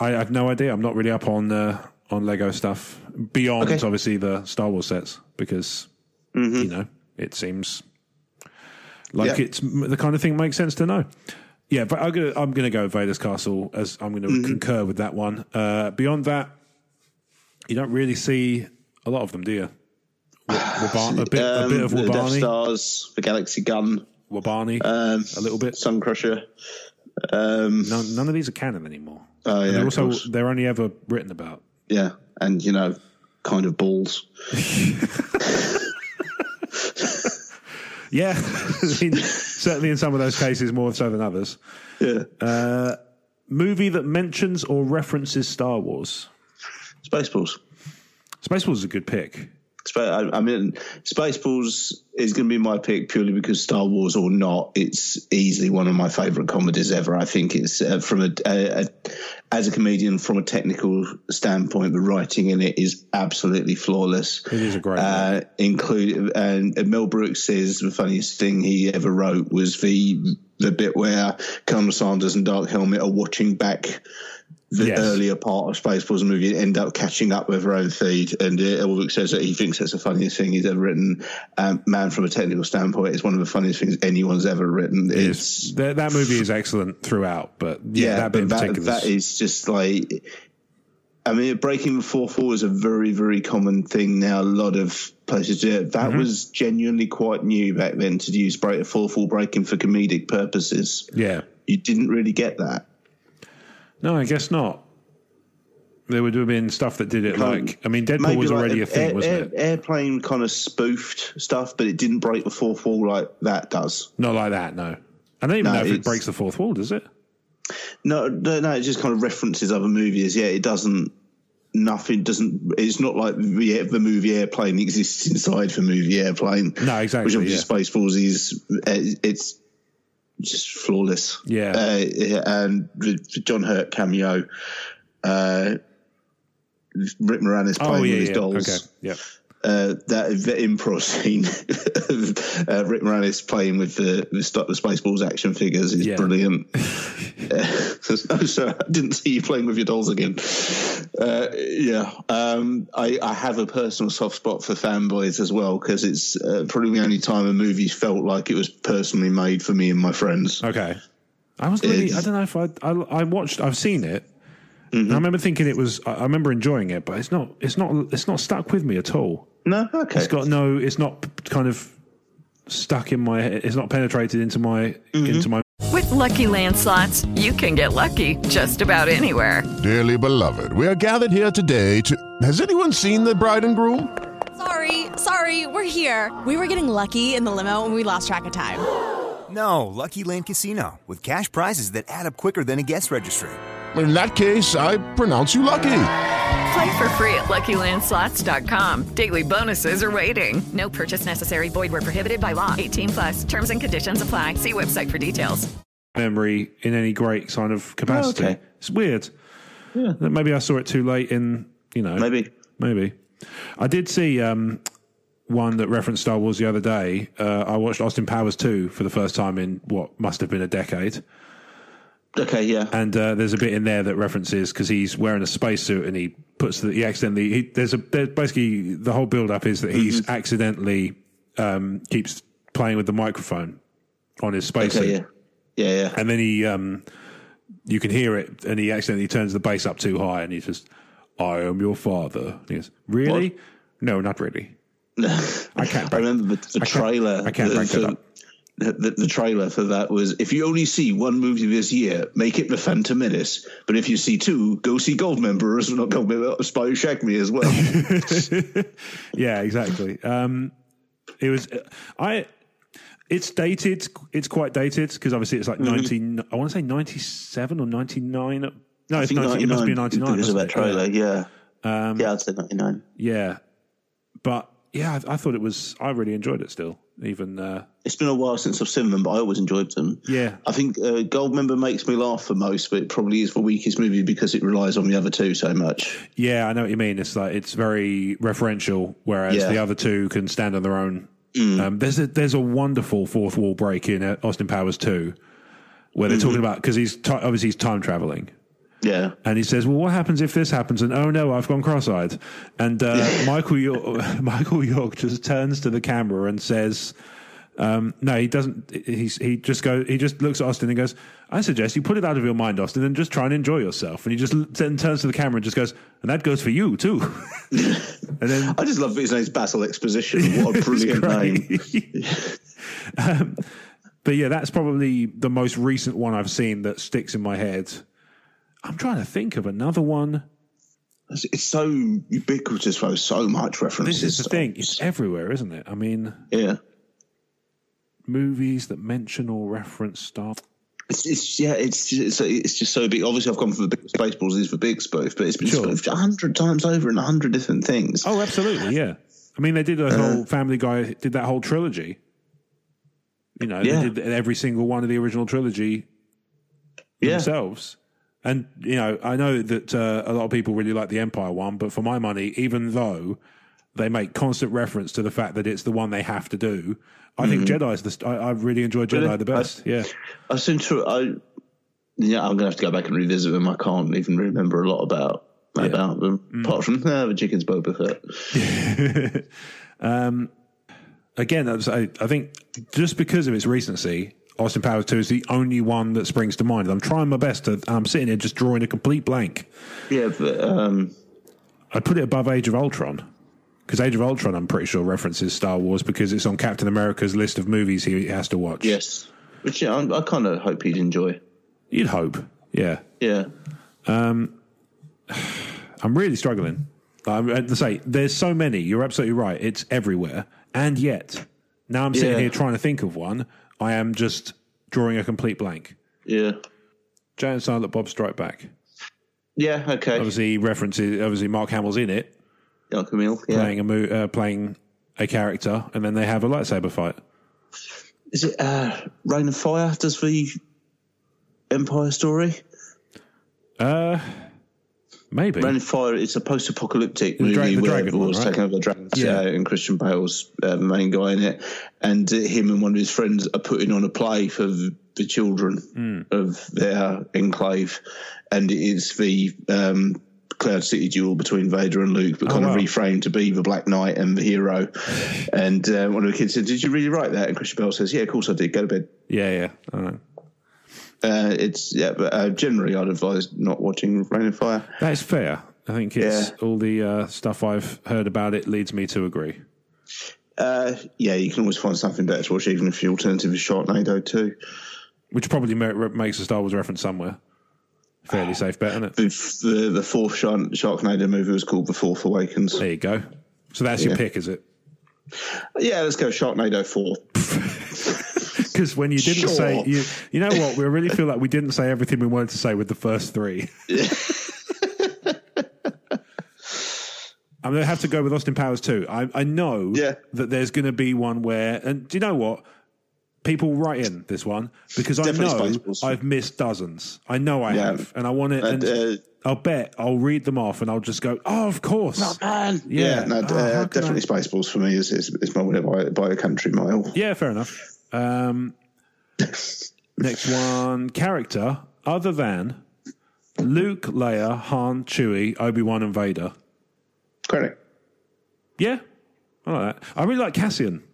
[SPEAKER 3] I have no idea. I'm not really up on uh, on Lego stuff beyond
[SPEAKER 4] Okay. Mm-hmm.
[SPEAKER 3] obviously the Star Wars sets because you know it seems like
[SPEAKER 4] Yeah.
[SPEAKER 3] it's m- the kind of thing makes sense to know. Yeah, but I'm gonna I'm gonna go with Vader's Castle as I'm gonna
[SPEAKER 4] Mm-hmm.
[SPEAKER 3] concur with that one. Uh, beyond that, you don't really see a lot of them, do you? Wa- Wabar- a bit a bit of
[SPEAKER 4] Um, the Death
[SPEAKER 3] Wabani.
[SPEAKER 4] Stars, the Galaxy Gun.
[SPEAKER 3] Wabani
[SPEAKER 4] um,
[SPEAKER 3] a little bit.
[SPEAKER 4] Sun Crusher. Um,
[SPEAKER 3] No, none of these are canon anymore.
[SPEAKER 4] Oh,
[SPEAKER 3] And
[SPEAKER 4] yeah,
[SPEAKER 3] they're
[SPEAKER 4] of
[SPEAKER 3] also
[SPEAKER 4] course.
[SPEAKER 3] they're only ever written about.
[SPEAKER 4] yeah, and you know, kind of balls.
[SPEAKER 3] Yeah, I mean, certainly in some of those cases more so than others. Uh,
[SPEAKER 4] Yeah,
[SPEAKER 3] Movie that mentions or references Star Wars.
[SPEAKER 4] Spaceballs.
[SPEAKER 3] Spaceballs is a good pick.
[SPEAKER 4] Spa- I, I mean, Spaceballs is going to be my pick purely because Star Wars or not, it's easily one of my favorite comedies ever. I think it's uh, from a, a, a as a comedian from a technical standpoint, the writing in it is absolutely flawless.
[SPEAKER 3] It is a great
[SPEAKER 4] Uh, include and and Mel Brooks says the funniest thing he ever wrote was the the bit where Colonel Sanders and Dark Helmet are watching back the
[SPEAKER 3] Yes.
[SPEAKER 4] earlier part of Spaceballs movie and end up catching up with her own feed. And uh, Ulrich says that he thinks that's the funniest thing he's ever written. Um, man, from a technical standpoint, it's one of the funniest things anyone's ever written. It's
[SPEAKER 3] That, that movie is excellent throughout, but yeah, that bit in
[SPEAKER 4] but
[SPEAKER 3] particular.
[SPEAKER 4] that is just like. I mean, breaking the fourth wall is a very, very common thing now. A lot of places do it. That
[SPEAKER 3] Mm-hmm.
[SPEAKER 4] was genuinely quite new back then to use break the fourth wall breaking for comedic purposes.
[SPEAKER 3] yeah.
[SPEAKER 4] You didn't really get that.
[SPEAKER 3] No, I guess not. There would have been stuff that did it
[SPEAKER 4] Can't-
[SPEAKER 3] like I mean Deadpool was already a thing,
[SPEAKER 4] air-
[SPEAKER 3] wasn't
[SPEAKER 4] air-
[SPEAKER 3] it?
[SPEAKER 4] Airplane kind of spoofed stuff, but it didn't break the fourth wall like that does.
[SPEAKER 3] Not like that, no. I don't even
[SPEAKER 4] No,
[SPEAKER 3] know if it
[SPEAKER 4] it's-
[SPEAKER 3] breaks the fourth wall, does it?
[SPEAKER 4] No, no, no, it just kind of references other movies. Yeah, it doesn't. Nothing doesn't. It's not like the, the movie Airplane exists inside the movie Airplane.
[SPEAKER 3] No, exactly,
[SPEAKER 4] Which
[SPEAKER 3] yeah.
[SPEAKER 4] obviously Spaceballs is. uh, It's just flawless.
[SPEAKER 3] Yeah.
[SPEAKER 4] Uh, yeah, and the, the John Hurt cameo. Uh, Rick Moranis
[SPEAKER 3] Oh
[SPEAKER 4] playing
[SPEAKER 3] yeah,
[SPEAKER 4] with his
[SPEAKER 3] yeah.
[SPEAKER 4] dolls.
[SPEAKER 3] Okay. Yeah.
[SPEAKER 4] uh, that the improv scene of uh, Rick Moranis playing with the, the, Sto- the Spaceballs action figures is
[SPEAKER 3] Yeah.
[SPEAKER 4] brilliant. uh, oh, sorry, I didn't see you playing with your dolls again. Uh, yeah, um, I, I have a personal soft spot for fanboys as well because it's uh, probably the only time a movie felt like it was personally made for me and my friends.
[SPEAKER 3] Okay. I was really. I
[SPEAKER 4] It's- Mm-hmm.
[SPEAKER 3] don't know if I. I, I watched. I've seen it. And I remember thinking it was. I I remember enjoying it, but it's not. It's not. It's not stuck with me at all.
[SPEAKER 4] No, okay.
[SPEAKER 3] It's got no. It's not p- kind of stuck in my. It's not penetrated into my
[SPEAKER 4] Mm-hmm.
[SPEAKER 3] into my
[SPEAKER 5] With Lucky Land slots, you can get lucky just about anywhere.
[SPEAKER 6] Dearly beloved, we are gathered here today to. Has anyone seen the bride and groom?
[SPEAKER 7] Sorry, sorry, we're here. We were getting lucky in the limo and we lost track of time.
[SPEAKER 8] No, Lucky Land Casino with cash prizes that add up quicker than a guest registry.
[SPEAKER 6] In that case, I pronounce you lucky.
[SPEAKER 5] Play for free at LuckyLandSlots.com. Daily bonuses are waiting. No purchase necessary. Void were prohibited by law. 18 plus. Terms and conditions apply. See website for details.
[SPEAKER 3] memory in any great kind of capacity.
[SPEAKER 4] okay.
[SPEAKER 3] It's weird. Yeah. Maybe I saw it too late in. You know.
[SPEAKER 4] Maybe.
[SPEAKER 3] Maybe. I did see um, one that referenced Star Wars the other day. Uh, I watched Austin Powers two for the first time in what must have been a decade.
[SPEAKER 4] Okay, yeah.
[SPEAKER 3] and uh, there's a bit in there that references because he's wearing a spacesuit and he puts the he accidentally he, there's a there's basically the whole build up is that he's
[SPEAKER 4] Mm-hmm.
[SPEAKER 3] accidentally um, keeps playing with the microphone on his spacesuit
[SPEAKER 4] okay, yeah. Yeah, yeah.
[SPEAKER 3] and then he um, you can hear it and he accidentally turns the bass up too high and he just I am your father and he goes really no not really I can't
[SPEAKER 4] I
[SPEAKER 3] break-
[SPEAKER 4] remember the, the
[SPEAKER 3] I can't-
[SPEAKER 4] trailer.
[SPEAKER 3] I can't
[SPEAKER 4] the,
[SPEAKER 3] break that
[SPEAKER 4] for-
[SPEAKER 3] up.
[SPEAKER 4] The, the trailer for that was if you only see one movie this year, make it The Phantom Menace. But if you see two, go see Goldmember as not Goldmember, Spy Shack Me uh, as well.
[SPEAKER 3] yeah, exactly. Um, it was I. It's dated. It's quite dated because obviously it's like nineteen. I want to say ninety seven or ninety nine. No,
[SPEAKER 4] Mm-hmm. I
[SPEAKER 3] it's
[SPEAKER 4] think
[SPEAKER 3] 90, it must be
[SPEAKER 4] 99
[SPEAKER 3] ninety nine.
[SPEAKER 4] Because of that trailer, yeah.
[SPEAKER 3] Um,
[SPEAKER 4] yeah, I'd say 99.
[SPEAKER 3] Yeah, but yeah, I, I thought it was. I really enjoyed it still. Even uh,
[SPEAKER 4] It's been a while since I've seen them, but I always enjoyed them.
[SPEAKER 3] Yeah.
[SPEAKER 4] I think uh, Goldmember makes me laugh the most, but it probably is the weakest movie because it relies on the other two so much.
[SPEAKER 3] yeah, I know what you mean. It's like it's very referential, whereas
[SPEAKER 4] Yeah. Mm.
[SPEAKER 3] the other two can stand on their own. Um, there's a there's a wonderful fourth wall break in uh, Austin Powers two, where
[SPEAKER 4] Mm-hmm.
[SPEAKER 3] they're talking about because he's ti obviously he's time traveling.
[SPEAKER 4] Yeah.
[SPEAKER 3] And he says, "Well, what happens if this happens?" And oh no, I've gone cross-eyed. And uh, Michael York, Michael York just turns to the camera and says, um, "No, he doesn't. He's, he just go. He just looks at Austin and goes, "I suggest you put it out of your mind, Austin, and just try and enjoy yourself." And he just l- then turns to the camera and just goes, "And that goes for you too." and then
[SPEAKER 4] I just love that his name's Basil Exposition. What a brilliant name.
[SPEAKER 3] um, But yeah, that's probably the most recent one I've seen that sticks in my head. I'm trying to think of another one.
[SPEAKER 4] It's, it's so ubiquitous, though. So much references.
[SPEAKER 3] This is the thing.
[SPEAKER 4] It's-
[SPEAKER 3] It's everywhere, isn't it? I mean,
[SPEAKER 4] yeah.
[SPEAKER 3] movies that mention or reference Star.
[SPEAKER 4] It's, it's yeah, it's it's it's just so big. Obviously, I've gone for the big Spaceballs is for big spoof, but it's been
[SPEAKER 3] Sure.
[SPEAKER 4] spoofed a hundred times over in a hundred different things.
[SPEAKER 3] Oh, absolutely, yeah. I mean, they did a
[SPEAKER 4] Uh,
[SPEAKER 3] whole Family Guy did that whole trilogy. You know,
[SPEAKER 4] Yeah.
[SPEAKER 3] they did every single one of the original trilogy
[SPEAKER 4] yeah,
[SPEAKER 3] themselves. And you know, I know that uh, a lot of people really like the Empire one, but for my money, even though they make constant reference to the fact that it's the one they have to do, I think Jedi's the. St- I, I really enjoy Jedi
[SPEAKER 4] Mm-hmm. Really?
[SPEAKER 3] the best. yeah,
[SPEAKER 4] I seem to. I yeah, I'm gonna have to go back and revisit them. I can't even remember a lot about about them
[SPEAKER 3] Mm.
[SPEAKER 4] apart from uh, the chickens Boba Fett.
[SPEAKER 3] Um, again, I, was- I I think just because of its recency, Austin Powers 2 is the only one that springs to mind. I'm trying my best to, I'm sitting here just drawing a complete blank.
[SPEAKER 4] Yeah, but um,
[SPEAKER 3] I put it above Age of Ultron because Age of Ultron, I'm pretty sure, references Star Wars because it's on Captain America's list of movies he has to watch.
[SPEAKER 4] yes, which yeah, I, I kind of hope he'd enjoy.
[SPEAKER 3] You'd hope. Yeah.
[SPEAKER 4] Yeah,
[SPEAKER 3] I'm really struggling. I'm I have to say, there's so many. You're absolutely right. It's everywhere. And yet, now I'm sitting
[SPEAKER 4] Yeah.
[SPEAKER 3] here trying to think of one. I am just drawing a complete blank.
[SPEAKER 4] yeah,
[SPEAKER 3] Jay and Silent Bob Strike Back.
[SPEAKER 4] yeah. Okay,
[SPEAKER 3] Obviously, he references, obviously, Mark Hamill's in it,
[SPEAKER 4] yeah, Camille. Yeah,
[SPEAKER 3] playing, a mo- uh, playing a character, and then they have a lightsaber fight.
[SPEAKER 4] is it uh, Rain of Fire? Does the Empire story?
[SPEAKER 3] Maybe.
[SPEAKER 4] Rain of Fire is a post-apocalyptic
[SPEAKER 3] The
[SPEAKER 4] movie
[SPEAKER 3] dra- the
[SPEAKER 4] where
[SPEAKER 3] dragon one,
[SPEAKER 4] was
[SPEAKER 3] right?
[SPEAKER 4] taken over the dragons,
[SPEAKER 3] Yeah.
[SPEAKER 4] yeah. and Christian Bale's uh, the main guy in it, and uh, him and one of his friends are putting on a play for the, the children
[SPEAKER 3] Mm.
[SPEAKER 4] of their enclave, and it's the um, Cloud City duel between Vader and Luke, but kind
[SPEAKER 3] Oh, wow.
[SPEAKER 4] of reframed to be the Black Knight and the hero. and uh, one of the kids said, "Did you really write that?" And Christian Bale says, "Yeah, of course I did. Go to bed."
[SPEAKER 3] yeah, yeah. I know.
[SPEAKER 4] Uh, it's yeah, but uh, generally I'd advise not watching Rain of Fire.
[SPEAKER 3] That's fair. I think it's
[SPEAKER 4] Yeah.
[SPEAKER 3] all the uh, stuff I've heard about it leads me to agree.
[SPEAKER 4] Uh, yeah, you can always find something better to watch, even if the alternative is Sharknado too.
[SPEAKER 3] Which probably mer- re- makes a Star Wars reference somewhere. Fairly safe bet, isn't it?
[SPEAKER 4] The, the, the fourth Shark, Sharknado movie was called The Fourth Awakens.
[SPEAKER 3] There you go. So that's your pick, is it?
[SPEAKER 4] Yeah, let's go Sharknado 4.
[SPEAKER 3] Because when you didn't
[SPEAKER 4] Sure.
[SPEAKER 3] say, you, you know what? We really feel like we didn't say everything we wanted to say with the first three. I'm going to have to go with Austin Powers too. I, I know
[SPEAKER 4] Yeah.
[SPEAKER 3] that there's going to be one where, and do you know what? People write in this one because I know
[SPEAKER 4] Definitely Spaceballs.
[SPEAKER 3] I've missed dozens. I know I
[SPEAKER 4] Yeah.
[SPEAKER 3] have, and I want to. And,
[SPEAKER 4] And, uh,
[SPEAKER 3] I'll bet I'll read them off, and I'll just go, "Oh, of course."
[SPEAKER 4] man.
[SPEAKER 3] Yeah.
[SPEAKER 4] Yeah, no,
[SPEAKER 3] Oh, how
[SPEAKER 4] uh,
[SPEAKER 3] can
[SPEAKER 4] definitely Spaceballs for me is, is, is my winner by, by a country mile.
[SPEAKER 3] Yeah, fair enough. Um, next one character other than Luke, Leia, Han, Chewie, Obi Wan, and Vader.
[SPEAKER 4] Credit.
[SPEAKER 3] Yeah, I like that. I really like Cassian.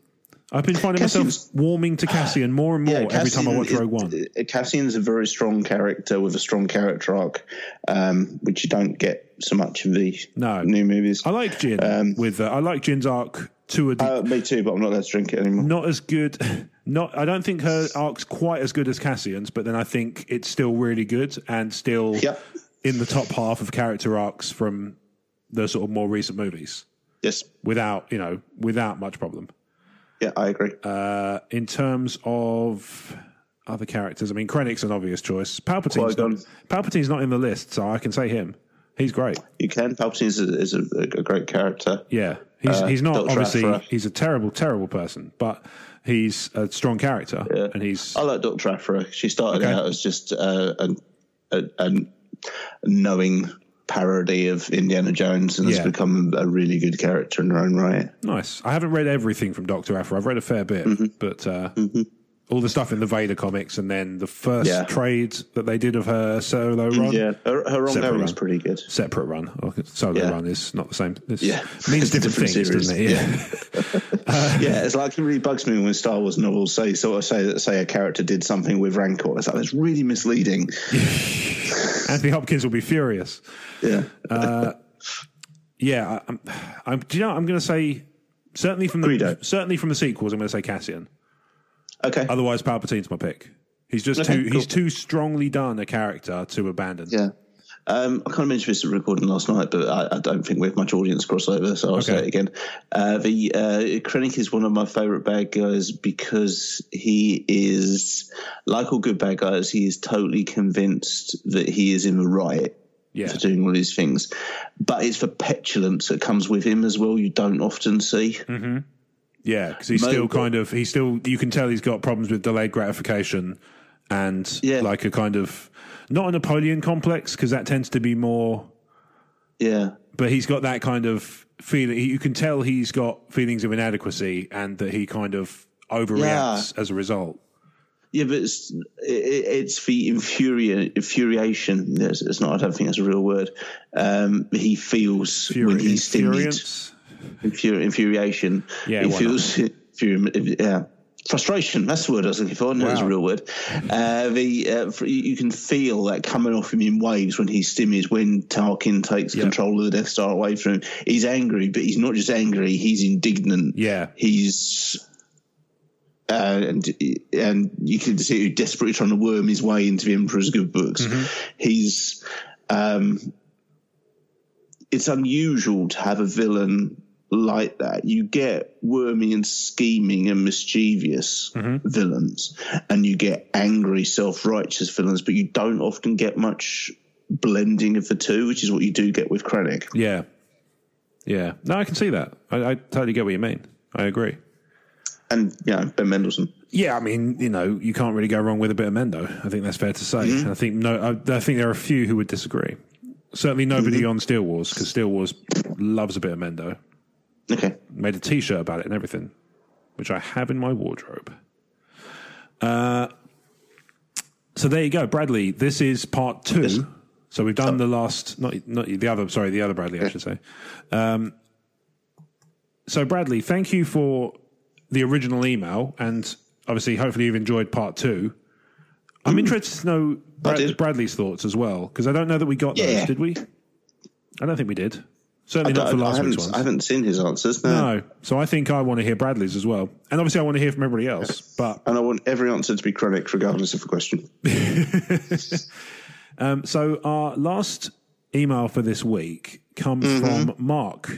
[SPEAKER 3] I've been finding myself
[SPEAKER 4] Cassian's-
[SPEAKER 3] warming to Cassian more and more Oh, every time I watch Rogue One.
[SPEAKER 4] Cassian's uh, a very strong character with a strong character arc, um, which you don't get so much in the
[SPEAKER 3] No.
[SPEAKER 4] new movies.
[SPEAKER 3] I like Jin with uh, I like Jin's arc to a de-
[SPEAKER 4] uh, me too, but I'm not allowed to drink it anymore.
[SPEAKER 3] not as good. Not I don't think her arc's quite as good as Cassian's, but then I think it's still really good and still
[SPEAKER 4] Yep.
[SPEAKER 3] in the top half of character arcs from the sort of more recent movies.
[SPEAKER 4] Yes.
[SPEAKER 3] without you know without much problem
[SPEAKER 4] Yeah, I agree.
[SPEAKER 3] uh, in terms of other characters. I mean, Krennic's an obvious choice. Palpatine's
[SPEAKER 4] Qui-Gon.
[SPEAKER 3] not, Palpatine's not in the list, so I can say him. He's great.
[SPEAKER 4] You can. Palpatine is a, is a, a great character.
[SPEAKER 3] Yeah, he's he's not
[SPEAKER 4] Uh, Doctor
[SPEAKER 3] obviously
[SPEAKER 4] Aphra.
[SPEAKER 3] he's a terrible terrible person, but he's a strong character, and he's
[SPEAKER 4] I like Doctor Aphra. She started
[SPEAKER 3] Okay.
[SPEAKER 4] out as just uh, a, a, a knowing parody of Indiana Jones and
[SPEAKER 3] Yeah.
[SPEAKER 4] has become a really good character in her own right.
[SPEAKER 3] nice. I haven't read everything from Doctor Aphra. I've read a fair bit,
[SPEAKER 4] Mm-hmm.
[SPEAKER 3] but uh, all the stuff in the Vader comics, and then the first
[SPEAKER 4] Yeah.
[SPEAKER 3] trade that they did of her solo run.
[SPEAKER 4] Mm. Yeah, her, her ongoing
[SPEAKER 3] run.
[SPEAKER 4] is pretty good.
[SPEAKER 3] separate run or solo
[SPEAKER 4] Yeah.
[SPEAKER 3] run is not the same. It's,
[SPEAKER 4] Yeah.
[SPEAKER 3] means
[SPEAKER 4] It's a
[SPEAKER 3] different,
[SPEAKER 4] different
[SPEAKER 3] things, doesn't it?
[SPEAKER 4] series.
[SPEAKER 3] Yeah.
[SPEAKER 4] yeah, it's like it really bugs me when Star Wars novels say sort of say say a character did something with Rancor. It's like that's really misleading.
[SPEAKER 3] Anthony Hopkins will be furious.
[SPEAKER 4] Yeah,
[SPEAKER 3] Uh, Yeah, I, I'm, I'm. Do you know? what I'm going to say certainly from the
[SPEAKER 4] Greedo.
[SPEAKER 3] certainly from the sequels. I'm going to say Cassian.
[SPEAKER 4] Okay.
[SPEAKER 3] Otherwise, Palpatine's my pick. He's just
[SPEAKER 4] Okay,
[SPEAKER 3] too
[SPEAKER 4] cool.
[SPEAKER 3] he's too strongly done a character to abandon.
[SPEAKER 4] Yeah. Um, I kind of mentioned this at recording last night, but I, I don't think we have much audience crossover, so I'll say
[SPEAKER 3] Okay.
[SPEAKER 4] it again. Uh, the uh, Krennic is one of my favourite bad guys because he is, like all good bad guys, he is totally convinced that he is in the right
[SPEAKER 3] Yeah.
[SPEAKER 4] for doing all these things. But it's the petulance that comes with him as well. You don't often see.
[SPEAKER 3] Hmm. Yeah, because he's
[SPEAKER 4] Mo-
[SPEAKER 3] still kind of he's still you can tell he's got problems with delayed gratification and
[SPEAKER 4] Yeah.
[SPEAKER 3] like a kind of not a Napoleon complex because that tends to be more,
[SPEAKER 4] Yeah.
[SPEAKER 3] but he's got that kind of feeling. You can tell he's got feelings of inadequacy and that he kind of overreacts as a result.
[SPEAKER 4] Yeah, but it's it, it's the infuri- infuriation. That's- It's not. I don't think that's a real word. Um, he feels when he's stimulated.
[SPEAKER 3] infuriance?
[SPEAKER 4] Infuri- infuriation.
[SPEAKER 3] Yeah,
[SPEAKER 4] he
[SPEAKER 3] why not?
[SPEAKER 4] feels infuri- yeah. Frustration. That's the word I was looking for. No, it's a
[SPEAKER 3] Wow.
[SPEAKER 4] real word. Uh, the uh, fr- you you can feel that coming off him in waves when he's stimulated. When Tarkin takes
[SPEAKER 3] Yeah.
[SPEAKER 4] control of the Death Star away from him, he's angry, but he's not just angry. He's indignant.
[SPEAKER 3] Yeah.
[SPEAKER 4] he's uh, and and you can see he desperately trying to worm his way into the Emperor's good books. He's um, it's unusual to have a villain like that. You get wormy and scheming and mischievous villains, and you get angry, self righteous villains, but you don't often get much blending of the two, which is what you do get with Krennic.
[SPEAKER 3] Yeah, yeah. No, I can see that. I, I totally get what you mean. I agree.
[SPEAKER 4] And you know, Ben Mendelsohn.
[SPEAKER 3] Yeah, I mean, you know, you can't really go wrong with a bit of Mendo. I think that's fair to say. I think no, I, I think there are a few who would disagree. Certainly, nobody on Steel Wars because Steel Wars loves a bit of Mendo.
[SPEAKER 4] Okay.
[SPEAKER 3] Made a T-shirt about it and everything, which I have in my wardrobe. Uh, so there you go, Bradley. This is part two. So we've done the last, not not the other. Sorry, the other Bradley, I should say. Um, so Bradley, thank you for the original email, and obviously, hopefully, you've enjoyed part two. I'm interested to know Brad,
[SPEAKER 4] Mm. did.
[SPEAKER 3] Bradley's thoughts as well because I don't know that we got
[SPEAKER 4] Yeah.
[SPEAKER 3] those, did we? I don't think we did. Certainly
[SPEAKER 4] I,
[SPEAKER 3] not for
[SPEAKER 4] don't- I
[SPEAKER 3] last week's
[SPEAKER 4] haven't,
[SPEAKER 3] ones.
[SPEAKER 4] I haven't seen his answers. No.
[SPEAKER 3] No. So I think I want to hear Bradley's as well. And obviously I want to hear from everybody else. But
[SPEAKER 4] And I want every answer to be Krennic, regardless of the question.
[SPEAKER 3] um, so our last email for this week comes from Mark,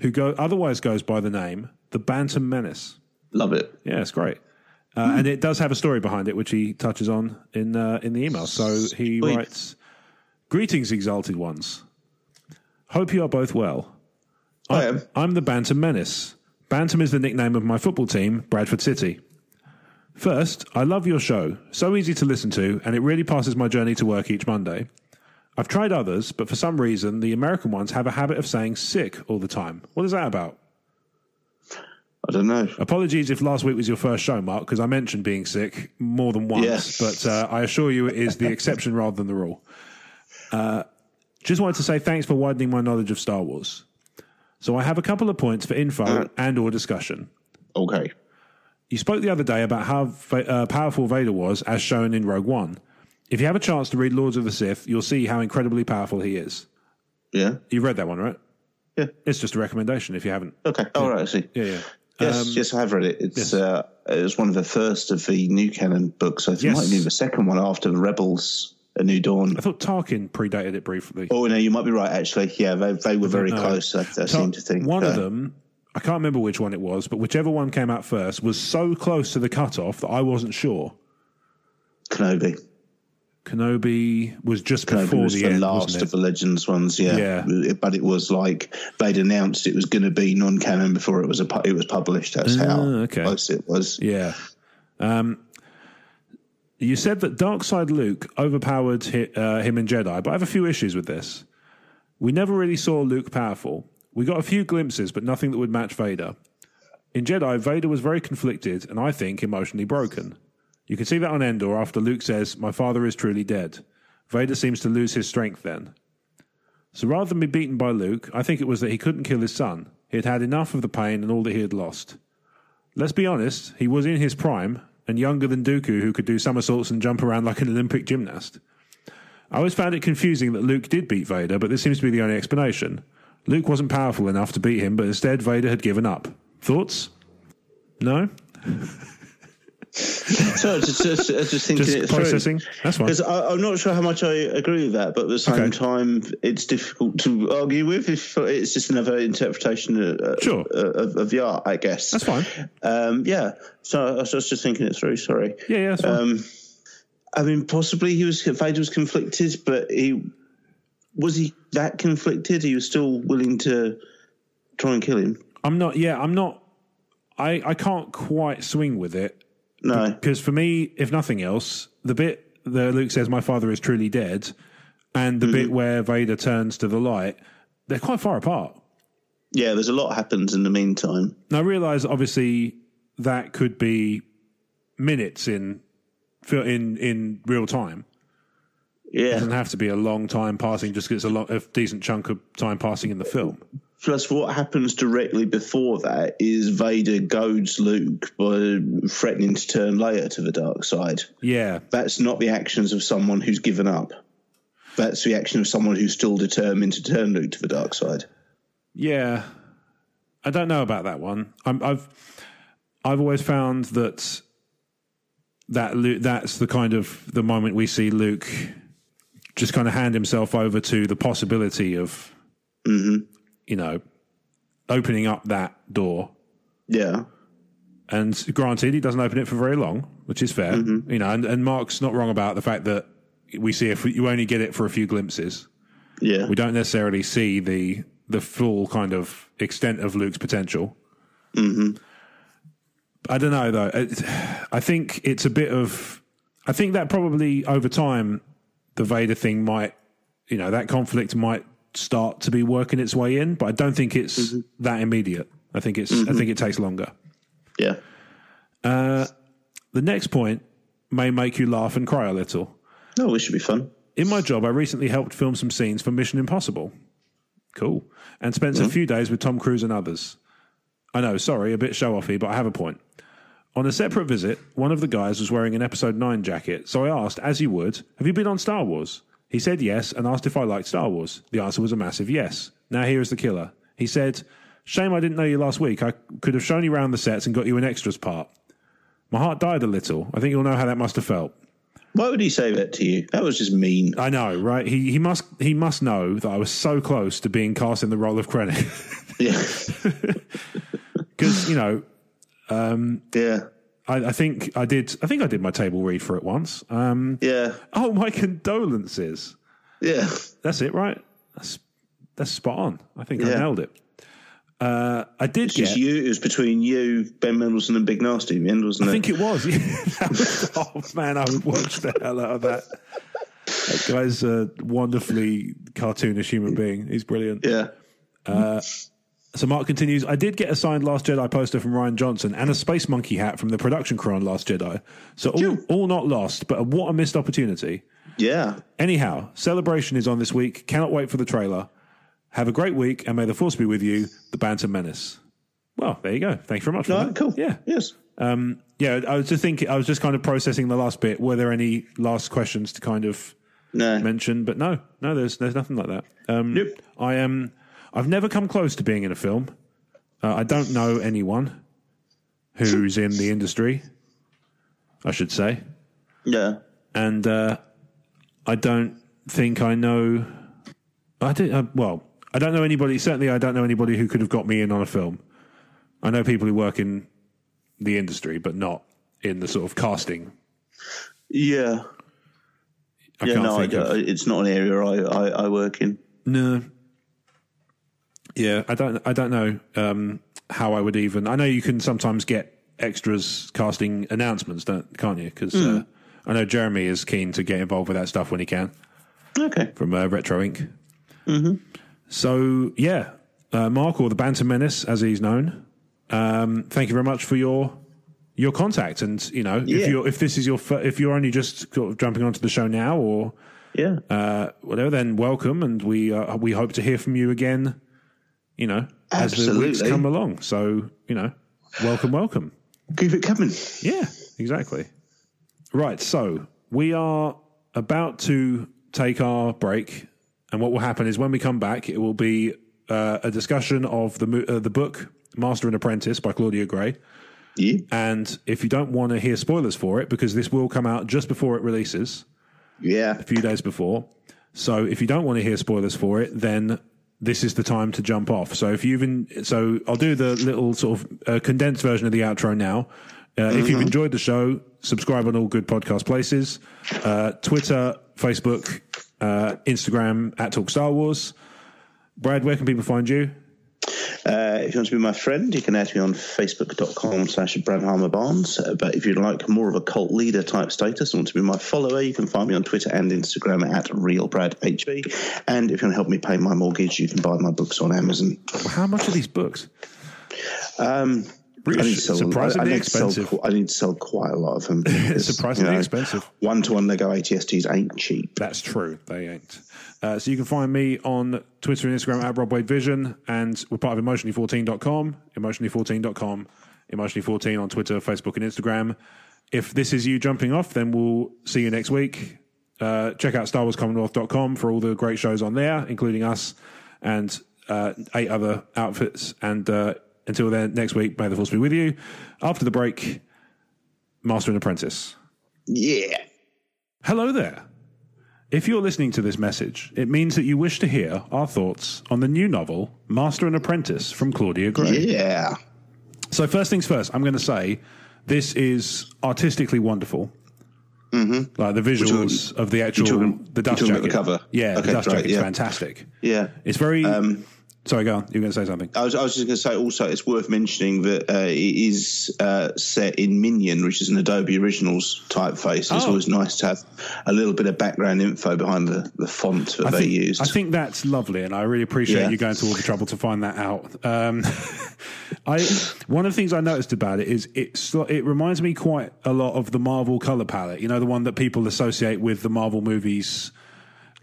[SPEAKER 3] who go otherwise goes by the name The Bantam Menace.
[SPEAKER 4] Love it.
[SPEAKER 3] Yeah, it's great. Uh, And it does have a story behind it, which he touches on in uh, in the email. So he
[SPEAKER 4] Sweet.
[SPEAKER 3] writes, "Greetings, exalted ones. Hope you are both well.
[SPEAKER 4] I am.
[SPEAKER 3] I'm the Bantam Menace. Bantam is the nickname of my football team, Bradford City. First, I love your show. So easy to listen to, and it really passes my journey to work each Monday. I've tried others, but for some reason, the American ones have a habit of saying sick all the time. What is that about?
[SPEAKER 4] I don't know.
[SPEAKER 3] Uh, Apologies if last week was your first show, Mark, because I mentioned being sick more than once,
[SPEAKER 4] Yes.
[SPEAKER 3] but uh, I assure you it is the exception rather than the rule. Uh, just wanted to say thanks for widening my knowledge of Star Wars. So I have a couple of points for info and or discussion.
[SPEAKER 4] Okay.
[SPEAKER 3] You spoke the other day about how va- uh, powerful Vader was, as shown in Rogue One. If you have a chance to read Lords of the Sith, you'll see how incredibly powerful he is.
[SPEAKER 4] Yeah.
[SPEAKER 3] You've read that one, right?
[SPEAKER 4] Yeah.
[SPEAKER 3] It's just a recommendation if you haven't.
[SPEAKER 4] Okay. All right. I see.
[SPEAKER 3] Yeah, Um, yeah.
[SPEAKER 4] Yes, yes, I have read it. It's uh, it was one of the first of the new canon books. I think
[SPEAKER 3] Yes.
[SPEAKER 4] might be the second one after the Rebels, A New Dawn.
[SPEAKER 3] I thought Tarkin predated it briefly.
[SPEAKER 4] Oh no, you might be right. Actually, yeah, they they were very
[SPEAKER 3] know.
[SPEAKER 4] close. I, I
[SPEAKER 3] So
[SPEAKER 4] seem to think
[SPEAKER 3] one of
[SPEAKER 4] Uh,
[SPEAKER 3] them. I can't remember which one it was, but whichever one came out first was so close to the cutoff that I wasn't sure.
[SPEAKER 4] Kenobi.
[SPEAKER 3] Kenobi was just
[SPEAKER 4] Kenobi
[SPEAKER 3] before
[SPEAKER 4] was
[SPEAKER 3] the,
[SPEAKER 4] the,
[SPEAKER 3] end,
[SPEAKER 4] last
[SPEAKER 3] wasn't
[SPEAKER 4] of
[SPEAKER 3] it?
[SPEAKER 4] the Legends ones. Yeah. but it was like they'd announced it was going to be non canon before it was a pu- it was published. That's how
[SPEAKER 3] Ah, okay.
[SPEAKER 4] close it was.
[SPEAKER 3] yeah. Um, you said that Darkseid Luke overpowered hi, uh, him in Jedi, but I have a few issues with this. We never really saw Luke powerful. We got a few glimpses, but nothing that would match Vader. In Jedi, Vader was very conflicted and I think emotionally broken. You can see that on Endor after Luke says, My father is truly dead. Vader seems to lose his strength then. So rather than be beaten by Luke, I think it was that he couldn't kill his son. He had had enough of the pain and all that he had lost. Let's be honest, he was in his prime and younger than Dooku, who could do somersaults and jump around like an Olympic gymnast. I always found it confusing that Luke did beat Vader, but this seems to be the only explanation. Luke wasn't powerful enough to beat him, but instead Vader had given up. Thoughts? No?
[SPEAKER 4] Sorry, just, just, I was just thinking
[SPEAKER 3] Just
[SPEAKER 4] it
[SPEAKER 3] processing.
[SPEAKER 4] through.
[SPEAKER 3] That's fine.
[SPEAKER 4] 'Cause I, I'm not sure how much I agree with that, but at the same
[SPEAKER 3] Okay.
[SPEAKER 4] time, it's difficult to argue with. If it's just another interpretation of, uh,
[SPEAKER 3] Sure.
[SPEAKER 4] of, of the art, I guess.
[SPEAKER 3] That's fine.
[SPEAKER 4] Um, yeah. So I was just thinking it through. Sorry.
[SPEAKER 3] Yeah, yeah, that's fine.
[SPEAKER 4] Um, I mean, possibly he was Vader was conflicted, but he was he that conflicted? He was still willing to try and kill him.
[SPEAKER 3] I'm not. Yeah, I'm not. I I can't quite swing with it
[SPEAKER 4] No.
[SPEAKER 3] because for me, if nothing else, the bit that Luke says my father is truly dead, and the bit where Vader turns to the light, they're quite far apart.
[SPEAKER 4] Yeah, there's a lot happens in the meantime.
[SPEAKER 3] Now I realise obviously that could be minutes in in in real time.
[SPEAKER 4] Yeah.
[SPEAKER 3] doesn't have to be a long time passing just 'cause it's a lot a decent chunk of time passing in the film
[SPEAKER 4] Plus, what happens directly before that is Vader goads Luke by threatening to turn Leia to the dark side.
[SPEAKER 3] yeah
[SPEAKER 4] That's not the actions of someone who's given up. That's the action of someone who's still determined to turn Luke to the dark side.
[SPEAKER 3] yeah i don't know about that one I'm, i've i've always found that that Lu that's the kind of the moment we see luke just kind of hand himself over to the possibility of you know opening up that door
[SPEAKER 4] Yeah.
[SPEAKER 3] And granted, he doesn't open it for very long, which is fair. You know, and, and Mark's not wrong about the fact that we see if you only get it for a few glimpses.
[SPEAKER 4] Yeah.
[SPEAKER 3] We don't necessarily see the the full kind of extent of Luke's potential. Mm-hmm. I don't know though. It, I think it's a bit of. I think that probably over time, the Vader thing might, you know, that conflict might start to be working its way in, but I don't think it's that immediate. I think it's. I think it takes longer.
[SPEAKER 4] Yeah.
[SPEAKER 3] The next point may make you laugh and cry a little.
[SPEAKER 4] No, this should be fun.
[SPEAKER 3] In my job, I recently helped film some scenes for Mission Impossible. Cool. And spent a few days with Tom Cruise and others. I know, sorry, a bit show offy, but I have a point. On a separate visit, one of the guys was wearing an Episode 9 jacket, so I asked, as you would, Have you been on Star Wars? He said yes and asked if I liked Star Wars. The answer was a massive yes. Now here is the killer. He said, Shame I didn't know you last week. I could have shown you round the sets and got you an extras part. My heart died a little. I think you'll know how that must have felt.
[SPEAKER 4] Why would he say that to you? That was just mean.
[SPEAKER 3] I know, right? He he must he must know that I was so close to being cast in the role of Krennic
[SPEAKER 4] Yeah.
[SPEAKER 3] because you know
[SPEAKER 4] yeah.
[SPEAKER 3] I, I think I did I think I did my table read for it once. Um,
[SPEAKER 4] Yeah.
[SPEAKER 3] oh, my condolences.
[SPEAKER 4] Yeah.
[SPEAKER 3] That's it, right? That's that's spot on. I think I
[SPEAKER 4] Yeah.
[SPEAKER 3] nailed it. Uh, I did
[SPEAKER 4] Just
[SPEAKER 3] get.
[SPEAKER 4] you. It was between you, Ben Mendelsohn, and Big Nasty. In the end, wasn't
[SPEAKER 3] I
[SPEAKER 4] it?
[SPEAKER 3] think it was. That was- oh man, I watched the hell out of that. That guy's a wonderfully cartoonish human being. He's brilliant.
[SPEAKER 4] Yeah.
[SPEAKER 3] So Mark continues, I did get a signed Last Jedi poster from Ryan Johnson and a Space Monkey hat from the production crew on Last Jedi. So all, all not lost, but what a missed opportunity.
[SPEAKER 4] Yeah.
[SPEAKER 3] Anyhow, Celebration is on this week. Cannot wait for the trailer. Have a great week and may the force be with you, the Bantam Menace. Well, there you go. Thank you very much. for
[SPEAKER 4] No,
[SPEAKER 3] that.
[SPEAKER 4] cool.
[SPEAKER 3] Yeah.
[SPEAKER 4] Yes.
[SPEAKER 3] Yeah, I was just thinking, I was just kind of processing the last bit. Were there any last questions to kind of
[SPEAKER 4] No.
[SPEAKER 3] mention? But no, no, there's, there's nothing like that. Um,
[SPEAKER 4] Nope.
[SPEAKER 3] I am. I've never come close to being in a film. Uh, I don't know anyone who's in the industry. I should say,
[SPEAKER 4] Yeah.
[SPEAKER 3] and uh, I don't think I know. I do. Uh, well, I don't know anybody. Certainly, I don't know anybody who could have got me in on a film. I know people who work in the industry, but not in the sort of casting.
[SPEAKER 4] Yeah.
[SPEAKER 3] I
[SPEAKER 4] yeah,
[SPEAKER 3] can't
[SPEAKER 4] no, I,
[SPEAKER 3] think of.
[SPEAKER 4] I, it's not an area I, I, I work in.
[SPEAKER 3] No. Yeah, I don't. I don't know um, how I would even. I know you can sometimes get extras casting announcements, don't, can't you? Because uh, I know Jeremy is keen to get involved with that stuff when he can
[SPEAKER 4] Okay.
[SPEAKER 3] from uh, Retro Inc. Mm-hmm. So yeah, uh, Mark or the Banter Menace, as he's known. Um, thank you very much for your your contact, and you know
[SPEAKER 4] Yeah.
[SPEAKER 3] if you are if this is your fir- if you're only just sort of jumping onto the show now or
[SPEAKER 4] Yeah.
[SPEAKER 3] uh, whatever, then welcome, and we uh, we hope to hear from you again. You know, as the weeks
[SPEAKER 4] Absolutely.
[SPEAKER 3] come along. So you know, welcome, welcome.
[SPEAKER 4] Keep it coming.
[SPEAKER 3] Yeah, exactly. Right. So we are about to take our break, and what will happen is when we come back, it will be uh, a discussion of the mo- uh, the book Master and Apprentice by Claudia Gray.
[SPEAKER 4] Yeah.
[SPEAKER 3] And if you don't want to hear spoilers for it, because this will come out just before it releases,
[SPEAKER 4] Yeah.
[SPEAKER 3] a few days before. So if you don't want to hear spoilers for it, then this is the time to jump off. So if you've been, so I'll do the little sort of uh, condensed version of the outro now. Uh, If you've enjoyed the show, subscribe on all good podcast places, uh, Twitter, Facebook, uh, Instagram at Talk Star Wars. Brad, where can people find you?
[SPEAKER 4] Uh, if you want to be my friend, you can add me on facebook.com slash Brad Harmer Barnes. Uh, But if you'd like more of a cult leader type status and want to be my follower, you can find me on Twitter and Instagram at RealBradHB. And if you want to help me pay my mortgage, you can buy my books on Amazon.
[SPEAKER 3] How much are these books?
[SPEAKER 4] Um,
[SPEAKER 3] Really
[SPEAKER 4] I need to sell,
[SPEAKER 3] surprisingly
[SPEAKER 4] I, I need to sell
[SPEAKER 3] expensive.
[SPEAKER 4] qu- I need to sell quite a lot of them.
[SPEAKER 3] Surprisingly expensive.
[SPEAKER 4] One to one Lego ATSTs ain't cheap.
[SPEAKER 3] That's true. They ain't. Uh, so you can find me on Twitter and Instagram at Rob Wade Vision, and we're part of emotionally14.com, emotionally14.com, emotionally14 on Twitter, Facebook, and Instagram. If this is you jumping off, then we'll see you next week. Uh, check out starwarscommonwealth.com for all the great shows on there, including us and uh, eight other outfits. And uh, until then, next week, may the force be with you. After the break, Master and Apprentice.
[SPEAKER 4] Yeah.
[SPEAKER 3] Hello there. If you're listening to this message, it means that you wish to hear our thoughts on the new novel, Master and Apprentice from Claudia Gray.
[SPEAKER 4] Yeah.
[SPEAKER 3] So, first things first, I'm going to say this is artistically wonderful. Mm-hmm. Like the visuals of the actual
[SPEAKER 4] talking-
[SPEAKER 3] the
[SPEAKER 4] you're
[SPEAKER 3] dust
[SPEAKER 4] talking
[SPEAKER 3] jacket.
[SPEAKER 4] about the cover?
[SPEAKER 3] Yeah, the
[SPEAKER 4] Okay,
[SPEAKER 3] dust
[SPEAKER 4] right,
[SPEAKER 3] jacket's
[SPEAKER 4] yeah. Um,
[SPEAKER 3] fantastic.
[SPEAKER 4] Yeah.
[SPEAKER 3] It's very. sorry, go on. You're going to say something.
[SPEAKER 4] I was, I was just going to say also, it's worth mentioning that uh, it is uh, set in Minion, which is an Adobe Originals typeface. It's
[SPEAKER 3] Oh.
[SPEAKER 4] always nice to have a little bit of background info behind the, the font that
[SPEAKER 3] I
[SPEAKER 4] they
[SPEAKER 3] think,
[SPEAKER 4] used.
[SPEAKER 3] I think that's lovely, and I really appreciate
[SPEAKER 4] Yeah.
[SPEAKER 3] you going to all the trouble to find that out. Um, I one of the things I noticed about it is it sl- it reminds me quite a lot of the Marvel color palette. You know, the one that people associate with the Marvel movies.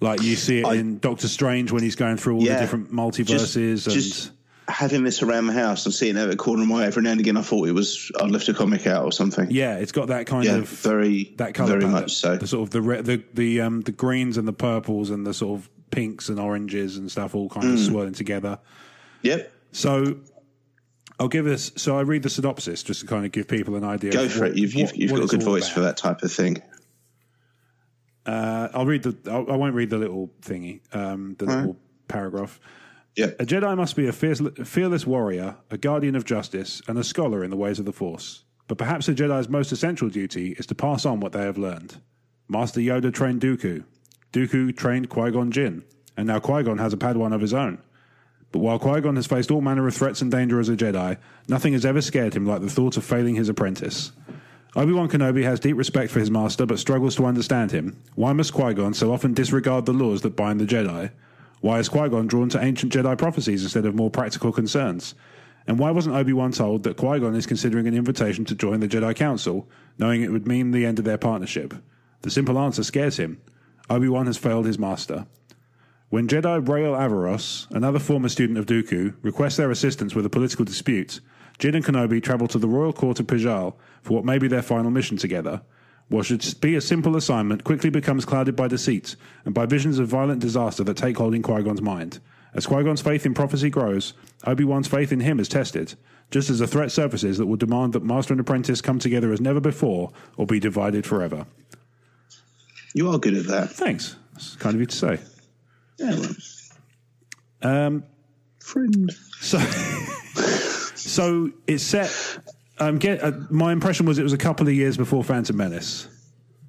[SPEAKER 3] Like you see it in Doctor Strange when he's going through all the
[SPEAKER 4] Yeah.
[SPEAKER 3] different multiverses
[SPEAKER 4] Just-
[SPEAKER 3] and.
[SPEAKER 4] just having this around my house and seeing it at the corner of my eye every now and again, I thought it was I'd left a comic out or something.
[SPEAKER 3] yeah, it's got that kind
[SPEAKER 4] Yeah,
[SPEAKER 3] of
[SPEAKER 4] very-
[SPEAKER 3] that color
[SPEAKER 4] very
[SPEAKER 3] palette.
[SPEAKER 4] much so.
[SPEAKER 3] The sort of the re- the the um the greens and the purples and the sort of pinks and oranges and stuff all kind of
[SPEAKER 4] Mm.
[SPEAKER 3] swirling together.
[SPEAKER 4] Yep.
[SPEAKER 3] So I'll give this. So I read the synopsis just to kind of give people an idea.
[SPEAKER 4] Go
[SPEAKER 3] of
[SPEAKER 4] for
[SPEAKER 3] what-
[SPEAKER 4] it. You've, you've,
[SPEAKER 3] what-
[SPEAKER 4] you've
[SPEAKER 3] what
[SPEAKER 4] got a
[SPEAKER 3] it's
[SPEAKER 4] good
[SPEAKER 3] all
[SPEAKER 4] voice for
[SPEAKER 3] about.
[SPEAKER 4] that type of thing.
[SPEAKER 3] Uh, I'll read the. I'll, I won't read the little thingy. Um, the little paragraph.
[SPEAKER 4] Yep.
[SPEAKER 3] A Jedi must be a fierce, fearless warrior, a guardian of justice, and a scholar in the ways of the Force. But perhaps a Jedi's most essential duty is to pass on what they have learned. Master Yoda trained Dooku. Dooku trained Qui Gon Jinn, and now Qui Gon has a Padawan of his own. But while Qui Gon has faced all manner of threats and danger as a Jedi, nothing has ever scared him like the thought of failing his apprentice. Obi Wan Kenobi has deep respect for his master but struggles to understand him. Why must Qui Gon so often disregard the laws that bind the Jedi? Why is Qui Gon drawn to ancient Jedi prophecies instead of more practical concerns? And why wasn't Obi Wan told that Qui Gon is considering an invitation to join the Jedi Council, knowing it would mean the end of their partnership? The simple answer scares him. Obi Wan has failed his master. When Jedi Rael Avaros, another former student of Dooku, requests their assistance with a political dispute, Jin and Kenobi travel to the royal court of Pajal for what may be their final mission together. What should be a simple assignment quickly becomes clouded by deceit and by visions of violent disaster that take hold in Qui Gon's mind. As Qui Gon's faith in prophecy grows, Obi Wan's faith in him is tested, just as a threat surfaces that will demand that master and apprentice come together as never before or be divided forever.
[SPEAKER 4] You are good at that.
[SPEAKER 3] Thanks. That's kind of you to say.
[SPEAKER 4] Yeah. Um,
[SPEAKER 3] Um,
[SPEAKER 4] friend.
[SPEAKER 3] So, so it's set. Um, get uh, my impression was it was a couple of years before Phantom Menace.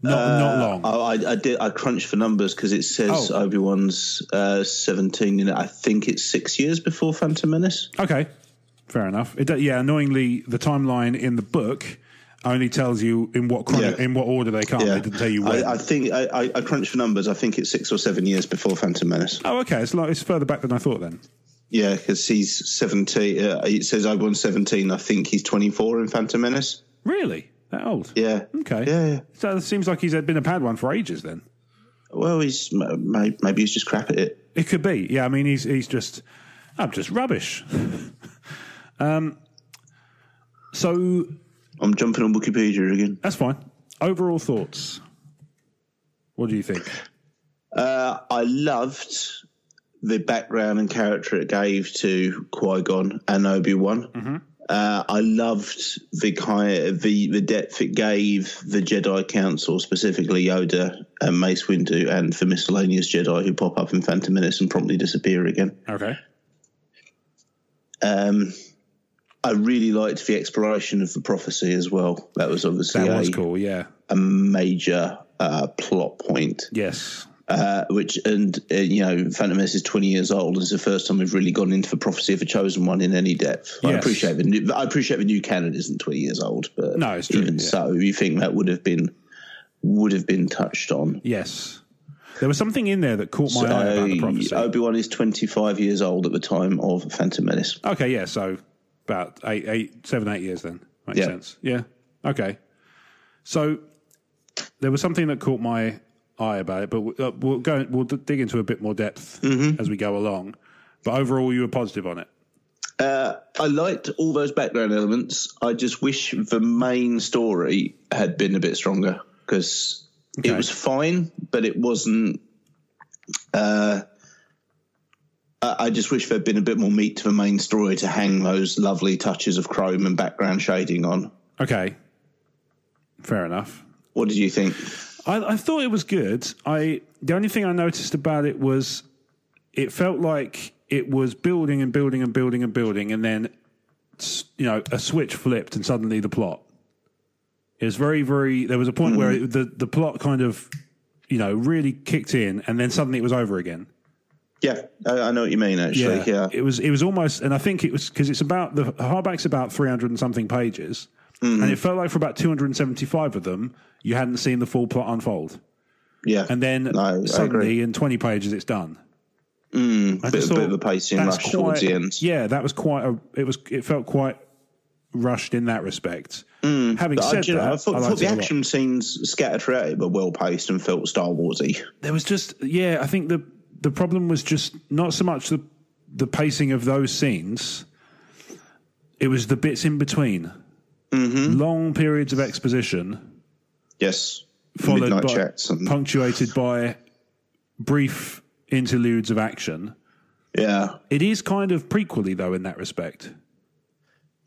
[SPEAKER 3] Not not long.
[SPEAKER 4] Oh, I, I did. I crunched for numbers because it says
[SPEAKER 3] Oh.
[SPEAKER 4] Obi Wan's uh, seventeen, and I think it's six years before Phantom Menace.
[SPEAKER 3] okay, fair enough. It, do- yeah, annoyingly, the timeline in the book only tells you in what chron-
[SPEAKER 4] Yeah.
[SPEAKER 3] in what order Oh, they come. They didn't tell you when.
[SPEAKER 4] I, I think I, I, I crunched for numbers. I think it's six or seven years before Phantom Menace.
[SPEAKER 3] oh, okay. It's like it's further back than I thought. Then.
[SPEAKER 4] Yeah, because he's seventeen. Uh, it says Obi Wan's seventeen. I think he's twenty-four in Phantom Menace.
[SPEAKER 3] Really? That old?
[SPEAKER 4] Yeah.
[SPEAKER 3] Okay.
[SPEAKER 4] Yeah, yeah.
[SPEAKER 3] So it seems like he's been a Padawan for ages then.
[SPEAKER 4] Well, he's m- may- maybe he's just crap at it.
[SPEAKER 3] It could be. Yeah, I mean, he's he's just I'm just rubbish. um, so
[SPEAKER 4] I'm jumping on Wikipedia again.
[SPEAKER 3] that's fine. Overall thoughts. What do you think?
[SPEAKER 4] Uh, I loved
[SPEAKER 3] Mm-hmm.
[SPEAKER 4] the background and character it gave to Qui Gon and Obi Wan. Uh, I loved the, ki- the the depth it gave the Jedi Council, specifically Yoda and Mace Windu, and the miscellaneous Jedi who pop up in Phantom Menace and promptly disappear again.
[SPEAKER 3] Okay.
[SPEAKER 4] Um, I really liked the exploration of the prophecy as well. That was obviously
[SPEAKER 3] That
[SPEAKER 4] a,
[SPEAKER 3] was cool. Yeah.
[SPEAKER 4] a major uh, plot point.
[SPEAKER 3] Yes.
[SPEAKER 4] Uh, which and uh, you know, Phantom Menace is twenty years old. It's the first time we've really gone into the prophecy of a chosen one in any depth. I
[SPEAKER 3] Yes.
[SPEAKER 4] appreciate the new, I appreciate the new canon isn't twenty years old, but
[SPEAKER 3] No, it's true,
[SPEAKER 4] even
[SPEAKER 3] yeah.
[SPEAKER 4] so, you think that would have been would have been touched on.
[SPEAKER 3] Yes. There was something in there that caught my eye about the prophecy.
[SPEAKER 4] Obi Wan is twenty five years old at the time of Phantom Menace.
[SPEAKER 3] Okay, yeah, so about eight, eight, seven, eight years then. Makes
[SPEAKER 4] Yeah.
[SPEAKER 3] sense. Yeah. Okay. So there was something that caught my eye about it, but we- uh, we'll go. We'll d- dig into a bit more depth
[SPEAKER 4] Mm-hmm.
[SPEAKER 3] as we go along. But overall, you were positive on it.
[SPEAKER 4] Uh, I liked all those background elements. I just wish the main story had been a bit stronger because it was fine, but it wasn't. Uh, I I just wish there'd been a bit more meat to the main story to hang those lovely touches of chrome and background shading on.
[SPEAKER 3] Okay. Fair enough.
[SPEAKER 4] What did you think?
[SPEAKER 3] I, I thought it was good. I the only thing I noticed about it was it felt like it was building and building and building and building, and then s- you know a switch flipped, and suddenly the plot. It was very, very. There was a point where it, the the plot kind of you know really kicked in, and then suddenly it was over again.
[SPEAKER 4] Yeah, I, I know what you mean. Actually, yeah,
[SPEAKER 3] It was it was almost, and I think it was because it's about the hardback's about three hundred and something pages, and it felt like for about two hundred and seventy five of them, you hadn't seen the full plot unfold
[SPEAKER 4] yeah.
[SPEAKER 3] and then
[SPEAKER 4] No, I agree. Mm,
[SPEAKER 3] suddenly in 20 pages it's done I
[SPEAKER 4] bit,
[SPEAKER 3] just
[SPEAKER 4] bit
[SPEAKER 3] thought
[SPEAKER 4] of a pacing
[SPEAKER 3] that's
[SPEAKER 4] rush towards
[SPEAKER 3] quite-
[SPEAKER 4] the end.
[SPEAKER 3] yeah that was quite a it was it felt quite rushed in that respect having
[SPEAKER 4] Mm, I,
[SPEAKER 3] said
[SPEAKER 4] you know,
[SPEAKER 3] that
[SPEAKER 4] I thought,
[SPEAKER 3] I
[SPEAKER 4] thought
[SPEAKER 3] liked
[SPEAKER 4] the
[SPEAKER 3] it a lot.
[SPEAKER 4] action scenes scattered throughout it were well paced and felt Star Warsy.
[SPEAKER 3] there was just yeah i think the the problem was just not so much the the pacing of those scenes it was the bits in between
[SPEAKER 4] Mm-hmm.
[SPEAKER 3] long periods of exposition
[SPEAKER 4] Yes,
[SPEAKER 3] followed
[SPEAKER 4] midnight
[SPEAKER 3] by
[SPEAKER 4] chats and
[SPEAKER 3] punctuated by brief interludes of action
[SPEAKER 4] yeah.
[SPEAKER 3] It is kind of prequely though in that respect.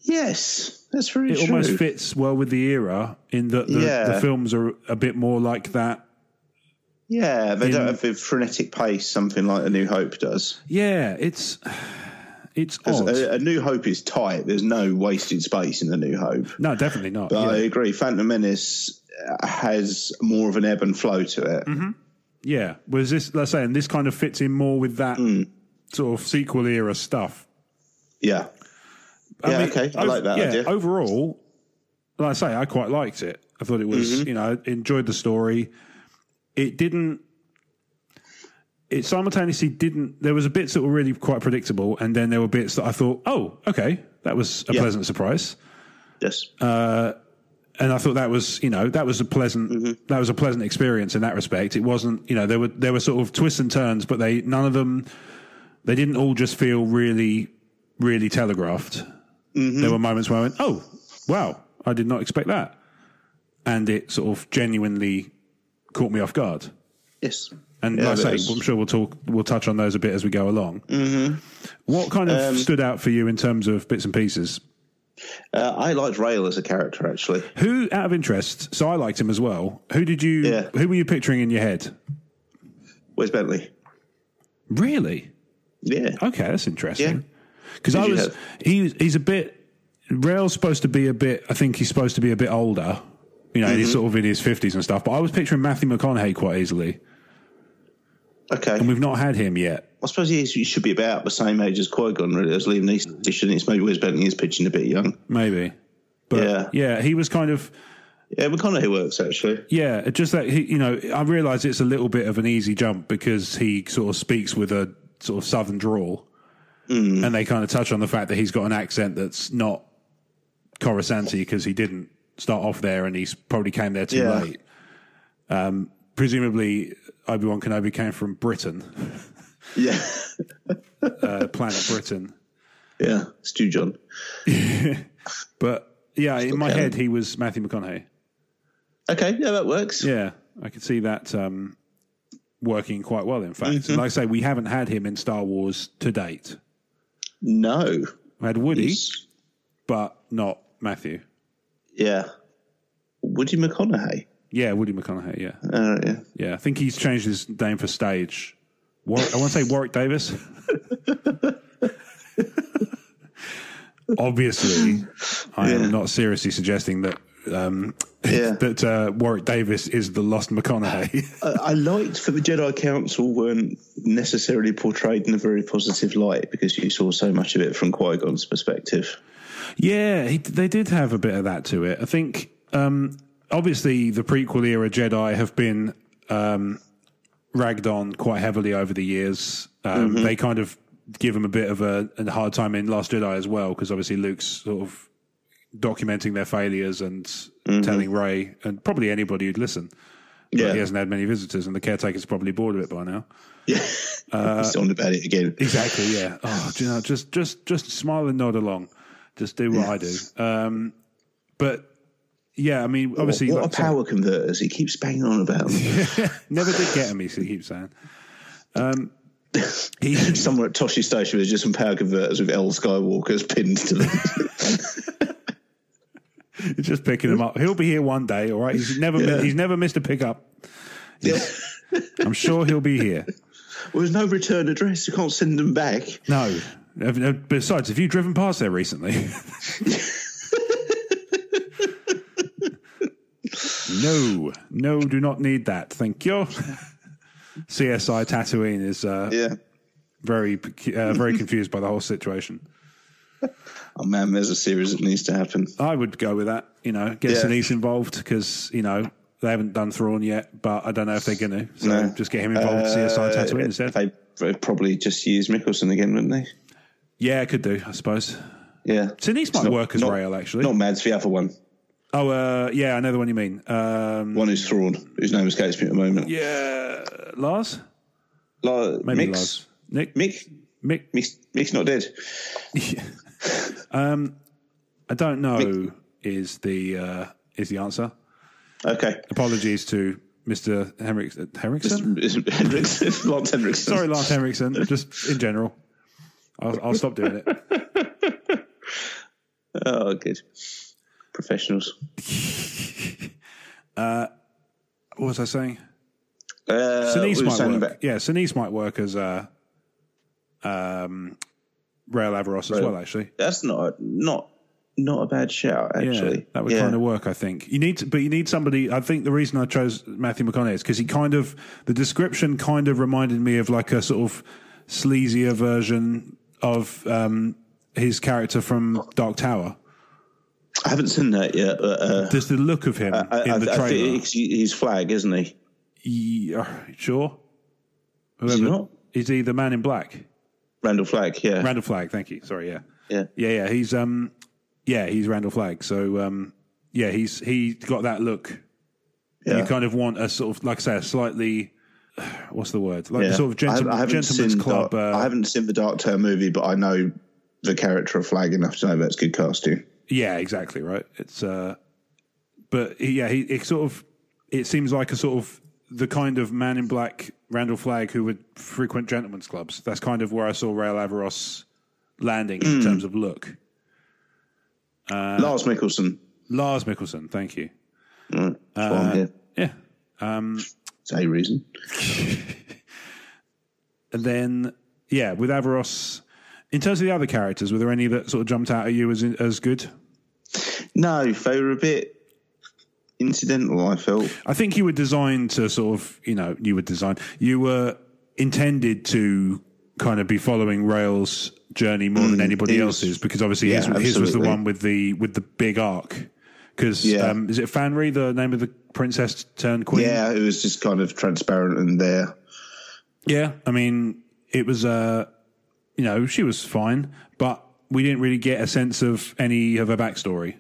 [SPEAKER 4] Yes, that's very
[SPEAKER 3] It
[SPEAKER 4] true.
[SPEAKER 3] almost fits well with the era in that the,
[SPEAKER 4] Yeah.
[SPEAKER 3] the films are a bit more like that.
[SPEAKER 4] yeah, they
[SPEAKER 3] in-
[SPEAKER 4] don't have the frenetic pace something like A New Hope does.
[SPEAKER 3] Yeah, it's it's
[SPEAKER 4] 'Cause
[SPEAKER 3] odd.
[SPEAKER 4] A, A New Hope is tight. There's no wasted space in A New Hope.
[SPEAKER 3] no, definitely not.
[SPEAKER 4] But I
[SPEAKER 3] Yeah.
[SPEAKER 4] agree, Phantom Menace uh, has more of an ebb and flow to it.
[SPEAKER 3] Mm-hmm. yeah, was this? Let's say, and this kind of fits in more with that
[SPEAKER 4] Hmm.
[SPEAKER 3] sort of sequel era stuff.
[SPEAKER 4] Yeah, yeah, okay, I
[SPEAKER 3] ov-
[SPEAKER 4] like that
[SPEAKER 3] yeah,
[SPEAKER 4] idea.
[SPEAKER 3] Overall, like I say, I quite liked it. I thought it was,
[SPEAKER 4] Mm-hmm.
[SPEAKER 3] you know, I enjoyed the story. It didn't. It simultaneously didn't. There was bits that were really quite predictable, and then there were bits that I thought, oh, okay, that was a
[SPEAKER 4] Yeah.
[SPEAKER 3] pleasant surprise,
[SPEAKER 4] yes,
[SPEAKER 3] uh, and I thought that was, you know, that was a pleasant, that was a pleasant experience in that respect. It wasn't, you know, there were there were sort of twists and turns, but they none of them, they didn't all just feel really, really telegraphed. There were moments where I went, "Oh, wow, I did not expect that," and it sort of genuinely caught me off guard.
[SPEAKER 4] yes.
[SPEAKER 3] And
[SPEAKER 4] Yeah,
[SPEAKER 3] like I
[SPEAKER 4] but
[SPEAKER 3] say,
[SPEAKER 4] it's-
[SPEAKER 3] I'm sure we'll talk, we'll touch on those a bit as we go along. Mm-hmm. What kind of stood out for you in terms of bits and pieces?
[SPEAKER 4] Uh, I liked Rail as a character actually.
[SPEAKER 3] Who, out of interest, so I liked him as well. Who did you?
[SPEAKER 4] Yeah.
[SPEAKER 3] Who were you picturing in your head?
[SPEAKER 4] Where's Bentley?
[SPEAKER 3] Really?
[SPEAKER 4] Yeah,
[SPEAKER 3] Okay, that's interesting. Because
[SPEAKER 4] Who'd
[SPEAKER 3] I
[SPEAKER 4] you
[SPEAKER 3] was
[SPEAKER 4] have?
[SPEAKER 3] he was- he's a bit Rail's supposed to be a bit. I think he's supposed to be a bit older. You know,
[SPEAKER 4] Mm-hmm.
[SPEAKER 3] he's sort of in his fifties and stuff. But I was picturing Matthew McConaughey quite easily,
[SPEAKER 4] okay.
[SPEAKER 3] and we've not had him yet.
[SPEAKER 4] I suppose he, is- he should be about the same age as Qui Gon. Really, as Liam Neeson, shouldn't he? It's Maybe Where's Bentley is pitching a bit young.
[SPEAKER 3] Maybe. But
[SPEAKER 4] Yeah.
[SPEAKER 3] yeah, he was kind of
[SPEAKER 4] Yeah, McConaughey works actually.
[SPEAKER 3] yeah. it Just that he, you know, I realise it's a little bit of an easy jump because he sort of speaks with a sort of southern drawl, and they kind of touch on the fact that he's got an accent that's not Coruscanti because he didn't start off there, and he's probably came there too
[SPEAKER 4] Yeah.
[SPEAKER 3] late. Um, presumably, Obi Wan Kenobi came from Britain,
[SPEAKER 4] Yeah,
[SPEAKER 3] uh, planet Britain.
[SPEAKER 4] yeah, Stu John.
[SPEAKER 3] But yeah, in my
[SPEAKER 4] canon.
[SPEAKER 3] head, he was Matthew McConaughey.
[SPEAKER 4] Okay, yeah, that works.
[SPEAKER 3] Yeah, I could see that um, working quite well. In fact, And like I say, we haven't had him in Star Wars to date.
[SPEAKER 4] No.
[SPEAKER 3] We had Woody,
[SPEAKER 4] He's-
[SPEAKER 3] but not Matthew.
[SPEAKER 4] Yeah. Woody McConaughey.
[SPEAKER 3] Yeah, Woody McConaughey. Yeah,
[SPEAKER 4] All right, yeah.
[SPEAKER 3] yeah. I think he's changed his name for stage. War- I want to say Warwick Davis. Obviously, I am not seriously suggesting that um,
[SPEAKER 4] Yeah.
[SPEAKER 3] that uh, Warwick Davis is the lost McConaughey.
[SPEAKER 4] I liked that the Jedi Council weren't necessarily portrayed in a very positive light because you saw so much of it from Qui Gon's perspective.
[SPEAKER 3] Yeah, he, they did have a bit of that to it. I think um, obviously the prequel era Jedi have been um, ragged on quite heavily over the years. Um, They kind of give them a bit of a, a hard time in Last Jedi as well because obviously Luke's sort of documenting their failures and telling Ray and probably anybody who'd listen. But
[SPEAKER 4] Yeah.
[SPEAKER 3] he hasn't had many visitors, and the caretaker's probably bored of it by now.
[SPEAKER 4] Yeah. He's on about it again.
[SPEAKER 3] Exactly. Yeah. Oh, do you know, just just just smile and nod along. Just do what I do. Um, but yeah, I mean, obviously,
[SPEAKER 4] what
[SPEAKER 3] like
[SPEAKER 4] a
[SPEAKER 3] I said,
[SPEAKER 4] power converters he keeps banging on about.
[SPEAKER 3] never did get him. He keeps saying. Um, he,
[SPEAKER 4] Somewhere at Toshi Station, there's just some power converters with L Skywalker's pinned to them.
[SPEAKER 3] he's just picking him up. He'll be here one day. All right. He's never mi-
[SPEAKER 4] Yeah.
[SPEAKER 3] he's never missed a pickup.
[SPEAKER 4] Yeah.
[SPEAKER 3] I'm sure he'll be here.
[SPEAKER 4] Well, there's no return address. You can't send them back.
[SPEAKER 3] No. Uh, Besides, have you driven past there recently? no, no, do not need that. Thank you. CSI Tatooine is uh,
[SPEAKER 4] Yeah.
[SPEAKER 3] very pecu- uh, very confused by the whole situation.
[SPEAKER 4] Oh, man, there's a series that needs to happen.
[SPEAKER 3] I would go with that. You know, get
[SPEAKER 4] Yeah.
[SPEAKER 3] Sinise involved because you know they haven't done Thrawn yet, but I don't know if they're going to. So
[SPEAKER 4] No. Uh,
[SPEAKER 3] just get him involved. with CSI Tatooine instead.
[SPEAKER 4] They they'd probably just use Mickelson again, wouldn't they?
[SPEAKER 3] yeah, could do. I suppose.
[SPEAKER 4] Yeah.
[SPEAKER 3] Sinise might
[SPEAKER 4] Not-
[SPEAKER 3] work as
[SPEAKER 4] not-
[SPEAKER 3] Rail actually.
[SPEAKER 4] Not Mads, the other one.
[SPEAKER 3] Oh, uh, yeah, I know the one you mean. Um,
[SPEAKER 4] One who's Thrawn, whose name escapes me at the moment.
[SPEAKER 3] yeah, Lars?
[SPEAKER 4] La-
[SPEAKER 3] Maybe
[SPEAKER 4] Mix.
[SPEAKER 3] Lars. Nick?
[SPEAKER 4] Mick.
[SPEAKER 3] Mick?
[SPEAKER 4] Mick's, Mick's not dead.
[SPEAKER 3] I don't know is the uh, is the answer.
[SPEAKER 4] Okay.
[SPEAKER 3] Apologies to Mr. Henriks- Henriksen?
[SPEAKER 4] Hendrickson. Lance Hendrickson.
[SPEAKER 3] Sorry, Lars Henriksen, just in general. I'll, I'll stop doing it.
[SPEAKER 4] Oh, good. Professionals.
[SPEAKER 3] What was I saying?
[SPEAKER 4] Uh,
[SPEAKER 3] Sinise
[SPEAKER 4] we were
[SPEAKER 3] might
[SPEAKER 4] saying
[SPEAKER 3] work.
[SPEAKER 4] about-
[SPEAKER 3] Yeah, Sinise might work as uh, um, Rail Avaros as well, actually.
[SPEAKER 4] That's not not not a bad shout, actually.
[SPEAKER 3] Yeah, that would kind of work, I think. You need, to, but you need somebody. I think the reason I chose Matthew McConaughey is because he kind of the description kind of reminded me of like a sort of sleazier version of um, his character from Dark Tower.
[SPEAKER 4] I haven't seen that yet. But, uh,
[SPEAKER 3] Just the look of him
[SPEAKER 4] I,
[SPEAKER 3] in
[SPEAKER 4] I,
[SPEAKER 3] the
[SPEAKER 4] I
[SPEAKER 3] trailer.
[SPEAKER 4] think he's, he's flag, isn't he?
[SPEAKER 3] Yeah, sure,
[SPEAKER 4] Is he not?
[SPEAKER 3] is he the man in black?
[SPEAKER 4] Randall Flag, yeah.
[SPEAKER 3] Randall Flagg. Thank you. Sorry. Yeah.
[SPEAKER 4] yeah.
[SPEAKER 3] Yeah, yeah, he's um, yeah, he's Randall Flagg. So um, yeah, he's he got that look.
[SPEAKER 4] Yeah.
[SPEAKER 3] You kind of want a sort of like I say, a slightly what's the word? Like
[SPEAKER 4] Yeah.
[SPEAKER 3] the sort of gentle,
[SPEAKER 4] I- I haven't
[SPEAKER 3] gentleman's
[SPEAKER 4] seen
[SPEAKER 3] club.
[SPEAKER 4] Dark- I
[SPEAKER 3] uh,
[SPEAKER 4] haven't seen the Dark Tower movie, but I know the character of Flag enough to know that's good casting.
[SPEAKER 3] yeah, exactly right. It's uh, but he, yeah, he it sort of it seems like a sort of the kind of man in black Randall Flagg who would frequent gentlemen's clubs. That's kind of where I saw Rail Avaros landing
[SPEAKER 4] Hmm.
[SPEAKER 3] in terms of look. Uh,
[SPEAKER 4] Lars Mickelson.
[SPEAKER 3] Lars Mickelson, thank you. uh,
[SPEAKER 4] That's why I'm here.
[SPEAKER 3] Yeah,
[SPEAKER 4] It's a reason.
[SPEAKER 3] And then, yeah, with Avaros, in terms of the other characters, were there any that sort of jumped out at you as as good?
[SPEAKER 4] No, they were a bit incidental, I felt.
[SPEAKER 3] I think you were designed to sort of, you know, you were designed, you were intended to kind of be following Rail's journey more than anybody
[SPEAKER 4] he Mm, was-
[SPEAKER 3] else's because obviously his,
[SPEAKER 4] Yeah,
[SPEAKER 3] his was the
[SPEAKER 4] absolutely.
[SPEAKER 3] one with the with the big arc. Because
[SPEAKER 4] Yeah.
[SPEAKER 3] um, is it Fanry, the name of the princess turned queen?
[SPEAKER 4] Yeah, it was just kind of transparent and there.
[SPEAKER 3] Yeah, I mean, it was uh you know, she was fine, but we didn't really get a sense of any of her backstory.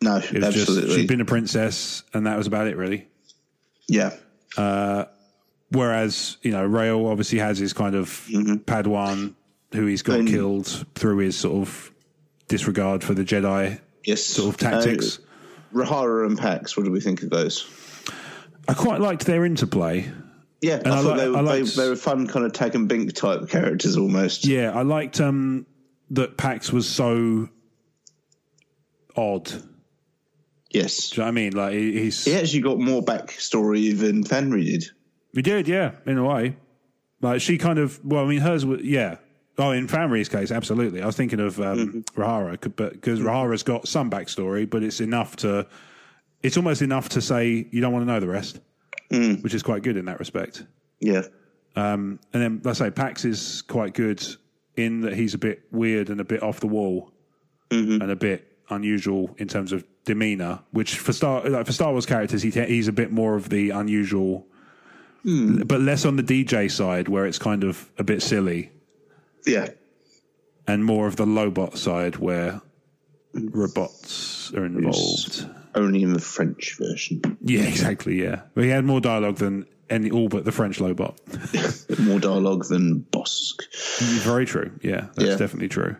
[SPEAKER 4] No,
[SPEAKER 3] It was
[SPEAKER 4] absolutely.
[SPEAKER 3] just she'd been a princess, and that was about it, really.
[SPEAKER 4] yeah.
[SPEAKER 3] Whereas you know, Rail obviously has his kind of Padawan who he's got
[SPEAKER 4] And-
[SPEAKER 3] killed through his sort of disregard for the Jedi
[SPEAKER 4] Yes.
[SPEAKER 3] sort of tactics.
[SPEAKER 4] Uh, Rahara and Pax, what do we think of those?
[SPEAKER 3] I quite liked their interplay.
[SPEAKER 4] Yeah, I
[SPEAKER 3] I
[SPEAKER 4] thought
[SPEAKER 3] like-
[SPEAKER 4] they, were,
[SPEAKER 3] I
[SPEAKER 4] they,
[SPEAKER 3] liked-
[SPEAKER 4] they were fun, kind of tag and bink type characters almost.
[SPEAKER 3] Yeah, I liked um, that Pax was so odd. Do
[SPEAKER 4] Yes.
[SPEAKER 3] you know what I mean? Like he- he's
[SPEAKER 4] He actually got more backstory than Fenry did.
[SPEAKER 3] We did, yeah, in a way. Like she kind of, well, I mean, hers, was, yeah. Oh, in Famry's case, absolutely. I was thinking of um, Rahara, c- but because Rahara's got some backstory, but it's enough to, it's almost enough to say you don't want to know the rest, which is quite good in that respect.
[SPEAKER 4] Yeah.
[SPEAKER 3] Um, and then, let's say Pax is quite good in that he's a bit weird and a bit off the wall and a bit unusual in terms of demeanor. Which for Star like for Star Wars characters, he te- he's a bit more of the unusual, but less on the DJ side where it's kind of a bit silly,
[SPEAKER 4] Yeah.
[SPEAKER 3] and more of the Lobot side where robots are involved.
[SPEAKER 4] Only in the French version.
[SPEAKER 3] Yeah, exactly. Yeah, but he had more dialogue than any all but the French Lobot.
[SPEAKER 4] More dialogue than Bosk.
[SPEAKER 3] Very true. Yeah, that's
[SPEAKER 4] Yeah.
[SPEAKER 3] definitely true.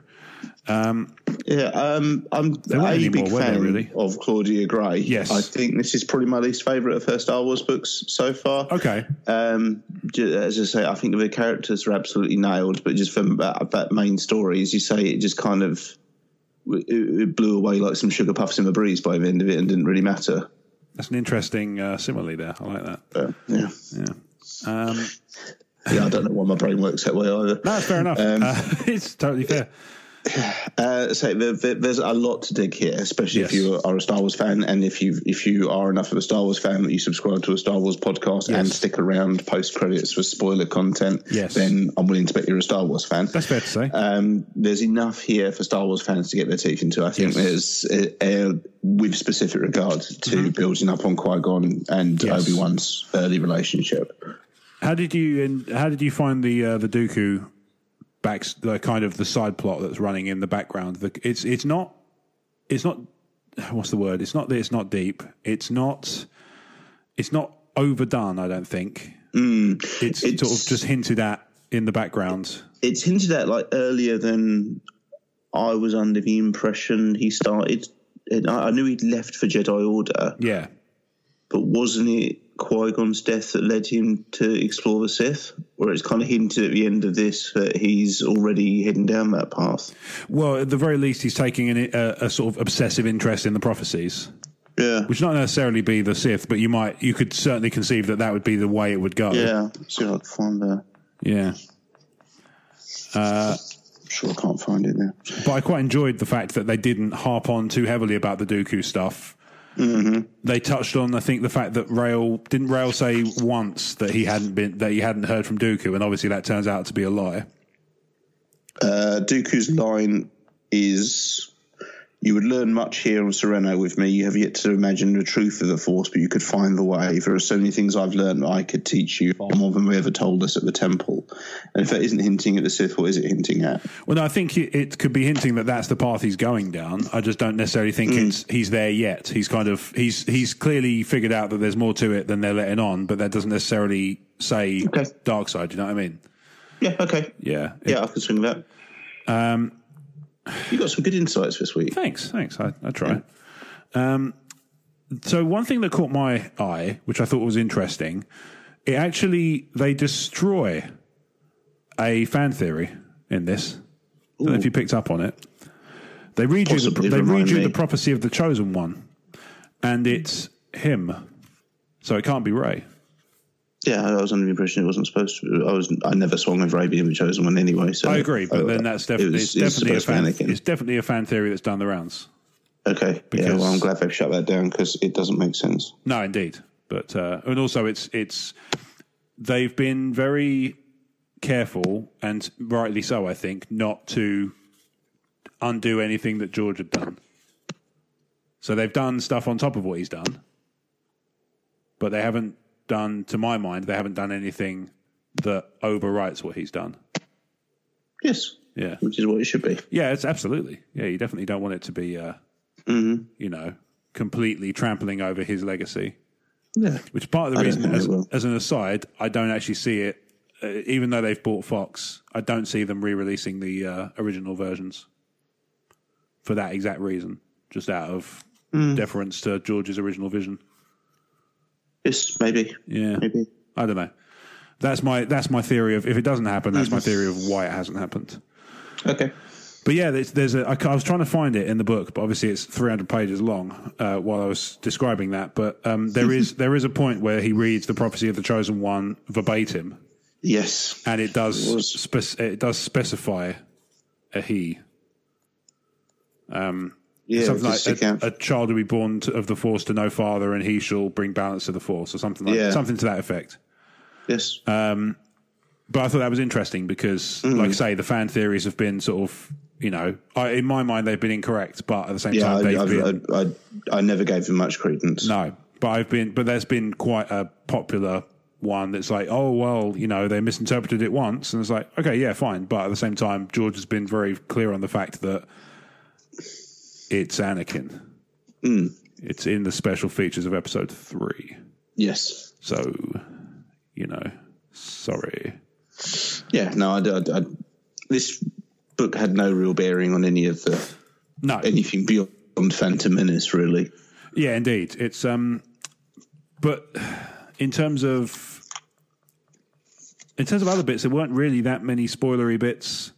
[SPEAKER 4] Yeah, um, I'm
[SPEAKER 3] weren't
[SPEAKER 4] a
[SPEAKER 3] any
[SPEAKER 4] big
[SPEAKER 3] more, were they,
[SPEAKER 4] fan
[SPEAKER 3] really?
[SPEAKER 4] of Claudia Gray.
[SPEAKER 3] Yes.
[SPEAKER 4] I think this is probably my least favourite of her Star Wars books so far.
[SPEAKER 3] Okay.
[SPEAKER 4] Um, ju- as I say, I think the characters are absolutely nailed, but just from that, that main story, as you say, it just kind of it, it blew away like some sugar puffs in the breeze by the end of it, and didn't really matter.
[SPEAKER 3] That's an interesting uh, simile there. I like that.
[SPEAKER 4] But, yeah,
[SPEAKER 3] Yeah. Um,
[SPEAKER 4] yeah, I don't know why my brain works that way either.
[SPEAKER 3] no, fair enough. Uh, it's totally fair.
[SPEAKER 4] Uh, so there, there, there's a lot to dig here, especially if
[SPEAKER 3] Yes.
[SPEAKER 4] you are a Star Wars fan, and if you if you are enough of a Star Wars fan that you subscribe to a Star Wars podcast and stick around post credits for spoiler content.
[SPEAKER 3] Yes.
[SPEAKER 4] then I'm willing to bet you're a Star Wars fan.
[SPEAKER 3] That's fair to say.
[SPEAKER 4] Um, there's enough here for Star Wars fans to get their teeth into. I think there's uh, uh, with specific regard to building up on Qui Gon and
[SPEAKER 3] Yes.
[SPEAKER 4] Obi Wan's early relationship.
[SPEAKER 3] how did you in, How did you find the uh, the Dooku back the kind of the side plot that's running in the background? The, it's it's not it's not what's the word? It's not that it's not deep. It's not it's not overdone. I don't think Mm, it's,
[SPEAKER 4] It's-
[SPEAKER 3] sort of just hinted at in the background.
[SPEAKER 4] it's hinted at like earlier than I was under the impression he started. And I, I knew he'd left for Jedi Order,
[SPEAKER 3] Yeah,
[SPEAKER 4] but wasn't it Qui Gon's death that led him to explore the Sith? Where it's kind of hinted at the end of this that he's already heading down that path.
[SPEAKER 3] Well, at the very least, he's taking an, a, a sort of obsessive interest in the prophecies,
[SPEAKER 4] Yeah,
[SPEAKER 3] which not necessarily be the Sith, but you might you could certainly conceive that that would be the way it would go.
[SPEAKER 4] yeah. See if I can find that.
[SPEAKER 3] Yeah.
[SPEAKER 4] I'm sure I can't find it now.
[SPEAKER 3] But I quite enjoyed the fact that they didn't harp on too heavily about the Dooku stuff.
[SPEAKER 4] Mm-hmm.
[SPEAKER 3] They touched on, I think, the fact that Rail didn't Rail say once that he hadn't been that he hadn't heard from Dooku, and obviously that turns out to be a lie.
[SPEAKER 4] Uh, Dooku's line is. You would learn much here on Sereno with me. You have yet to imagine the truth of the Force, but you could find the way. There are so many things I've learned that I could teach you far more than we ever told us at the temple. And if that isn't hinting at the Sith, what is it hinting at?
[SPEAKER 3] Well, no, I think it, it could be hinting that that's the path he's going down. I just don't necessarily think
[SPEAKER 4] Mm.
[SPEAKER 3] it's he's there yet. He's kind of he's he's clearly figured out that there's more to it than they're letting on, but that doesn't necessarily say
[SPEAKER 4] Okay.
[SPEAKER 3] dark side. You know what I mean?
[SPEAKER 4] Yeah, okay.
[SPEAKER 3] Yeah.
[SPEAKER 4] Yeah, I can swing that. Um, you got some good insights this week.
[SPEAKER 3] Thanks, thanks. I, I try. Um, so one thing that caught my eye, which I thought was interesting, it actually they destroy a fan theory in this. I don't know if you picked up on it. They read you the,
[SPEAKER 4] Possibly,
[SPEAKER 3] they read
[SPEAKER 4] remind
[SPEAKER 3] you
[SPEAKER 4] me.
[SPEAKER 3] the prophecy of the chosen one, and it's him. So it can't be Ray.
[SPEAKER 4] Yeah, I was under the impression it wasn't supposed to. I was. I never swung with Ray being the chosen one anyway. So
[SPEAKER 3] I agree, but
[SPEAKER 4] Oh,
[SPEAKER 3] then that's
[SPEAKER 4] it
[SPEAKER 3] definitely
[SPEAKER 4] was-
[SPEAKER 3] it's
[SPEAKER 4] it was
[SPEAKER 3] definitely a fan
[SPEAKER 4] supposed to be Anakin.
[SPEAKER 3] it's definitely a fan theory that's done the rounds.
[SPEAKER 4] Okay. yeah,
[SPEAKER 3] Because-
[SPEAKER 4] well, I'm glad they've shut that down because it doesn't make sense.
[SPEAKER 3] No, indeed. But uh, and also it's it's they've been very careful and rightly so, I think, not to undo anything that George had done. So they've done stuff on top of what he's done, but they haven't done, to my mind, they haven't done anything that overwrites what he's done.
[SPEAKER 4] Yes,
[SPEAKER 3] Yeah,
[SPEAKER 4] which is what it should be.
[SPEAKER 3] yeah, it's absolutely. Yeah, you definitely don't want it to be, uh, you know, completely trampling over his legacy.
[SPEAKER 4] Yeah.
[SPEAKER 3] Which is part of the
[SPEAKER 4] I don't
[SPEAKER 3] reason,
[SPEAKER 4] think
[SPEAKER 3] as,
[SPEAKER 4] they will.
[SPEAKER 3] as an aside, I don't actually see it. Uh, even though they've bought Fox, I don't see them re-releasing the uh, original versions for that exact reason. Just out of
[SPEAKER 4] Hmm.
[SPEAKER 3] deference to George's original vision.
[SPEAKER 4] Yes, maybe.
[SPEAKER 3] Yeah,
[SPEAKER 4] Maybe.
[SPEAKER 3] I don't know. That's my that's my theory of if it doesn't happen. That's my theory of why it hasn't happened.
[SPEAKER 4] Okay.
[SPEAKER 3] But yeah, there's, there's a. I, ca- I was trying to find it in the book, but obviously it's 300 pages long. Uh, while I was describing that, but um, there is there is a point where he reads the prophecy of the chosen one verbatim,
[SPEAKER 4] Yes.
[SPEAKER 3] and it
[SPEAKER 4] It
[SPEAKER 3] does
[SPEAKER 4] was-
[SPEAKER 3] spec- it does specify a he.
[SPEAKER 4] Yeah.
[SPEAKER 3] something
[SPEAKER 4] just
[SPEAKER 3] like
[SPEAKER 4] stick out.
[SPEAKER 3] a, a child will be born to, of the force to no father, and he shall bring balance to the force, or something like
[SPEAKER 4] Yeah.
[SPEAKER 3] something to that effect.
[SPEAKER 4] yes.
[SPEAKER 3] But I thought that was interesting because,
[SPEAKER 4] Mm.
[SPEAKER 3] like I say, the fan theories have been sort of, you know, I, in my mind they've been incorrect, but at the same
[SPEAKER 4] yeah.
[SPEAKER 3] time
[SPEAKER 4] I,
[SPEAKER 3] they've
[SPEAKER 4] I,
[SPEAKER 3] been
[SPEAKER 4] I, I, I never gave him much credence.
[SPEAKER 3] no. But I've been, but there's been quite a popular one that's like, oh well, you know, they misinterpreted it once, and it's like, okay, yeah, fine. But at the same time, George has been very clear on the fact that it's Anakin. It's in the special features of Episode Three.
[SPEAKER 4] Yes.
[SPEAKER 3] So, you know, sorry.
[SPEAKER 4] Yeah. No. I, I, I, this book had no real bearing on any of the
[SPEAKER 3] No,
[SPEAKER 4] anything beyond Phantom Menace, really.
[SPEAKER 3] yeah, indeed. It's um, but in terms of in terms of other bits, there weren't really that many spoilery bits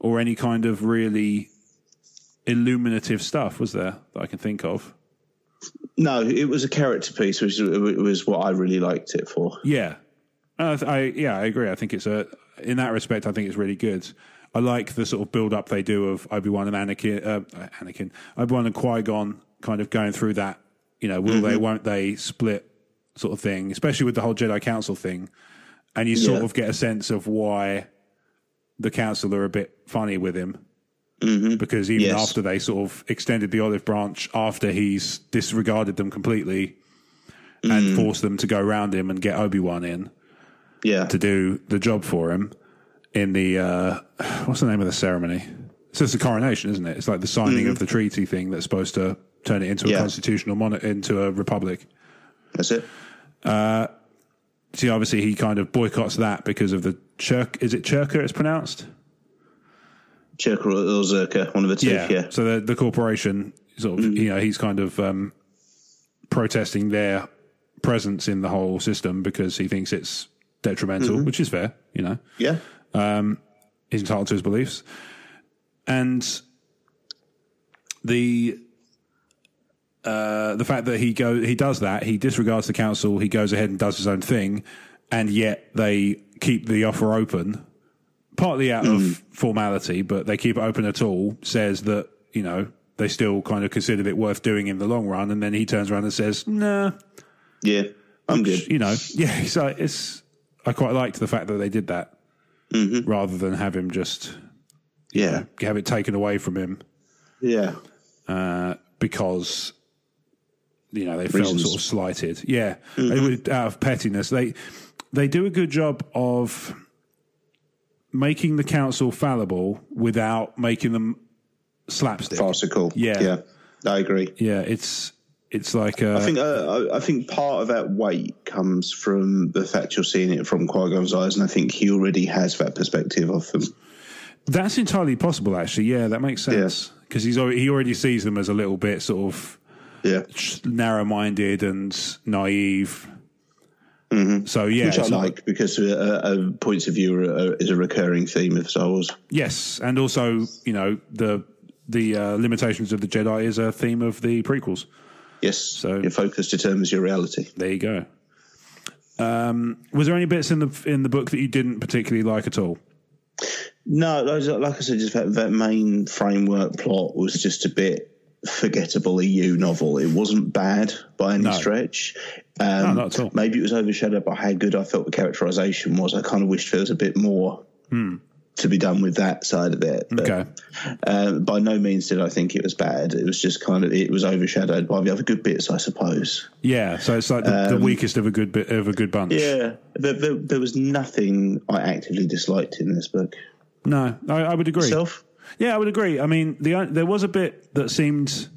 [SPEAKER 3] or any kind of really illuminative stuff, was there? That I can think of.
[SPEAKER 4] No, it was a character piece, which was what I really liked it for.
[SPEAKER 3] Yeah, And I, th- I yeah, I agree. I think it's a in that respect, I think it's really good. I like the sort of build up they do of Obi Wan and Anakin, uh, Anakin, Obi Wan and Qui Gon, kind of going through that. You know, will
[SPEAKER 4] Mm-hmm.
[SPEAKER 3] they, won't they, split sort of thing, especially with the whole Jedi Council thing, and you sort
[SPEAKER 4] Yeah.
[SPEAKER 3] of get a sense of why the Council are a bit funny with him. Because even
[SPEAKER 4] Mm-hmm. Yes.
[SPEAKER 3] after they sort of extended the olive branch, after he's disregarded them completely
[SPEAKER 4] Mm.
[SPEAKER 3] and forced them to go round him and get Obi Wan in,
[SPEAKER 4] Yeah.
[SPEAKER 3] to do the job for him in the uh, what's the name of the ceremony? So it's the coronation, isn't it? It's like the signing of the treaty thing that's supposed to turn it into a
[SPEAKER 4] Mm-hmm. Yeah.
[SPEAKER 3] constitutional mon- into a republic.
[SPEAKER 4] That's it.
[SPEAKER 3] See, obviously, he kind of boycotts that because of the Chirk. Is it Chirka? It's pronounced.
[SPEAKER 4] Chirk or or Zerka, one of the two. Yeah. Mm-hmm.
[SPEAKER 3] So the the corporation sort of you know he's kind of um, protesting their presence in the whole system because he thinks it's detrimental,
[SPEAKER 4] Mm-hmm.
[SPEAKER 3] which is fair, you know.
[SPEAKER 4] yeah.
[SPEAKER 3] he's entitled to his beliefs. And the uh, the fact that he go he does that, he disregards the council, he goes ahead and does his own thing, and yet they keep the offer open, partly out of formality, but they keep it open at all, says that, you know, they still kind of considered it worth doing in the long run, and then he turns around and says, Nah,
[SPEAKER 4] Yeah. I'm good.
[SPEAKER 3] you know, yeah. So it's I quite liked the fact that they did that rather than have him just
[SPEAKER 4] Yeah.
[SPEAKER 3] have it taken away from him
[SPEAKER 4] Yeah.
[SPEAKER 3] because you know they felt
[SPEAKER 4] Reasons. Mm-hmm.
[SPEAKER 3] sort of slighted. Yeah, They were out of pettiness. They they do a good job of making the council fallible without making them slapstick.
[SPEAKER 4] Farcical.
[SPEAKER 3] Yeah.
[SPEAKER 4] Yeah. I agree.
[SPEAKER 3] Yeah, it's it's like uh,
[SPEAKER 4] I think uh, I, I think part of that weight comes from the fact you're seeing it from Qui Gon's eyes, and I think he already has that perspective of them.
[SPEAKER 3] That's entirely possible, actually. Yeah, that makes sense
[SPEAKER 4] Yes.
[SPEAKER 3] because he's al- he already sees them as a little bit sort of
[SPEAKER 4] Yeah,
[SPEAKER 3] narrow-minded and naive. So yeah,
[SPEAKER 4] Mm-hmm. which I
[SPEAKER 3] it's not-
[SPEAKER 4] like because uh, uh, points of view are, are, is a recurring theme of Star Wars.
[SPEAKER 3] yes, and also you know the the uh, limitations of the Jedi is a theme of the prequels.
[SPEAKER 4] Yes, your focus determines your reality.
[SPEAKER 3] There you go. Um, was there any bits in the in the book that you didn't particularly like at all?
[SPEAKER 4] No, like, like I said, just that, that main framework plot was just a bit forgettable EU novel. It wasn't bad by any stretch. Um,
[SPEAKER 3] No, not at all.
[SPEAKER 4] Maybe it was overshadowed by how good I felt the characterization was. I kind of wished there was a bit more to be done with that side of it. But,
[SPEAKER 3] Hmm. Okay.
[SPEAKER 4] um, by no means did I think it was bad. It was just kind of it was overshadowed by the other good bits, I suppose.
[SPEAKER 3] Yeah, so it's like the, the weakest of a good bit of a good bunch.
[SPEAKER 4] Um, Yeah, there, there, there was nothing I actively disliked in this book.
[SPEAKER 3] No, I, I would agree.
[SPEAKER 4] Self,
[SPEAKER 3] Yeah, I would agree. I mean, the there was a bit that seemed.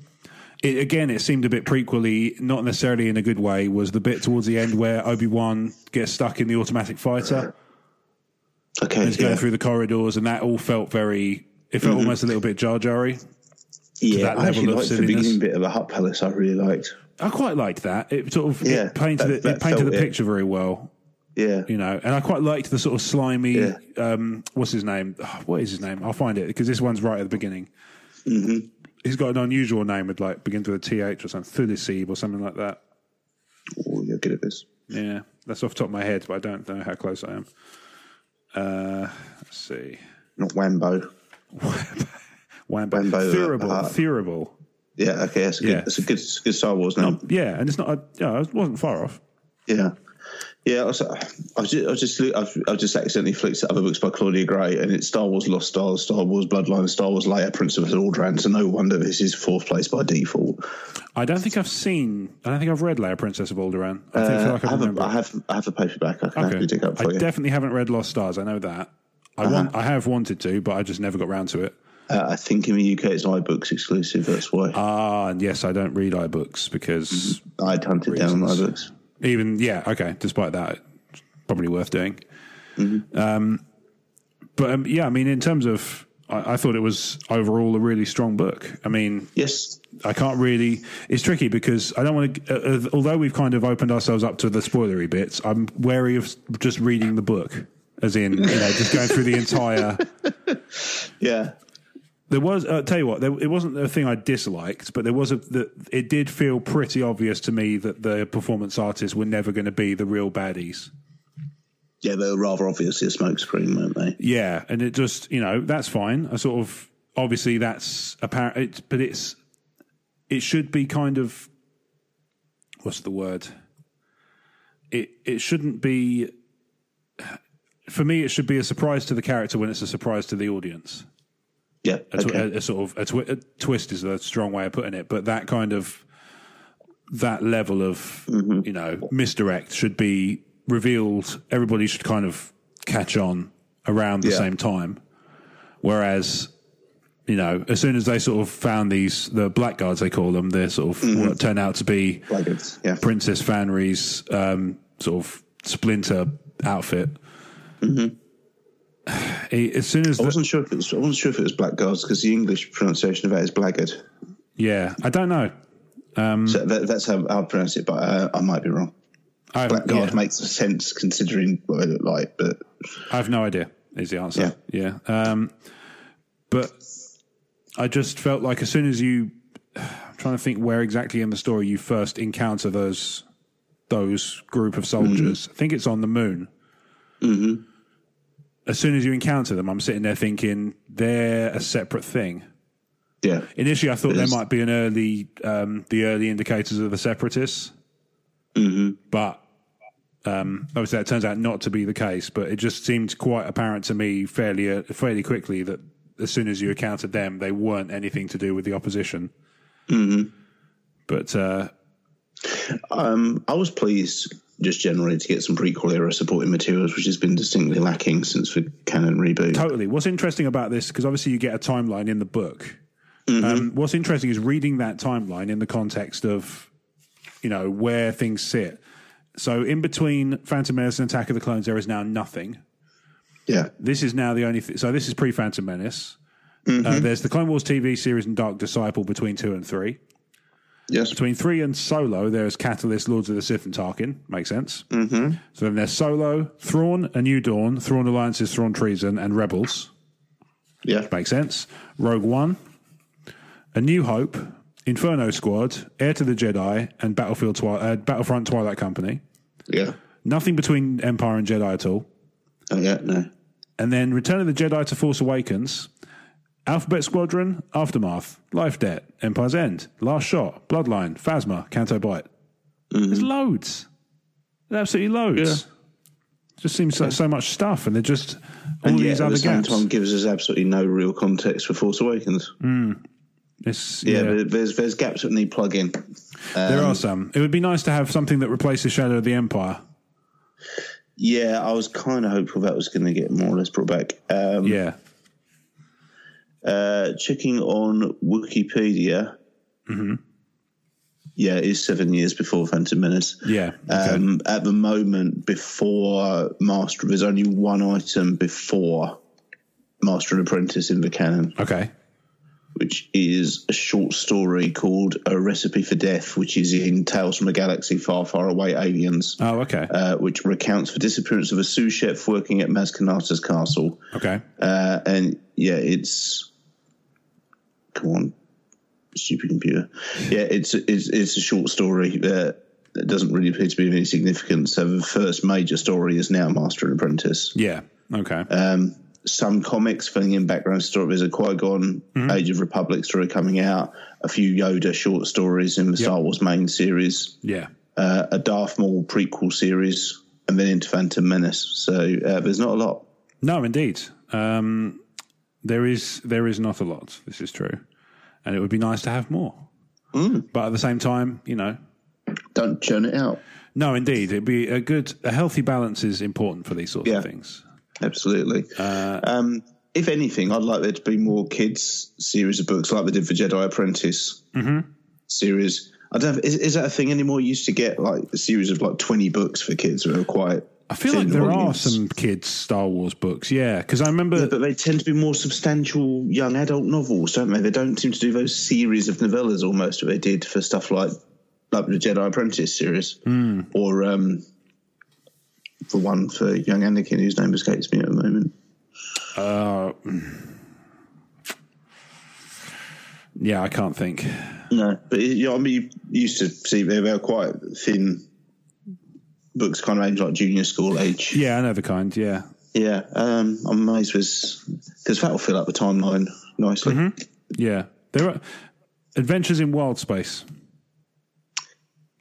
[SPEAKER 3] It, again, it seemed a bit prequely, not necessarily in a good way. Was the bit towards the end where Obi Wan gets stuck in the automatic fighter
[SPEAKER 4] okay,
[SPEAKER 3] and is going
[SPEAKER 4] yeah. Mm-hmm.
[SPEAKER 3] through the corridors, and that all felt very. It felt almost a little bit Jar Jarry.
[SPEAKER 4] yeah,
[SPEAKER 3] that
[SPEAKER 4] I actually
[SPEAKER 3] level of
[SPEAKER 4] liked the
[SPEAKER 3] silliness.
[SPEAKER 4] beginning bit of the Hut Palace. I really liked.
[SPEAKER 3] I quite liked that. It sort of
[SPEAKER 4] Yeah,
[SPEAKER 3] it painted
[SPEAKER 4] that-
[SPEAKER 3] it,
[SPEAKER 4] that
[SPEAKER 3] it painted
[SPEAKER 4] felt
[SPEAKER 3] the
[SPEAKER 4] it.
[SPEAKER 3] picture very well.
[SPEAKER 4] Yeah.
[SPEAKER 3] you know. And I quite liked the sort of slimy.
[SPEAKER 4] Yeah.
[SPEAKER 3] Um, what's his name? Oh, what is his name? I'll find it because this one's right at the beginning. Mm-hmm. He's got an unusual name. Would like begins with a th or something, Thulisib or something like that.
[SPEAKER 4] Oh, you're good at this.
[SPEAKER 3] Yeah, that's off the top of my head, but I don't know how close I am. Uh, let's see.
[SPEAKER 4] Not Wambo.
[SPEAKER 3] Wambo.
[SPEAKER 4] Wambo, uh,
[SPEAKER 3] Thurible.
[SPEAKER 4] uh,
[SPEAKER 3] Thurible.
[SPEAKER 4] Yeah, okay, that's a good,
[SPEAKER 3] Yeah. Mm.
[SPEAKER 4] that's a good, that's a good Star Wars name.
[SPEAKER 3] Yeah, and it's not. A, yeah, it wasn't far off.
[SPEAKER 4] Yeah, yeah. I was, I was just, I was just, I've, I've just accidentally flicked at other books by Claudia Gray, and it's Star Wars Lost Stars, Star Wars Bloodline, Star Wars Leia, Prince of Aldran. So no wonder this is fourth place by default.
[SPEAKER 3] I don't think I've seen. I don't think I've read Leia, Princess of Alderaan. I think feel
[SPEAKER 4] Uh,
[SPEAKER 3] like
[SPEAKER 4] I,
[SPEAKER 3] I
[SPEAKER 4] have
[SPEAKER 3] remember.
[SPEAKER 4] a, I have, I have a paperback. I can happily dig up
[SPEAKER 3] I
[SPEAKER 4] for you. Uh-huh.
[SPEAKER 3] definitely haven't read Lost Stars. I know that. I want. I have wanted to, but I just never got round to it.
[SPEAKER 4] uh, I think in the UK it's iBooks exclusive. That's why
[SPEAKER 3] Ah, and yes, I don't read iBooks because
[SPEAKER 4] I hunted down
[SPEAKER 3] reasons.
[SPEAKER 4] iBooks.
[SPEAKER 3] even yeah, okay. Despite that, it's probably worth doing.
[SPEAKER 4] Mm-hmm.
[SPEAKER 3] Um, but um, yeah, I mean, in terms of, I, I thought it was overall a really strong book. I mean,
[SPEAKER 4] Yes,
[SPEAKER 3] I can't really. It's tricky because I don't want to. Uh, uh, although we've kind of opened ourselves up to the spoilery bits, I'm wary of s- just reading the book, as in, you know, just going through the entire.
[SPEAKER 4] yeah,
[SPEAKER 3] There was. Uh, tell you what, there, it wasn't a thing I disliked, but there was a. The, it did feel pretty obvious to me that the performance artists were never going to be the real baddies.
[SPEAKER 4] yeah. They were rather obviously a smokescreen, weren't they?
[SPEAKER 3] Yeah, and it just you know that's fine. I sort of obviously that's apparent, it's, but it's it should be kind of what's the word? It it shouldn't be. For me, it should be a surprise to the character when it's a surprise to the audience.
[SPEAKER 4] Yeah,
[SPEAKER 3] A, tw-
[SPEAKER 4] okay.
[SPEAKER 3] a, a sort of a, twi- a twist is a strong way of putting it, but that kind of that level of
[SPEAKER 4] Mm-hmm.
[SPEAKER 3] you know misdirect should be revealed. Everybody should kind of catch on around the
[SPEAKER 4] Yeah.
[SPEAKER 3] same time. Whereas, you know, as soon as they sort of found these the blackguards they call them, they sort of what turn out to be
[SPEAKER 4] Blackguards, Mm-hmm. yeah.
[SPEAKER 3] Princess Fanry's um, sort of splinter outfit. He- As soon as
[SPEAKER 4] Mm-hmm.
[SPEAKER 3] the-
[SPEAKER 4] I wasn't sure if it was. I wasn't sure if it was blackguards because the English pronunciation of it is blackguard.
[SPEAKER 3] yeah, I don't know. Mm.
[SPEAKER 4] So that, that's how I'll pronounce it, but uh, I might be wrong.
[SPEAKER 3] I,
[SPEAKER 4] Blackguard
[SPEAKER 3] yeah.
[SPEAKER 4] makes sense considering what they look like, but
[SPEAKER 3] I have no idea. Is the answer? Yeah. Um, but I just felt like as soon as you, I'm trying to think where exactly in the story you first encounter those those group of soldiers. I think it's on the moon. Mm-hmm. As soon as you encounter them, I'm sitting there thinking they're a separate thing.
[SPEAKER 4] yeah,
[SPEAKER 3] Initially, I thought there
[SPEAKER 4] Yes.
[SPEAKER 3] might be an early, um, the early indicators of the separatists, but um, obviously that turns out not to be the case. But it just seemed quite apparent to me fairly, uh, fairly quickly that as soon as you encountered them, they weren't anything to do with the opposition. But uh,
[SPEAKER 4] um, I was pleased just generally to get some prequel era supporting materials, which has been distinctly lacking since the canon reboot.
[SPEAKER 3] totally, what's interesting about this because obviously you get a timeline in the book. Um, what's interesting is reading that timeline in the context of you know where things sit. So in between Phantom Menace and Attack of the Clones, there is now nothing.
[SPEAKER 4] yeah,
[SPEAKER 3] This is now the only. Th- so this is pre Phantom Menace. Uh, there's the Clone Wars TV series and Dark Disciple between two and three.
[SPEAKER 4] yes,
[SPEAKER 3] Between three and Solo, there's Catalyst, Lords of the Sith, and Tarkin. Makes sense. Mm-hmm. So then there's Solo, Thrawn, A New Dawn, Thrawn Alliances, Thrawn Treason, and Rebels.
[SPEAKER 4] yeah,
[SPEAKER 3] Makes sense. Rogue One, A New Hope, Inferno Squad, Heir to the Jedi, and Battlefield Twi- uh, Battlefront Twilight Company.
[SPEAKER 4] yeah,
[SPEAKER 3] Nothing between Empire and Jedi at all.
[SPEAKER 4] oh, yeah, no,
[SPEAKER 3] and then Return of the Jedi to Force Awakens, Alphabet Squadron, Aftermath, Life Debt, Empire's End, Last Shot, Bloodline, Phasma, Canto Bite.
[SPEAKER 4] Mm-hmm.
[SPEAKER 3] There's loads. There's absolutely loads. Just seems like so much stuff, and they're just all
[SPEAKER 4] and yet
[SPEAKER 3] these
[SPEAKER 4] at
[SPEAKER 3] other
[SPEAKER 4] the same
[SPEAKER 3] gaps.
[SPEAKER 4] time gives us absolutely no real context for Force Awakens.
[SPEAKER 3] It's-
[SPEAKER 4] Yeah,
[SPEAKER 3] yeah,
[SPEAKER 4] There, there's there's gaps that need plugging.
[SPEAKER 3] there
[SPEAKER 4] Um,
[SPEAKER 3] are some. It would be nice to have something that replaces Shadow of the Empire.
[SPEAKER 4] Yeah, I was kind of hopeful that was going to get more or less brought back. Um,
[SPEAKER 3] Yeah,
[SPEAKER 4] Uh, checking on Wikipedia,
[SPEAKER 3] Mm-hmm.
[SPEAKER 4] yeah, it's seven years before Phantom Menace.
[SPEAKER 3] yeah. okay.
[SPEAKER 4] Um, at the moment, before Master, there's only one item before Master and Apprentice in the canon.
[SPEAKER 3] okay.
[SPEAKER 4] which is a short story called A Recipe for Death, which is in Tales from a Galaxy Far, Far Away Aliens,
[SPEAKER 3] Oh, okay.
[SPEAKER 4] uh, which recounts the disappearance of a sous chef working at Maz Kanata's castle.
[SPEAKER 3] okay.
[SPEAKER 4] Uh, and yeah, it's come on, stupid computer. Yeah, it's it's it's a short story that that doesn't really appear to be of any significance. So the first major story is now Master and Apprentice.
[SPEAKER 3] Yeah. Okay.
[SPEAKER 4] Um, some comics filling in background stories. There's a Qui Gon Age of Republic story coming out. A few Yoda short stories in the Star Wars main series.
[SPEAKER 3] yeah.
[SPEAKER 4] Uh, a Darth Maul prequel series, and then into Phantom Menace. So uh, there's not a lot.
[SPEAKER 3] No, indeed. Um, there is there is not a lot. This is true, and it would be nice to have more.
[SPEAKER 4] Hmm.
[SPEAKER 3] But at the same time, you know,
[SPEAKER 4] Don't churn it out.
[SPEAKER 3] no, indeed, it'd be a good, a healthy balance is important for these sorts
[SPEAKER 4] Yeah.
[SPEAKER 3] of things.
[SPEAKER 4] Absolutely.
[SPEAKER 3] Uh,
[SPEAKER 4] um, if anything, I'd like there to be more kids series of books like they did for Jedi Apprentice
[SPEAKER 3] Mm-hmm.
[SPEAKER 4] series. I don't. Know, is, is that a thing anymore? You used to get like a series of like twenty books for kids that were quite.
[SPEAKER 3] I feel like
[SPEAKER 4] thin
[SPEAKER 3] there are
[SPEAKER 4] volumes.
[SPEAKER 3] some kids Star Wars books, yeah, because I remember.
[SPEAKER 4] Yeah, but they tend to be more substantial young adult novels, don't they? They don't seem to do those series of novellas almost that they did for stuff like like the Jedi Apprentice series or um, for one for young Anakin whose name escapes me at the moment.
[SPEAKER 3] yeah, I can't think.
[SPEAKER 4] No, but it, you know, I mean, you used to see they were quite thin books, kind of age like junior school age.
[SPEAKER 3] Yeah, I know the kind. Yeah,
[SPEAKER 4] Yeah, um, I'm amazed was because that will fill up the timeline nicely.
[SPEAKER 3] yeah. There are Adventures in Wild Space.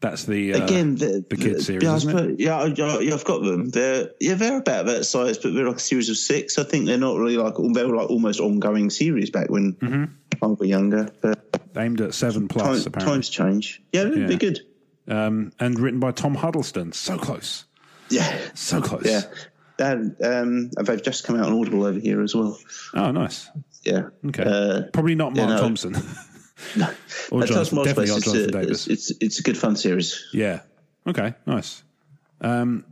[SPEAKER 3] That's the uh,
[SPEAKER 4] Again, the,
[SPEAKER 3] the kids series,
[SPEAKER 4] Yeah, I
[SPEAKER 3] isn't it?
[SPEAKER 4] suppose- yeah, I- yeah, yeah, I've got them. They're yeah, they're about that size, but they're like a series of six. I think they're not really like all- they were like almost ongoing series back when I was younger. But
[SPEAKER 3] aimed at seven
[SPEAKER 4] time,
[SPEAKER 3] Mm-hmm. plus apparently,
[SPEAKER 4] times change. Yeah, they're
[SPEAKER 3] Yeah.
[SPEAKER 4] good.
[SPEAKER 3] um, and written by Tom Huddleston. So close,
[SPEAKER 4] Yeah,
[SPEAKER 3] so close.
[SPEAKER 4] yeah. And um, they've just come out on Audible over here as well.
[SPEAKER 3] Oh, nice.
[SPEAKER 4] Yeah.
[SPEAKER 3] Okay.
[SPEAKER 4] Uh,
[SPEAKER 3] Probably not Mark
[SPEAKER 4] no.
[SPEAKER 3] Thompson. or
[SPEAKER 4] That tells
[SPEAKER 3] Jonathan,
[SPEAKER 4] Miles
[SPEAKER 3] definitely not
[SPEAKER 4] Space
[SPEAKER 3] Jonathan
[SPEAKER 4] it's, a,
[SPEAKER 3] Davis.
[SPEAKER 4] it's, it's it's a good fun series.
[SPEAKER 3] yeah. Okay. Nice. Um,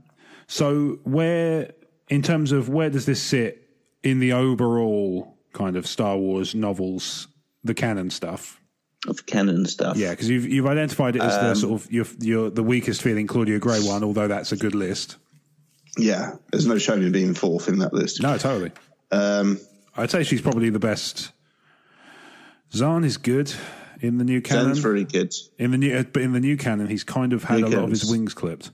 [SPEAKER 3] so where, in terms of where does this sit in the overall kind of Star Wars novels, the canon stuff?
[SPEAKER 4] of canon stuff.
[SPEAKER 3] Yeah, because you've you've identified it as
[SPEAKER 4] Um,
[SPEAKER 3] the sort of your your the weakest feeling Claudia Gray one, although that's a good list.
[SPEAKER 4] yeah. There's no shame in being fourth in that list.
[SPEAKER 3] No, totally.
[SPEAKER 4] Um,
[SPEAKER 3] I'd say she's probably the best. Zahn is good in the new canon.
[SPEAKER 4] Dan's very good.
[SPEAKER 3] In the new, uh, but in the new canon, he's kind of had
[SPEAKER 4] Here
[SPEAKER 3] a lot of his
[SPEAKER 4] goes.
[SPEAKER 3] wings clipped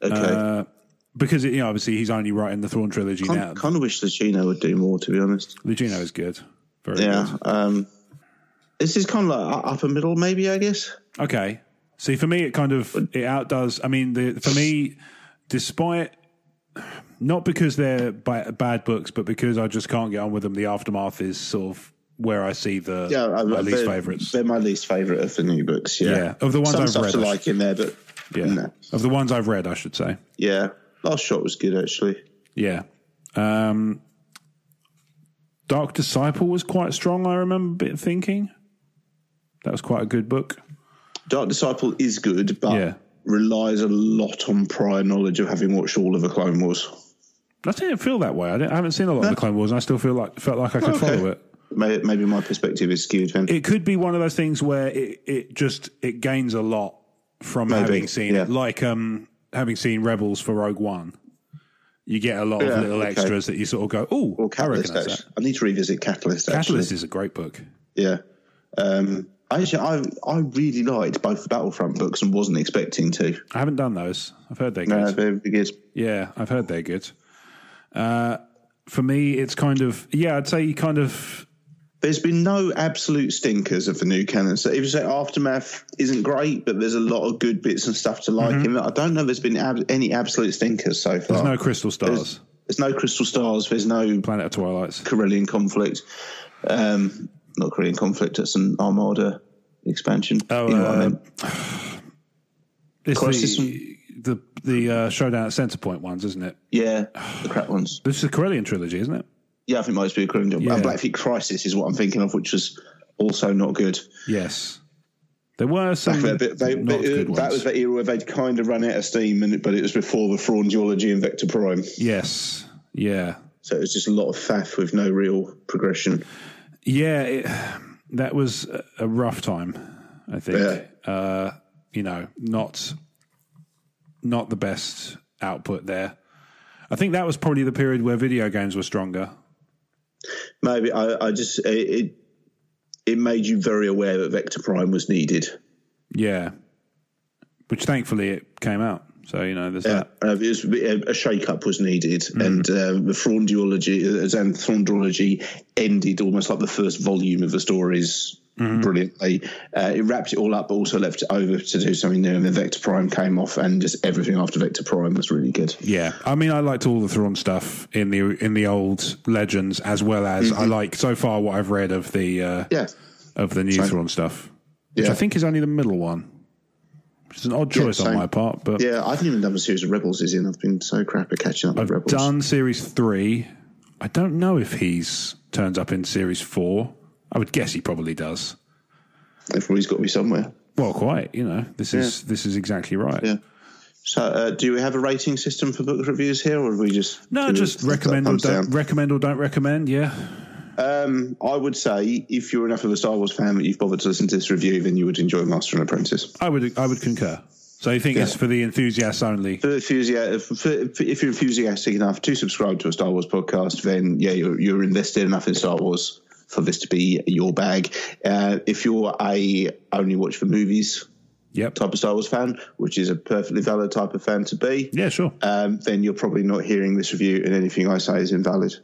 [SPEAKER 3] Uh,
[SPEAKER 4] Okay.
[SPEAKER 3] because you know obviously he's only writing the Thrawn trilogy
[SPEAKER 4] kind,
[SPEAKER 3] now.
[SPEAKER 4] kind of wish Lucino would do more, to be honest.
[SPEAKER 3] Lucino is good, very
[SPEAKER 4] Yeah.
[SPEAKER 3] good.
[SPEAKER 4] Um, this is kind of like u- upper middle, maybe. I guess.
[SPEAKER 3] Okay, see for me it kind of it outdoes. I mean, the, for me, despite not because they're ba- bad books, but because I just can't get on with them. The aftermath is sort of where I see the
[SPEAKER 4] Yeah. I-
[SPEAKER 3] my least
[SPEAKER 4] they're-
[SPEAKER 3] favorites.
[SPEAKER 4] They're my least favorite of the new books. Yeah.
[SPEAKER 3] Yeah, of the ones
[SPEAKER 4] Some
[SPEAKER 3] I've
[SPEAKER 4] stuff
[SPEAKER 3] read,
[SPEAKER 4] to
[SPEAKER 3] I should-
[SPEAKER 4] like in there, but
[SPEAKER 3] yeah,
[SPEAKER 4] no.
[SPEAKER 3] of the ones I've read, I should say.
[SPEAKER 4] yeah. Last shot was good actually.
[SPEAKER 3] Yeah. Um, Dark Disciple was quite strong, I remember bit thinking. That was quite a good book.
[SPEAKER 4] Dark Disciple is good, but
[SPEAKER 3] Yeah.
[SPEAKER 4] relies a lot on prior knowledge of having watched all of the Clone Wars.
[SPEAKER 3] I didn't feel that way. I, didn't, I haven't seen a lot of the Clone Wars, and I still feel like felt like I could
[SPEAKER 4] Oh, Okay.
[SPEAKER 3] follow it.
[SPEAKER 4] May- Maybe my perspective is skewed then.
[SPEAKER 3] It could be one of those things where it, it just it gains a lot from
[SPEAKER 4] Maybe,
[SPEAKER 3] having seen
[SPEAKER 4] yeah.
[SPEAKER 3] it, like um having seen Rebels for Rogue One. You get a lot
[SPEAKER 4] Yeah,
[SPEAKER 3] of little
[SPEAKER 4] okay.
[SPEAKER 3] extras that you sort of go, oh,
[SPEAKER 4] or
[SPEAKER 3] I
[SPEAKER 4] Catalyst,
[SPEAKER 3] recognise that.
[SPEAKER 4] actually. I need to revisit Catalyst, actually.
[SPEAKER 3] Catalyst is a great book.
[SPEAKER 4] Yeah. Um, actually, I, I really liked both the Battlefront books and wasn't expecting to.
[SPEAKER 3] I haven't done those. I've heard they're
[SPEAKER 4] No,
[SPEAKER 3] good.
[SPEAKER 4] they're good.
[SPEAKER 3] Yeah, I've heard they're good. Uh, for me, it's kind of yeah. I'd say kind of
[SPEAKER 4] There's been no absolute stinkers of the new canon. So if you say Aftermath isn't great, but there's a lot of good bits and stuff to like in it, I don't know if there's been ab- any absolute stinkers so far.
[SPEAKER 3] Mm-hmm. there's no crystal stars,
[SPEAKER 4] There's no Crystal Stars. There's no
[SPEAKER 3] planet of twilights.
[SPEAKER 4] Corellian conflict. Um, not Corellian conflict. It's an Armada expansion.
[SPEAKER 3] Oh,
[SPEAKER 4] you know what I
[SPEAKER 3] uh,
[SPEAKER 4] mean?
[SPEAKER 3] It's
[SPEAKER 4] Crisis
[SPEAKER 3] the the, the uh, showdown at Centerpoint ones, isn't it?
[SPEAKER 4] Yeah, the crap ones.
[SPEAKER 3] This is the Corellian trilogy, isn't it?
[SPEAKER 4] Yeah, I think might be a Corellian.
[SPEAKER 3] Yeah.
[SPEAKER 4] And Blackfeet Crisis is what I'm thinking of, which was also not good.
[SPEAKER 3] Yes, there were some.
[SPEAKER 4] Back there, but they,
[SPEAKER 3] not
[SPEAKER 4] they-
[SPEAKER 3] good
[SPEAKER 4] that
[SPEAKER 3] ones.
[SPEAKER 4] was the era where they'd kind of run out of steam, and, but it was before the Thrawn duology and Vector Prime.
[SPEAKER 3] yes, yeah,
[SPEAKER 4] So it was just a lot of faff with no real progression.
[SPEAKER 3] yeah, it, that was a- a rough time. I think uh, you know not not the best output there. I think that was probably the period where video games were stronger.
[SPEAKER 4] Maybe I, I just it, it it made you very aware that Vector Prime was needed.
[SPEAKER 3] Yeah, which thankfully it came out. So you know, there's
[SPEAKER 4] Yeah,
[SPEAKER 3] that.
[SPEAKER 4] uh, it was, a a shake-up was needed,
[SPEAKER 3] Hmm.
[SPEAKER 4] and uh, the Throndiology, Xanthrondrology ended almost like the first volume of the stories
[SPEAKER 3] Hmm.
[SPEAKER 4] brilliantly. Uh, it wrapped it all up, but also left it over to do something new. And then Vector Prime came off, and just everything after Vector Prime was really good.
[SPEAKER 3] Yeah, I mean, I liked all the Thrawn stuff in the in the old legends, as well as
[SPEAKER 4] Mm-hmm.
[SPEAKER 3] I like so far what I've read of the uh,
[SPEAKER 4] Yeah,
[SPEAKER 3] of the new
[SPEAKER 4] Same.
[SPEAKER 3] Thrawn stuff, which
[SPEAKER 4] Yeah.
[SPEAKER 3] I think is only the middle one, which is an odd
[SPEAKER 4] Yeah,
[SPEAKER 3] choice on
[SPEAKER 4] same.
[SPEAKER 3] my part. But
[SPEAKER 4] yeah. I haven't even done the series of Rebels is in. I've been so crap at catching up with
[SPEAKER 3] I've
[SPEAKER 4] Rebels.
[SPEAKER 3] done series three. I don't know if he's turns up in series four. I would guess he probably does.
[SPEAKER 4] Everybody's got to be somewhere.
[SPEAKER 3] Well, quite. You know, this is this is exactly right.
[SPEAKER 4] Yeah. So, uh, do we have a rating system for book reviews here, or do we just
[SPEAKER 3] No,
[SPEAKER 4] do
[SPEAKER 3] just
[SPEAKER 4] thumbs
[SPEAKER 3] recommend
[SPEAKER 4] up,
[SPEAKER 3] or
[SPEAKER 4] thumbs
[SPEAKER 3] don't
[SPEAKER 4] down?
[SPEAKER 3] recommend or don't recommend. Yeah,
[SPEAKER 4] Um, I would say if you're enough of a Star Wars fan that you've bothered to listen to this review, then you would enjoy Master and Apprentice.
[SPEAKER 3] I would I would concur. So you think it's for the enthusiasts only?
[SPEAKER 4] For enthusia- for- for- if you're enthusiastic enough to subscribe to a Star Wars podcast, then yeah, you're, you're invested enough in Star Wars for this to be your bag. Uh, if you're a only watch for movies
[SPEAKER 3] Yep.
[SPEAKER 4] type of Star Wars fan, which is a perfectly valid type of fan to be,
[SPEAKER 3] Yeah, sure.
[SPEAKER 4] um, then you're probably not hearing this review, and anything I say is invalid.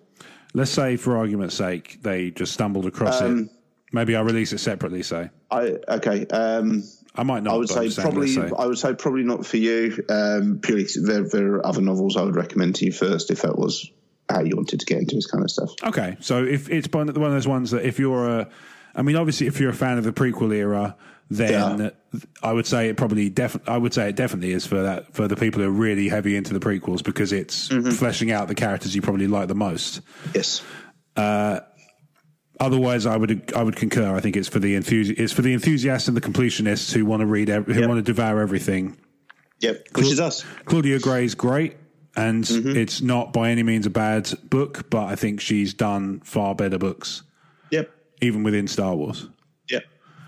[SPEAKER 3] Let's say, for argument's sake, they just stumbled across
[SPEAKER 4] Um,
[SPEAKER 3] it. Maybe I release it separately. Say
[SPEAKER 4] I okay. Um,
[SPEAKER 3] I might not.
[SPEAKER 4] I would
[SPEAKER 3] but I'm
[SPEAKER 4] say
[SPEAKER 3] saying
[SPEAKER 4] probably.
[SPEAKER 3] let's say.
[SPEAKER 4] I would say probably not for you. Um, purely, 'cause there, there are other novels I would recommend to you first if that was how you wanted to get into this kind of stuff.
[SPEAKER 3] Okay, so if it's one one of those ones that if you're a, I mean, obviously, if you're a fan of the prequel era, then
[SPEAKER 4] Yeah.
[SPEAKER 3] I would say it probably definitely. I would say it definitely is for that for the people who are really heavy into the prequels because it's fleshing out the characters you probably like the most.
[SPEAKER 4] Yes.
[SPEAKER 3] Otherwise, I would I would concur. I think it's for the enthusi- it's for the enthusiasts and the completionists who want to read ev- who want to devour everything.
[SPEAKER 4] Yep. Which is us.
[SPEAKER 3] Claudia Gray's great, and it's not by any means a bad book, but I think she's done far better books,
[SPEAKER 4] Yep.
[SPEAKER 3] even within Star Wars.
[SPEAKER 4] Yep.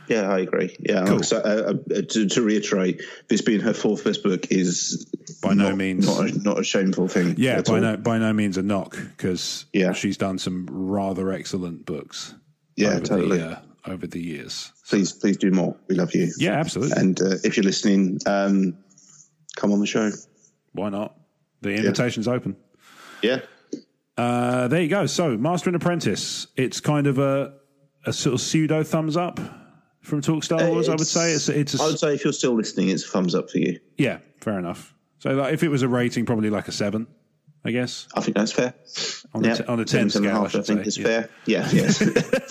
[SPEAKER 4] Yeah, I agree. Yeah. So, uh, uh, to, to reiterate, this being her fourth best book is
[SPEAKER 3] By no
[SPEAKER 4] not-
[SPEAKER 3] means.
[SPEAKER 4] not a, not a shameful thing.
[SPEAKER 3] Yeah,
[SPEAKER 4] at
[SPEAKER 3] by
[SPEAKER 4] all.
[SPEAKER 3] no by no means a knock because
[SPEAKER 4] Yeah.
[SPEAKER 3] she's done some rather excellent books.
[SPEAKER 4] Yeah,
[SPEAKER 3] over
[SPEAKER 4] totally.
[SPEAKER 3] The, uh, over the years,
[SPEAKER 4] Please, please do more. We love you.
[SPEAKER 3] yeah, absolutely.
[SPEAKER 4] And uh, if you're listening, um, come on the show.
[SPEAKER 3] Why not? The invitation's open.
[SPEAKER 4] Yeah.
[SPEAKER 3] Uh, there you go. So, Master and Apprentice. It's kind of a a sort of pseudo thumbs up from Talk Star Wars. I would
[SPEAKER 4] Uh, it's-
[SPEAKER 3] say it's it's a,
[SPEAKER 4] I would say if you're still listening, it's a thumbs up for you.
[SPEAKER 3] yeah, fair enough. So, like, if it was a rating, probably like a seven, I guess.
[SPEAKER 4] I think that's fair.
[SPEAKER 3] On a t- on a 10
[SPEAKER 4] Seven and
[SPEAKER 3] scale,
[SPEAKER 4] a
[SPEAKER 3] I
[SPEAKER 4] half,
[SPEAKER 3] should
[SPEAKER 4] think
[SPEAKER 3] say.
[SPEAKER 4] is
[SPEAKER 3] Yeah.
[SPEAKER 4] fair. Yeah, yes.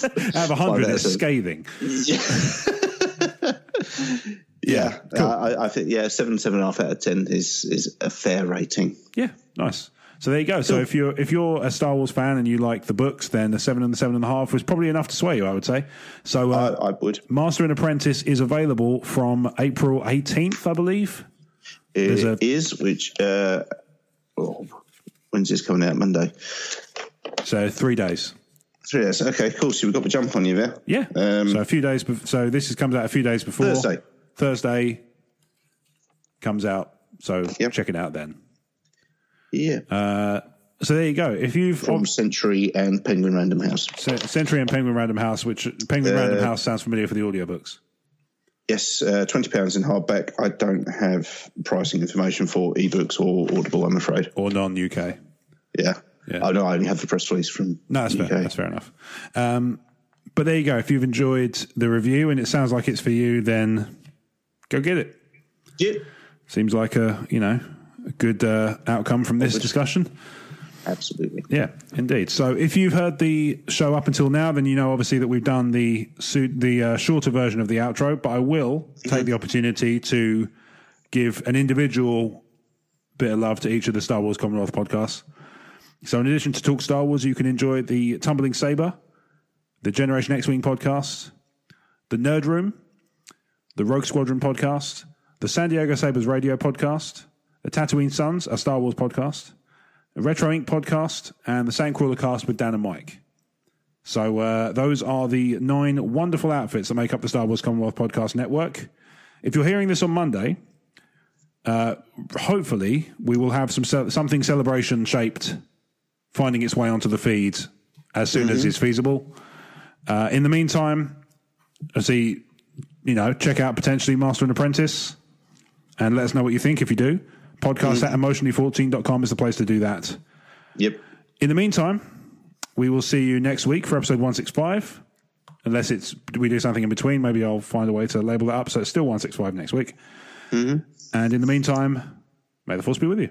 [SPEAKER 3] Out of hundred,
[SPEAKER 4] out of
[SPEAKER 3] it's
[SPEAKER 4] seven.
[SPEAKER 3] scathing.
[SPEAKER 4] yeah. I, I- I think, yeah, seven, seven and a half out of 10 is, is a fair rating.
[SPEAKER 3] Yeah, nice. So there you go. So if you're if you're a Star Wars fan and you like the books, then the seven and the seven and a half was probably enough to sway you. I would say. So
[SPEAKER 4] I,
[SPEAKER 3] uh,
[SPEAKER 4] I would.
[SPEAKER 3] Master and Apprentice is available from April 18th, I believe.
[SPEAKER 4] It is
[SPEAKER 3] a-
[SPEAKER 4] which, uh, oh, when's this coming out? Monday.
[SPEAKER 3] So three days.
[SPEAKER 4] Three days. Okay, cool. So we've got the jump on you there.
[SPEAKER 3] Yeah.
[SPEAKER 4] Um,
[SPEAKER 3] so a few days. Bef- so this is, comes out a few days before
[SPEAKER 4] Thursday.
[SPEAKER 3] Thursday comes out. So
[SPEAKER 4] Yep.
[SPEAKER 3] check it out then.
[SPEAKER 4] Yeah.
[SPEAKER 3] Uh, So there you go. If you've
[SPEAKER 4] From Century and Penguin Random House.
[SPEAKER 3] Cent- Century and Penguin Random House, which Penguin Random
[SPEAKER 4] Uh,
[SPEAKER 3] House sounds familiar for the audiobooks.
[SPEAKER 4] Yes, uh, £20 in hardback. I don't have pricing information for ebooks or Audible, I'm afraid.
[SPEAKER 3] or non UK.
[SPEAKER 4] Yeah.
[SPEAKER 3] Yeah.
[SPEAKER 4] I know I only have the press release from
[SPEAKER 3] No, that's fair.
[SPEAKER 4] UK.
[SPEAKER 3] That's fair enough. Um, but there you go. If you've enjoyed the review and it sounds like it's for you, then go get it.
[SPEAKER 4] Yeah.
[SPEAKER 3] Seems like a you know a good uh, outcome from this discussion.
[SPEAKER 4] Absolutely.
[SPEAKER 3] Yeah, indeed. So if you've heard the show up until now, then you know obviously that we've done the suit the uh, shorter version of the outro. But I will take the opportunity to give an individual bit of love to each of the Star Wars Commonwealth podcasts. So in addition to Talk Star Wars, you can enjoy the Tumbling Saber, the Generation X Wing podcast, the Nerd Room, the Rogue Squadron podcast, the San Diego Sabers radio podcast, the Tatooine Sons, a Star Wars podcast. Retro Ink podcast and the Sandcrawler cast with Dan and Mike. So uh, those are the nine wonderful outfits that make up the Star Wars Commonwealth Podcast Network. If you're hearing this on Monday, uh, hopefully we will have some ce- something celebration shaped finding its way onto the feed as soon as is feasible. Uh, in the meantime, I see you know check out potentially Master and Apprentice, and let us know what you think if you do. Podcast at emotionally14.com is the place to do that.
[SPEAKER 4] Yep.
[SPEAKER 3] In the meantime, we will see you next week for episode 165. Unless it's we do something in between, maybe I'll find a way to label it up so it's still 165 next week. And in the meantime, may the force be with you.